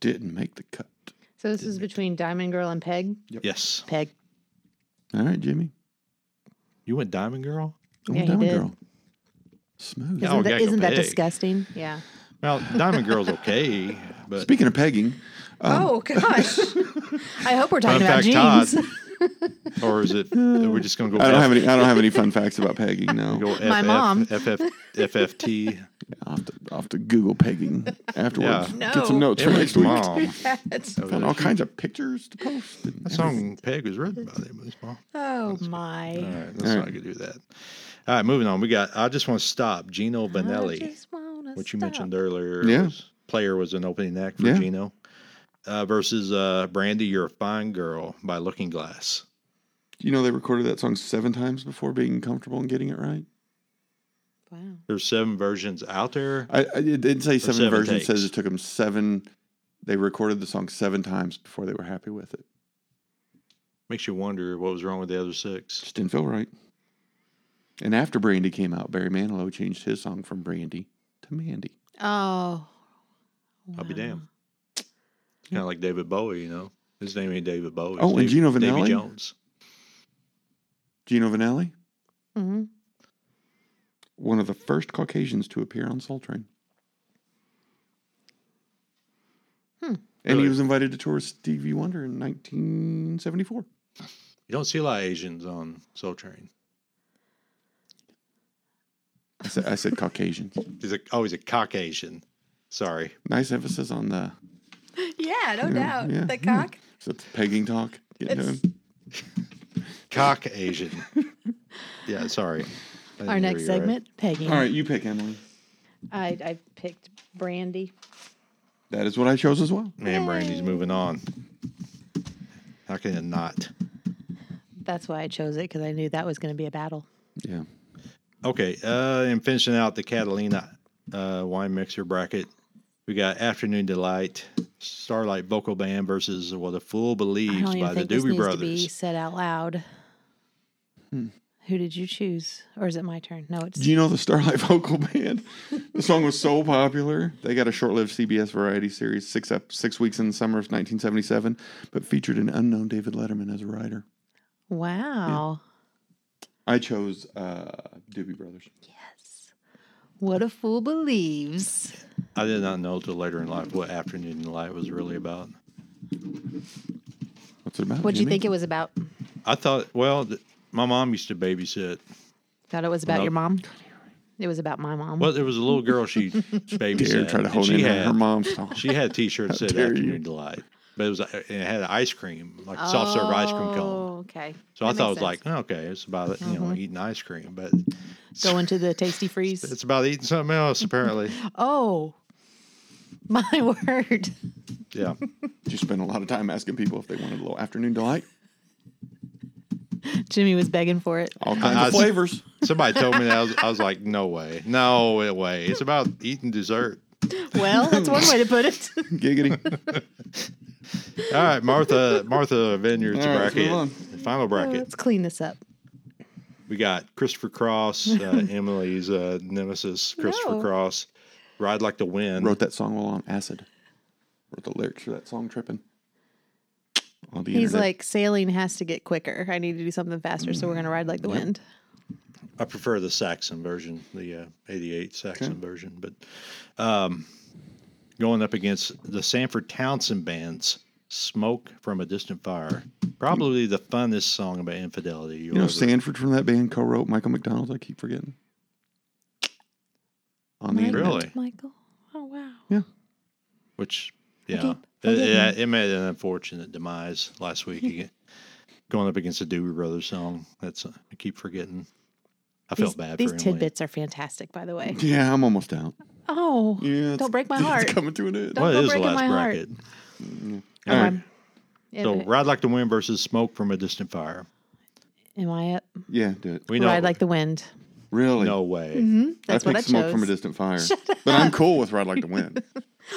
[SPEAKER 1] Didn't make the cut.
[SPEAKER 3] So this is between Diamond Girl and Peg.
[SPEAKER 2] Yes,
[SPEAKER 3] Peg.
[SPEAKER 1] All right, Jimmy.
[SPEAKER 2] you went Diamond Girl.
[SPEAKER 1] I
[SPEAKER 3] Yeah,
[SPEAKER 1] went
[SPEAKER 3] he
[SPEAKER 1] Diamond
[SPEAKER 3] did.
[SPEAKER 1] Girl. Smooth.
[SPEAKER 2] Oh, Yeah.
[SPEAKER 3] Isn't,
[SPEAKER 2] we
[SPEAKER 3] that,
[SPEAKER 2] gotta go
[SPEAKER 3] isn't that
[SPEAKER 2] Peg.
[SPEAKER 3] disgusting? Yeah.
[SPEAKER 2] Well, Diamond Girl's okay, but
[SPEAKER 1] Speaking of pegging,
[SPEAKER 2] [laughs]
[SPEAKER 3] oh gosh. I hope we're talking
[SPEAKER 2] Um, Fun
[SPEAKER 3] about
[SPEAKER 2] fact,
[SPEAKER 3] jeans.
[SPEAKER 2] Todd, or is it? Are we just gonna go?
[SPEAKER 1] I don't
[SPEAKER 2] F-
[SPEAKER 1] have any. I don't have any fun facts about pegging. No,
[SPEAKER 2] [laughs] Go
[SPEAKER 3] My mom.
[SPEAKER 2] FF, FFT.
[SPEAKER 1] I'll have, to, I'll have to Google
[SPEAKER 3] [laughs]
[SPEAKER 1] pegging afterwards.
[SPEAKER 2] Yeah.
[SPEAKER 1] Get some
[SPEAKER 3] No.
[SPEAKER 1] notes
[SPEAKER 2] It
[SPEAKER 1] for
[SPEAKER 2] was
[SPEAKER 1] next week.
[SPEAKER 2] mom.
[SPEAKER 3] [laughs] That's-
[SPEAKER 2] Oh,
[SPEAKER 1] Found all kinds of pictures to post. and
[SPEAKER 2] That
[SPEAKER 1] everything.
[SPEAKER 2] song Peg was written by them. as well.
[SPEAKER 3] oh my.
[SPEAKER 2] All right, let's
[SPEAKER 1] All
[SPEAKER 2] not do that. All right, moving on. We got. I just want to stop Gino Vanelli, which you mentioned earlier.
[SPEAKER 1] Yeah.
[SPEAKER 2] was- player was an opening act for
[SPEAKER 1] Yeah.
[SPEAKER 2] Gino uh, versus uh, Brandy. You're a fine girl by Looking Glass.
[SPEAKER 1] You know they recorded that song seven times before being comfortable and getting it right.
[SPEAKER 3] Wow.
[SPEAKER 2] There's seven versions out there.
[SPEAKER 1] I, I it didn't say seven,
[SPEAKER 2] seven
[SPEAKER 1] versions. It says
[SPEAKER 2] takes.
[SPEAKER 1] it took them seven. They recorded the song seven times before they were happy with it.
[SPEAKER 2] Makes you wonder what was wrong with the other six.
[SPEAKER 1] Just didn't feel right. And after Brandy came out, Barry Manilow changed his song from Brandy to Mandy.
[SPEAKER 3] Oh.
[SPEAKER 2] I'll be
[SPEAKER 3] wow.
[SPEAKER 2] damned. Kind of like David Bowie, you know. His name ain't David Bowie.
[SPEAKER 1] Oh, and
[SPEAKER 2] It's Dav-
[SPEAKER 1] Gino
[SPEAKER 2] Davy
[SPEAKER 1] Vanelli?
[SPEAKER 2] Jones.
[SPEAKER 1] Gino Vanelli,
[SPEAKER 3] Mhm.
[SPEAKER 1] one of the first Caucasians to appear on Soul Train.
[SPEAKER 3] Hmm.
[SPEAKER 1] And
[SPEAKER 2] Really?
[SPEAKER 1] he was invited to tour with Stevie Wonder in 1974.
[SPEAKER 2] You don't see a lot of Asians on Soul Train.
[SPEAKER 1] I said, I said Caucasians. [laughs]
[SPEAKER 2] He's a oh, he's a Caucasian. Sorry.
[SPEAKER 1] Nice emphasis on the
[SPEAKER 3] Yeah, no doubt.
[SPEAKER 1] yeah,
[SPEAKER 3] The
[SPEAKER 1] yeah.
[SPEAKER 3] cock.
[SPEAKER 1] is that the pegging talk. Getting
[SPEAKER 3] It's-
[SPEAKER 1] done?
[SPEAKER 2] Caucasian. [laughs] yeah, sorry. I didn't
[SPEAKER 3] Our
[SPEAKER 2] hear
[SPEAKER 3] next
[SPEAKER 2] you right.
[SPEAKER 3] segment, Peggy.
[SPEAKER 1] All right, you pick Emily.
[SPEAKER 3] I, I picked Brandy.
[SPEAKER 1] That is what I chose as well.
[SPEAKER 2] Man, Brandy's moving on. How can it not?
[SPEAKER 3] That's why I chose it because I knew that was going to be a battle.
[SPEAKER 1] Yeah.
[SPEAKER 2] Okay, uh, and finishing out the Catalina uh, wine mixer bracket, we got Afternoon Delight, Starlight Vocal Band versus What a Fool
[SPEAKER 3] I
[SPEAKER 2] Believes
[SPEAKER 3] don't even
[SPEAKER 2] by the
[SPEAKER 3] think this
[SPEAKER 2] Doobie
[SPEAKER 3] needs to be
[SPEAKER 2] Brothers. Hmm.
[SPEAKER 3] said out loud. Who did you choose? Or is it my turn? No, it's
[SPEAKER 1] Do you know the Starlight [laughs] Vocal Band? The song was so popular. They got a short-lived CBS variety series, six up, six weeks in the summer of 1977, but featured an unknown David Letterman as a writer.
[SPEAKER 3] wow.
[SPEAKER 1] I chose uh, Doobie Brothers.
[SPEAKER 3] What a fool believes.
[SPEAKER 2] I did not know till later in life what Afternoon Delight was really about.
[SPEAKER 1] What's it about?
[SPEAKER 3] What do you think it was about?
[SPEAKER 2] I thought, well, th- my mom used to babysit.
[SPEAKER 3] Thought it was about
[SPEAKER 2] No.
[SPEAKER 3] your mom. It was about my mom.
[SPEAKER 2] Well, there was a little
[SPEAKER 1] [laughs]
[SPEAKER 2] girl she babysat.
[SPEAKER 1] Dare try to
[SPEAKER 2] and
[SPEAKER 1] hone
[SPEAKER 2] she
[SPEAKER 1] in on
[SPEAKER 2] had-
[SPEAKER 1] her mom's song.
[SPEAKER 2] She had a T-shirt that said
[SPEAKER 1] dare you.
[SPEAKER 2] "Afternoon Delight," but it was uh, and it had ice cream, like soft serve ice cream cone.
[SPEAKER 3] Oh, Okay.
[SPEAKER 2] So I
[SPEAKER 3] That
[SPEAKER 2] thought it was
[SPEAKER 3] makes
[SPEAKER 2] like,
[SPEAKER 3] sense. Mm-hmm.
[SPEAKER 2] oh, okay, it's about you know eating ice cream, but
[SPEAKER 3] go into
[SPEAKER 2] [laughs]
[SPEAKER 3] the tasty freeze.
[SPEAKER 2] it's about eating something else
[SPEAKER 3] [laughs]
[SPEAKER 2] apparently.
[SPEAKER 3] Oh, my [laughs] word.
[SPEAKER 2] yeah,
[SPEAKER 1] Did you spend a lot of time asking people if they wanted a little afternoon delight?
[SPEAKER 3] Jimmy was begging for it.
[SPEAKER 1] [laughs] All kinds
[SPEAKER 2] I-
[SPEAKER 1] of flavors.
[SPEAKER 2] somebody told me that. I was, I was like, no way, no way. It's about eating dessert.
[SPEAKER 3] Well, that's one way to
[SPEAKER 2] [laughs]
[SPEAKER 3] put it.
[SPEAKER 1] Giggity.
[SPEAKER 2] All right, Martha, Martha Vineyards
[SPEAKER 1] All right, let's
[SPEAKER 2] bracket,
[SPEAKER 1] move on.
[SPEAKER 2] final bracket.
[SPEAKER 3] Let's clean this up.
[SPEAKER 2] We got Christopher Cross,
[SPEAKER 3] [laughs]
[SPEAKER 2] uh, Emily's uh, nemesis, Christopher
[SPEAKER 3] No.
[SPEAKER 2] Cross. Ride like the wind.
[SPEAKER 1] Wrote that song while on acid. Wrote the lyrics for that song tripping. On the
[SPEAKER 3] He's
[SPEAKER 1] internet.
[SPEAKER 3] like, sailing has to get quicker. I need to do something faster, so we're going to ride like
[SPEAKER 1] Mm,
[SPEAKER 3] the wind.
[SPEAKER 2] I prefer the Saxon version, the uh, '88 Saxon version. But um, going up against the Sanford Townsend band's "Smoke from a Distant Fire," probably the funnest song about infidelity.
[SPEAKER 1] You know, Sanford from that band co-wrote Michael McDonald. I keep forgetting. On the
[SPEAKER 3] My
[SPEAKER 1] internet.
[SPEAKER 2] really,
[SPEAKER 3] Michael. Oh, wow.
[SPEAKER 2] which yeah,
[SPEAKER 3] I
[SPEAKER 2] it,
[SPEAKER 3] didn't
[SPEAKER 2] it, it made an unfortunate demise last
[SPEAKER 3] [laughs]
[SPEAKER 2] week. again. going up against a Doobie Brothers song. That's uh, I keep forgetting. I
[SPEAKER 3] These,
[SPEAKER 2] felt bad
[SPEAKER 3] these
[SPEAKER 2] for Emily.
[SPEAKER 3] tidbits are fantastic, by the way.
[SPEAKER 1] Yeah, I'm almost out.
[SPEAKER 3] [laughs] Oh,
[SPEAKER 1] Yeah, [laughs]
[SPEAKER 3] don't
[SPEAKER 1] it's-
[SPEAKER 3] break my heart.
[SPEAKER 1] It's coming to an end.
[SPEAKER 3] Don't-
[SPEAKER 2] Well,
[SPEAKER 3] go
[SPEAKER 2] it is the
[SPEAKER 3] breaking my
[SPEAKER 2] last
[SPEAKER 3] heart.
[SPEAKER 2] bracket.
[SPEAKER 1] All right.
[SPEAKER 3] Okay.
[SPEAKER 2] So,
[SPEAKER 3] Edit it.
[SPEAKER 2] Ride Like the Wind versus Smoke from a Distant Fire.
[SPEAKER 3] Am I up?
[SPEAKER 1] Yeah, do it.
[SPEAKER 2] We know.
[SPEAKER 3] Ride like the wind.
[SPEAKER 1] Really?
[SPEAKER 2] no way.
[SPEAKER 3] That's
[SPEAKER 1] I
[SPEAKER 3] what
[SPEAKER 1] picked
[SPEAKER 3] I
[SPEAKER 1] smoke
[SPEAKER 3] chose.
[SPEAKER 1] from a distant
[SPEAKER 3] [laughs]
[SPEAKER 1] fire. but I'm cool with Ride Like the Wind.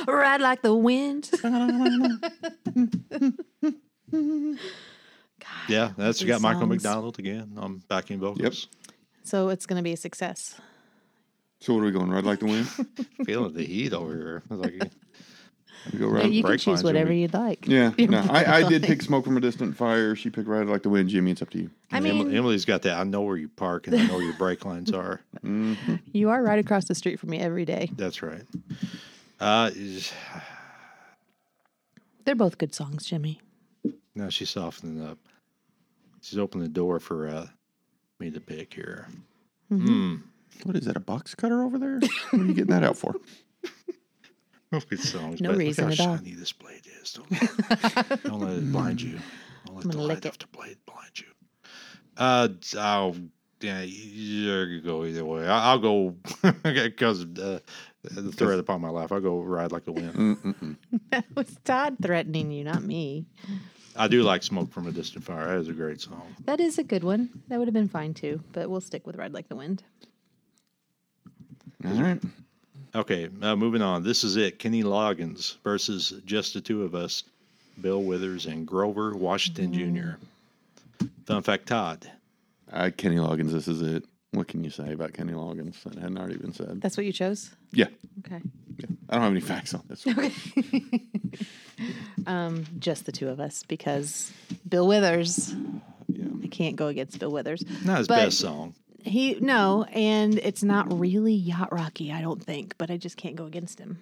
[SPEAKER 3] Ride like the wind.
[SPEAKER 2] Yeah, that's
[SPEAKER 3] these
[SPEAKER 2] got Michael
[SPEAKER 3] songs.
[SPEAKER 2] McDonald again on backing vocals.
[SPEAKER 3] [laughs] so it's going to be a success.
[SPEAKER 1] So what are we going? Ride Like the Wind?
[SPEAKER 2] [laughs] Feeling the heat over here. I was like, [laughs]
[SPEAKER 1] We go
[SPEAKER 3] Yeah,
[SPEAKER 1] ride.
[SPEAKER 3] you can [laughs]
[SPEAKER 2] break
[SPEAKER 3] choose
[SPEAKER 2] mine's gonna
[SPEAKER 3] whatever
[SPEAKER 2] be-
[SPEAKER 3] you'd like.
[SPEAKER 1] Yeah,
[SPEAKER 3] You're
[SPEAKER 1] no, I, I did pick Smoke from a Distant Fire. She picked Ride Like the Wind. Jimmy, it's up to you.
[SPEAKER 3] I
[SPEAKER 2] Em-
[SPEAKER 3] mean,
[SPEAKER 2] Emily's got that. I know where you park and I know where your brake lines [laughs] are.
[SPEAKER 3] you are right across the street from me every day.
[SPEAKER 2] That's right. Uh, is-
[SPEAKER 3] They're both good songs, Jimmy.
[SPEAKER 2] now she's softening up. She's opened the door for uh, me to pick here. Mm-hmm. Hmm.
[SPEAKER 1] What is that? A box cutter over there? What are you getting that out for?
[SPEAKER 2] Good songs.
[SPEAKER 3] No
[SPEAKER 2] but
[SPEAKER 3] reason
[SPEAKER 2] look
[SPEAKER 3] at
[SPEAKER 2] how
[SPEAKER 3] all.
[SPEAKER 2] shiny this blade is. Don't let, don't let
[SPEAKER 3] [laughs]
[SPEAKER 2] it blind you. Don't let
[SPEAKER 3] I'm
[SPEAKER 2] the
[SPEAKER 3] gonna
[SPEAKER 2] light
[SPEAKER 3] lick
[SPEAKER 2] of the blade blind you. Uh, I'll yeah, you could go either way. I- I'll go [laughs] because uh, the thread upon my life. I'll go ride like the wind.
[SPEAKER 1] Mm-mm-mm.
[SPEAKER 3] [laughs] That was Todd threatening you, not me.
[SPEAKER 2] I do like "Smoke from a Distant Fire." That is a great song.
[SPEAKER 3] That is a good one. That would have been fine too, but we'll stick with Ride Like the Wind.
[SPEAKER 1] All right.
[SPEAKER 2] Okay, uh, moving on. This is it. Kenny Loggins versus just the two of us, Bill Withers and Grover Washington
[SPEAKER 3] Mm.
[SPEAKER 2] Jr. Fun fact, Todd.
[SPEAKER 1] Uh, Kenny Loggins, this is it. What can you say about Kenny Loggins that hadn't already been said?
[SPEAKER 3] That's what you chose?
[SPEAKER 1] Yeah,
[SPEAKER 3] Okay.
[SPEAKER 1] yeah. I don't have any facts on this one.
[SPEAKER 3] Just the two of us because Bill Withers,
[SPEAKER 1] Yeah.
[SPEAKER 3] I can't go against Bill Withers.
[SPEAKER 2] Not his
[SPEAKER 3] But-
[SPEAKER 2] best song.
[SPEAKER 3] He no, and it's not really yacht rocky, I don't think, but I just can't go against him.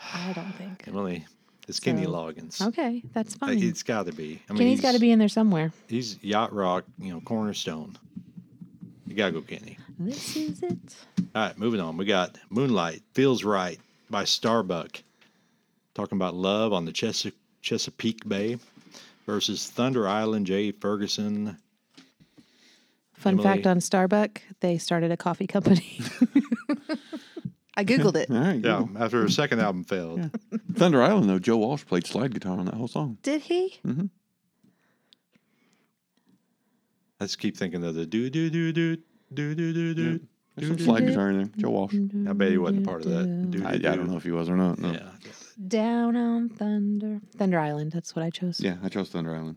[SPEAKER 3] I don't think.
[SPEAKER 2] Emily, it's Kenny
[SPEAKER 3] So-
[SPEAKER 2] Loggins.
[SPEAKER 3] Okay, that's
[SPEAKER 2] Uh,
[SPEAKER 3] fine.
[SPEAKER 2] It's got to be. I mean,
[SPEAKER 3] Kenny's got to be in there somewhere.
[SPEAKER 2] He's yacht rock, you know, cornerstone. You gotta go, Kenny.
[SPEAKER 3] This is it.
[SPEAKER 2] All right, moving on. We got Moonlight Feels Right by Starbuck. Talking about love on the Chesa- Chesapeake Bay versus Thunder Island J. Ferguson.
[SPEAKER 3] Fun
[SPEAKER 2] Emily.
[SPEAKER 3] fact on Starbuck, they started a coffee company. [laughs] I
[SPEAKER 2] [laughs]
[SPEAKER 3] googled it.
[SPEAKER 1] All right.
[SPEAKER 2] Yeah,
[SPEAKER 1] cool.
[SPEAKER 2] after her second album failed.
[SPEAKER 1] Thunder Island, though, Joe Walsh played slide guitar on that whole song.
[SPEAKER 3] Did he?
[SPEAKER 2] I just keep thinking of the do do do do do do do do.
[SPEAKER 1] There's some slide guitar in there. Joe Walsh.
[SPEAKER 3] Mm-hmm.
[SPEAKER 2] I bet he wasn't a part of
[SPEAKER 3] [laughs]
[SPEAKER 2] that.
[SPEAKER 1] I, I don't know if he was or not. no.
[SPEAKER 2] Yeah.
[SPEAKER 3] Down on Thunder, Thunder Island. That's what I chose.
[SPEAKER 1] Yeah, I chose Thunder Island.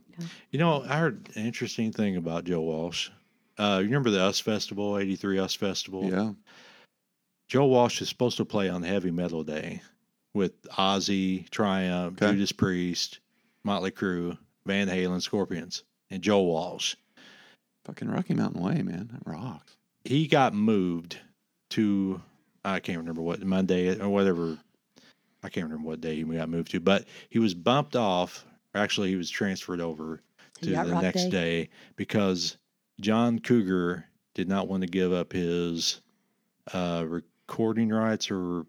[SPEAKER 2] You know, I heard an interesting thing about Joe Walsh. Uh, you remember the US Festival, 83 US Festival?
[SPEAKER 1] Yeah.
[SPEAKER 2] Joe Walsh is supposed to play on Heavy Metal Day with Ozzy, Triumph,
[SPEAKER 1] Okay.
[SPEAKER 2] Judas Priest, Motley Crue, Van Halen, Scorpions, and Joe Walsh.
[SPEAKER 1] Fucking Rocky Mountain Way, man. That rocks.
[SPEAKER 2] He got moved to, I can't remember what, Monday or whatever. I can't remember what day he got moved to, but he was bumped off. Or actually, he was transferred over
[SPEAKER 3] To
[SPEAKER 2] to
[SPEAKER 3] Yacht
[SPEAKER 2] the
[SPEAKER 3] Rock
[SPEAKER 2] next
[SPEAKER 3] Day?
[SPEAKER 2] day. because John Cougar did not want to give up his uh, recording rights or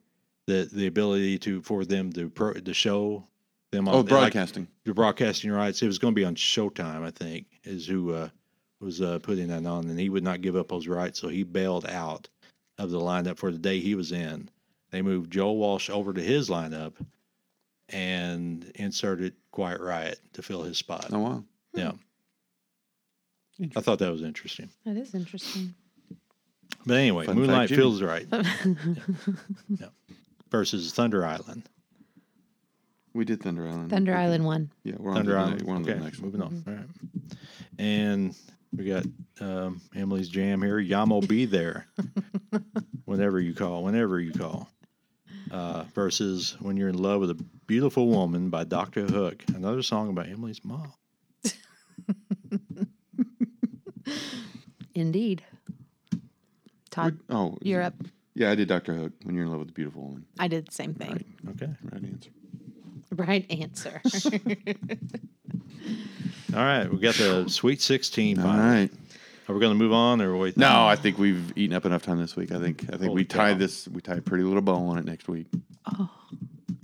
[SPEAKER 2] the the ability to for them to pro, to show them on
[SPEAKER 1] Oh,
[SPEAKER 2] like,
[SPEAKER 1] broadcasting.
[SPEAKER 2] the broadcasting rights. It was going to be on Showtime, I think, is who uh, was uh, putting that on, and he would not give up those rights, so he bailed out of the lineup for the day he was in. They moved Joel Walsh over to his lineup and inserted Quiet Riot to fill his spot.
[SPEAKER 1] Oh, wow.
[SPEAKER 2] Yeah. I thought that was interesting.
[SPEAKER 3] That is interesting.
[SPEAKER 2] But anyway,
[SPEAKER 1] Fun fact,
[SPEAKER 2] Moonlight
[SPEAKER 1] Jimmy.
[SPEAKER 2] feels right. Yeah. Versus Thunder Island.
[SPEAKER 1] We did Thunder Island.
[SPEAKER 3] Thunder
[SPEAKER 1] Okay.
[SPEAKER 3] Island one.
[SPEAKER 1] Yeah, we're on,
[SPEAKER 2] Thunder
[SPEAKER 1] to, the,
[SPEAKER 2] Island.
[SPEAKER 1] We're on to
[SPEAKER 2] okay,
[SPEAKER 1] the next one.
[SPEAKER 2] moving on. All right. And we got um, Emily's jam here. Yamo be there whenever you call. Whenever you call. Uh, versus when you're in love with a beautiful woman by Doctor Hook, another song about Emily's mom.
[SPEAKER 3] Indeed. Todd,
[SPEAKER 1] Would- Oh,
[SPEAKER 3] you're up.
[SPEAKER 1] Yeah, I did Dr. Hook when you're in love with the beautiful woman.
[SPEAKER 3] I did the same thing.
[SPEAKER 1] Right.
[SPEAKER 2] Okay,
[SPEAKER 1] Right answer.
[SPEAKER 3] Right answer.
[SPEAKER 2] all right, we got the Sweet Sixteen.
[SPEAKER 1] All
[SPEAKER 2] finally.
[SPEAKER 1] right.
[SPEAKER 2] Are we going to move on or wait?
[SPEAKER 1] No, I think we've eaten up enough time this week. I think I think
[SPEAKER 2] Holy
[SPEAKER 1] we tie
[SPEAKER 2] cow.
[SPEAKER 1] this. We tie a pretty little bow on it next week.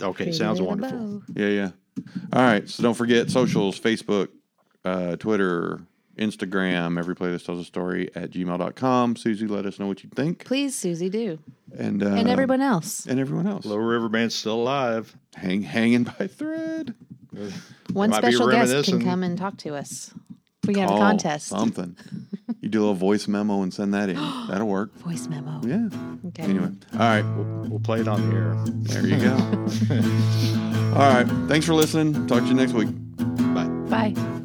[SPEAKER 2] Okay,
[SPEAKER 3] Pretty
[SPEAKER 2] sounds
[SPEAKER 3] little
[SPEAKER 2] wonderful.
[SPEAKER 3] bow.
[SPEAKER 1] Yeah, yeah. All right. So don't forget socials: Facebook, uh, Twitter, Instagram. Every playlist tells a story at gmail.com. Susie, let us know what you think,
[SPEAKER 3] Please, Susie, do.
[SPEAKER 1] and uh,
[SPEAKER 3] And everyone else.
[SPEAKER 1] and everyone else.
[SPEAKER 2] Little River Band's still alive.
[SPEAKER 1] Hang hanging by a thread.
[SPEAKER 3] One
[SPEAKER 2] might be
[SPEAKER 3] special guest can
[SPEAKER 2] reminiscent.
[SPEAKER 3] come and talk to us. We can have a
[SPEAKER 1] Call Um,
[SPEAKER 3] contest.
[SPEAKER 1] Oh, Something. you do a little voice memo and send
[SPEAKER 3] [gasps]
[SPEAKER 1] that in. That'll work.
[SPEAKER 3] Voice memo.
[SPEAKER 1] Yeah.
[SPEAKER 3] Okay.
[SPEAKER 1] Anyway. All right.
[SPEAKER 2] We'll, we'll play it on the air.
[SPEAKER 1] There you
[SPEAKER 2] [laughs]
[SPEAKER 1] go. All right. Thanks for listening. Talk to you next week.
[SPEAKER 2] Bye.
[SPEAKER 3] Bye.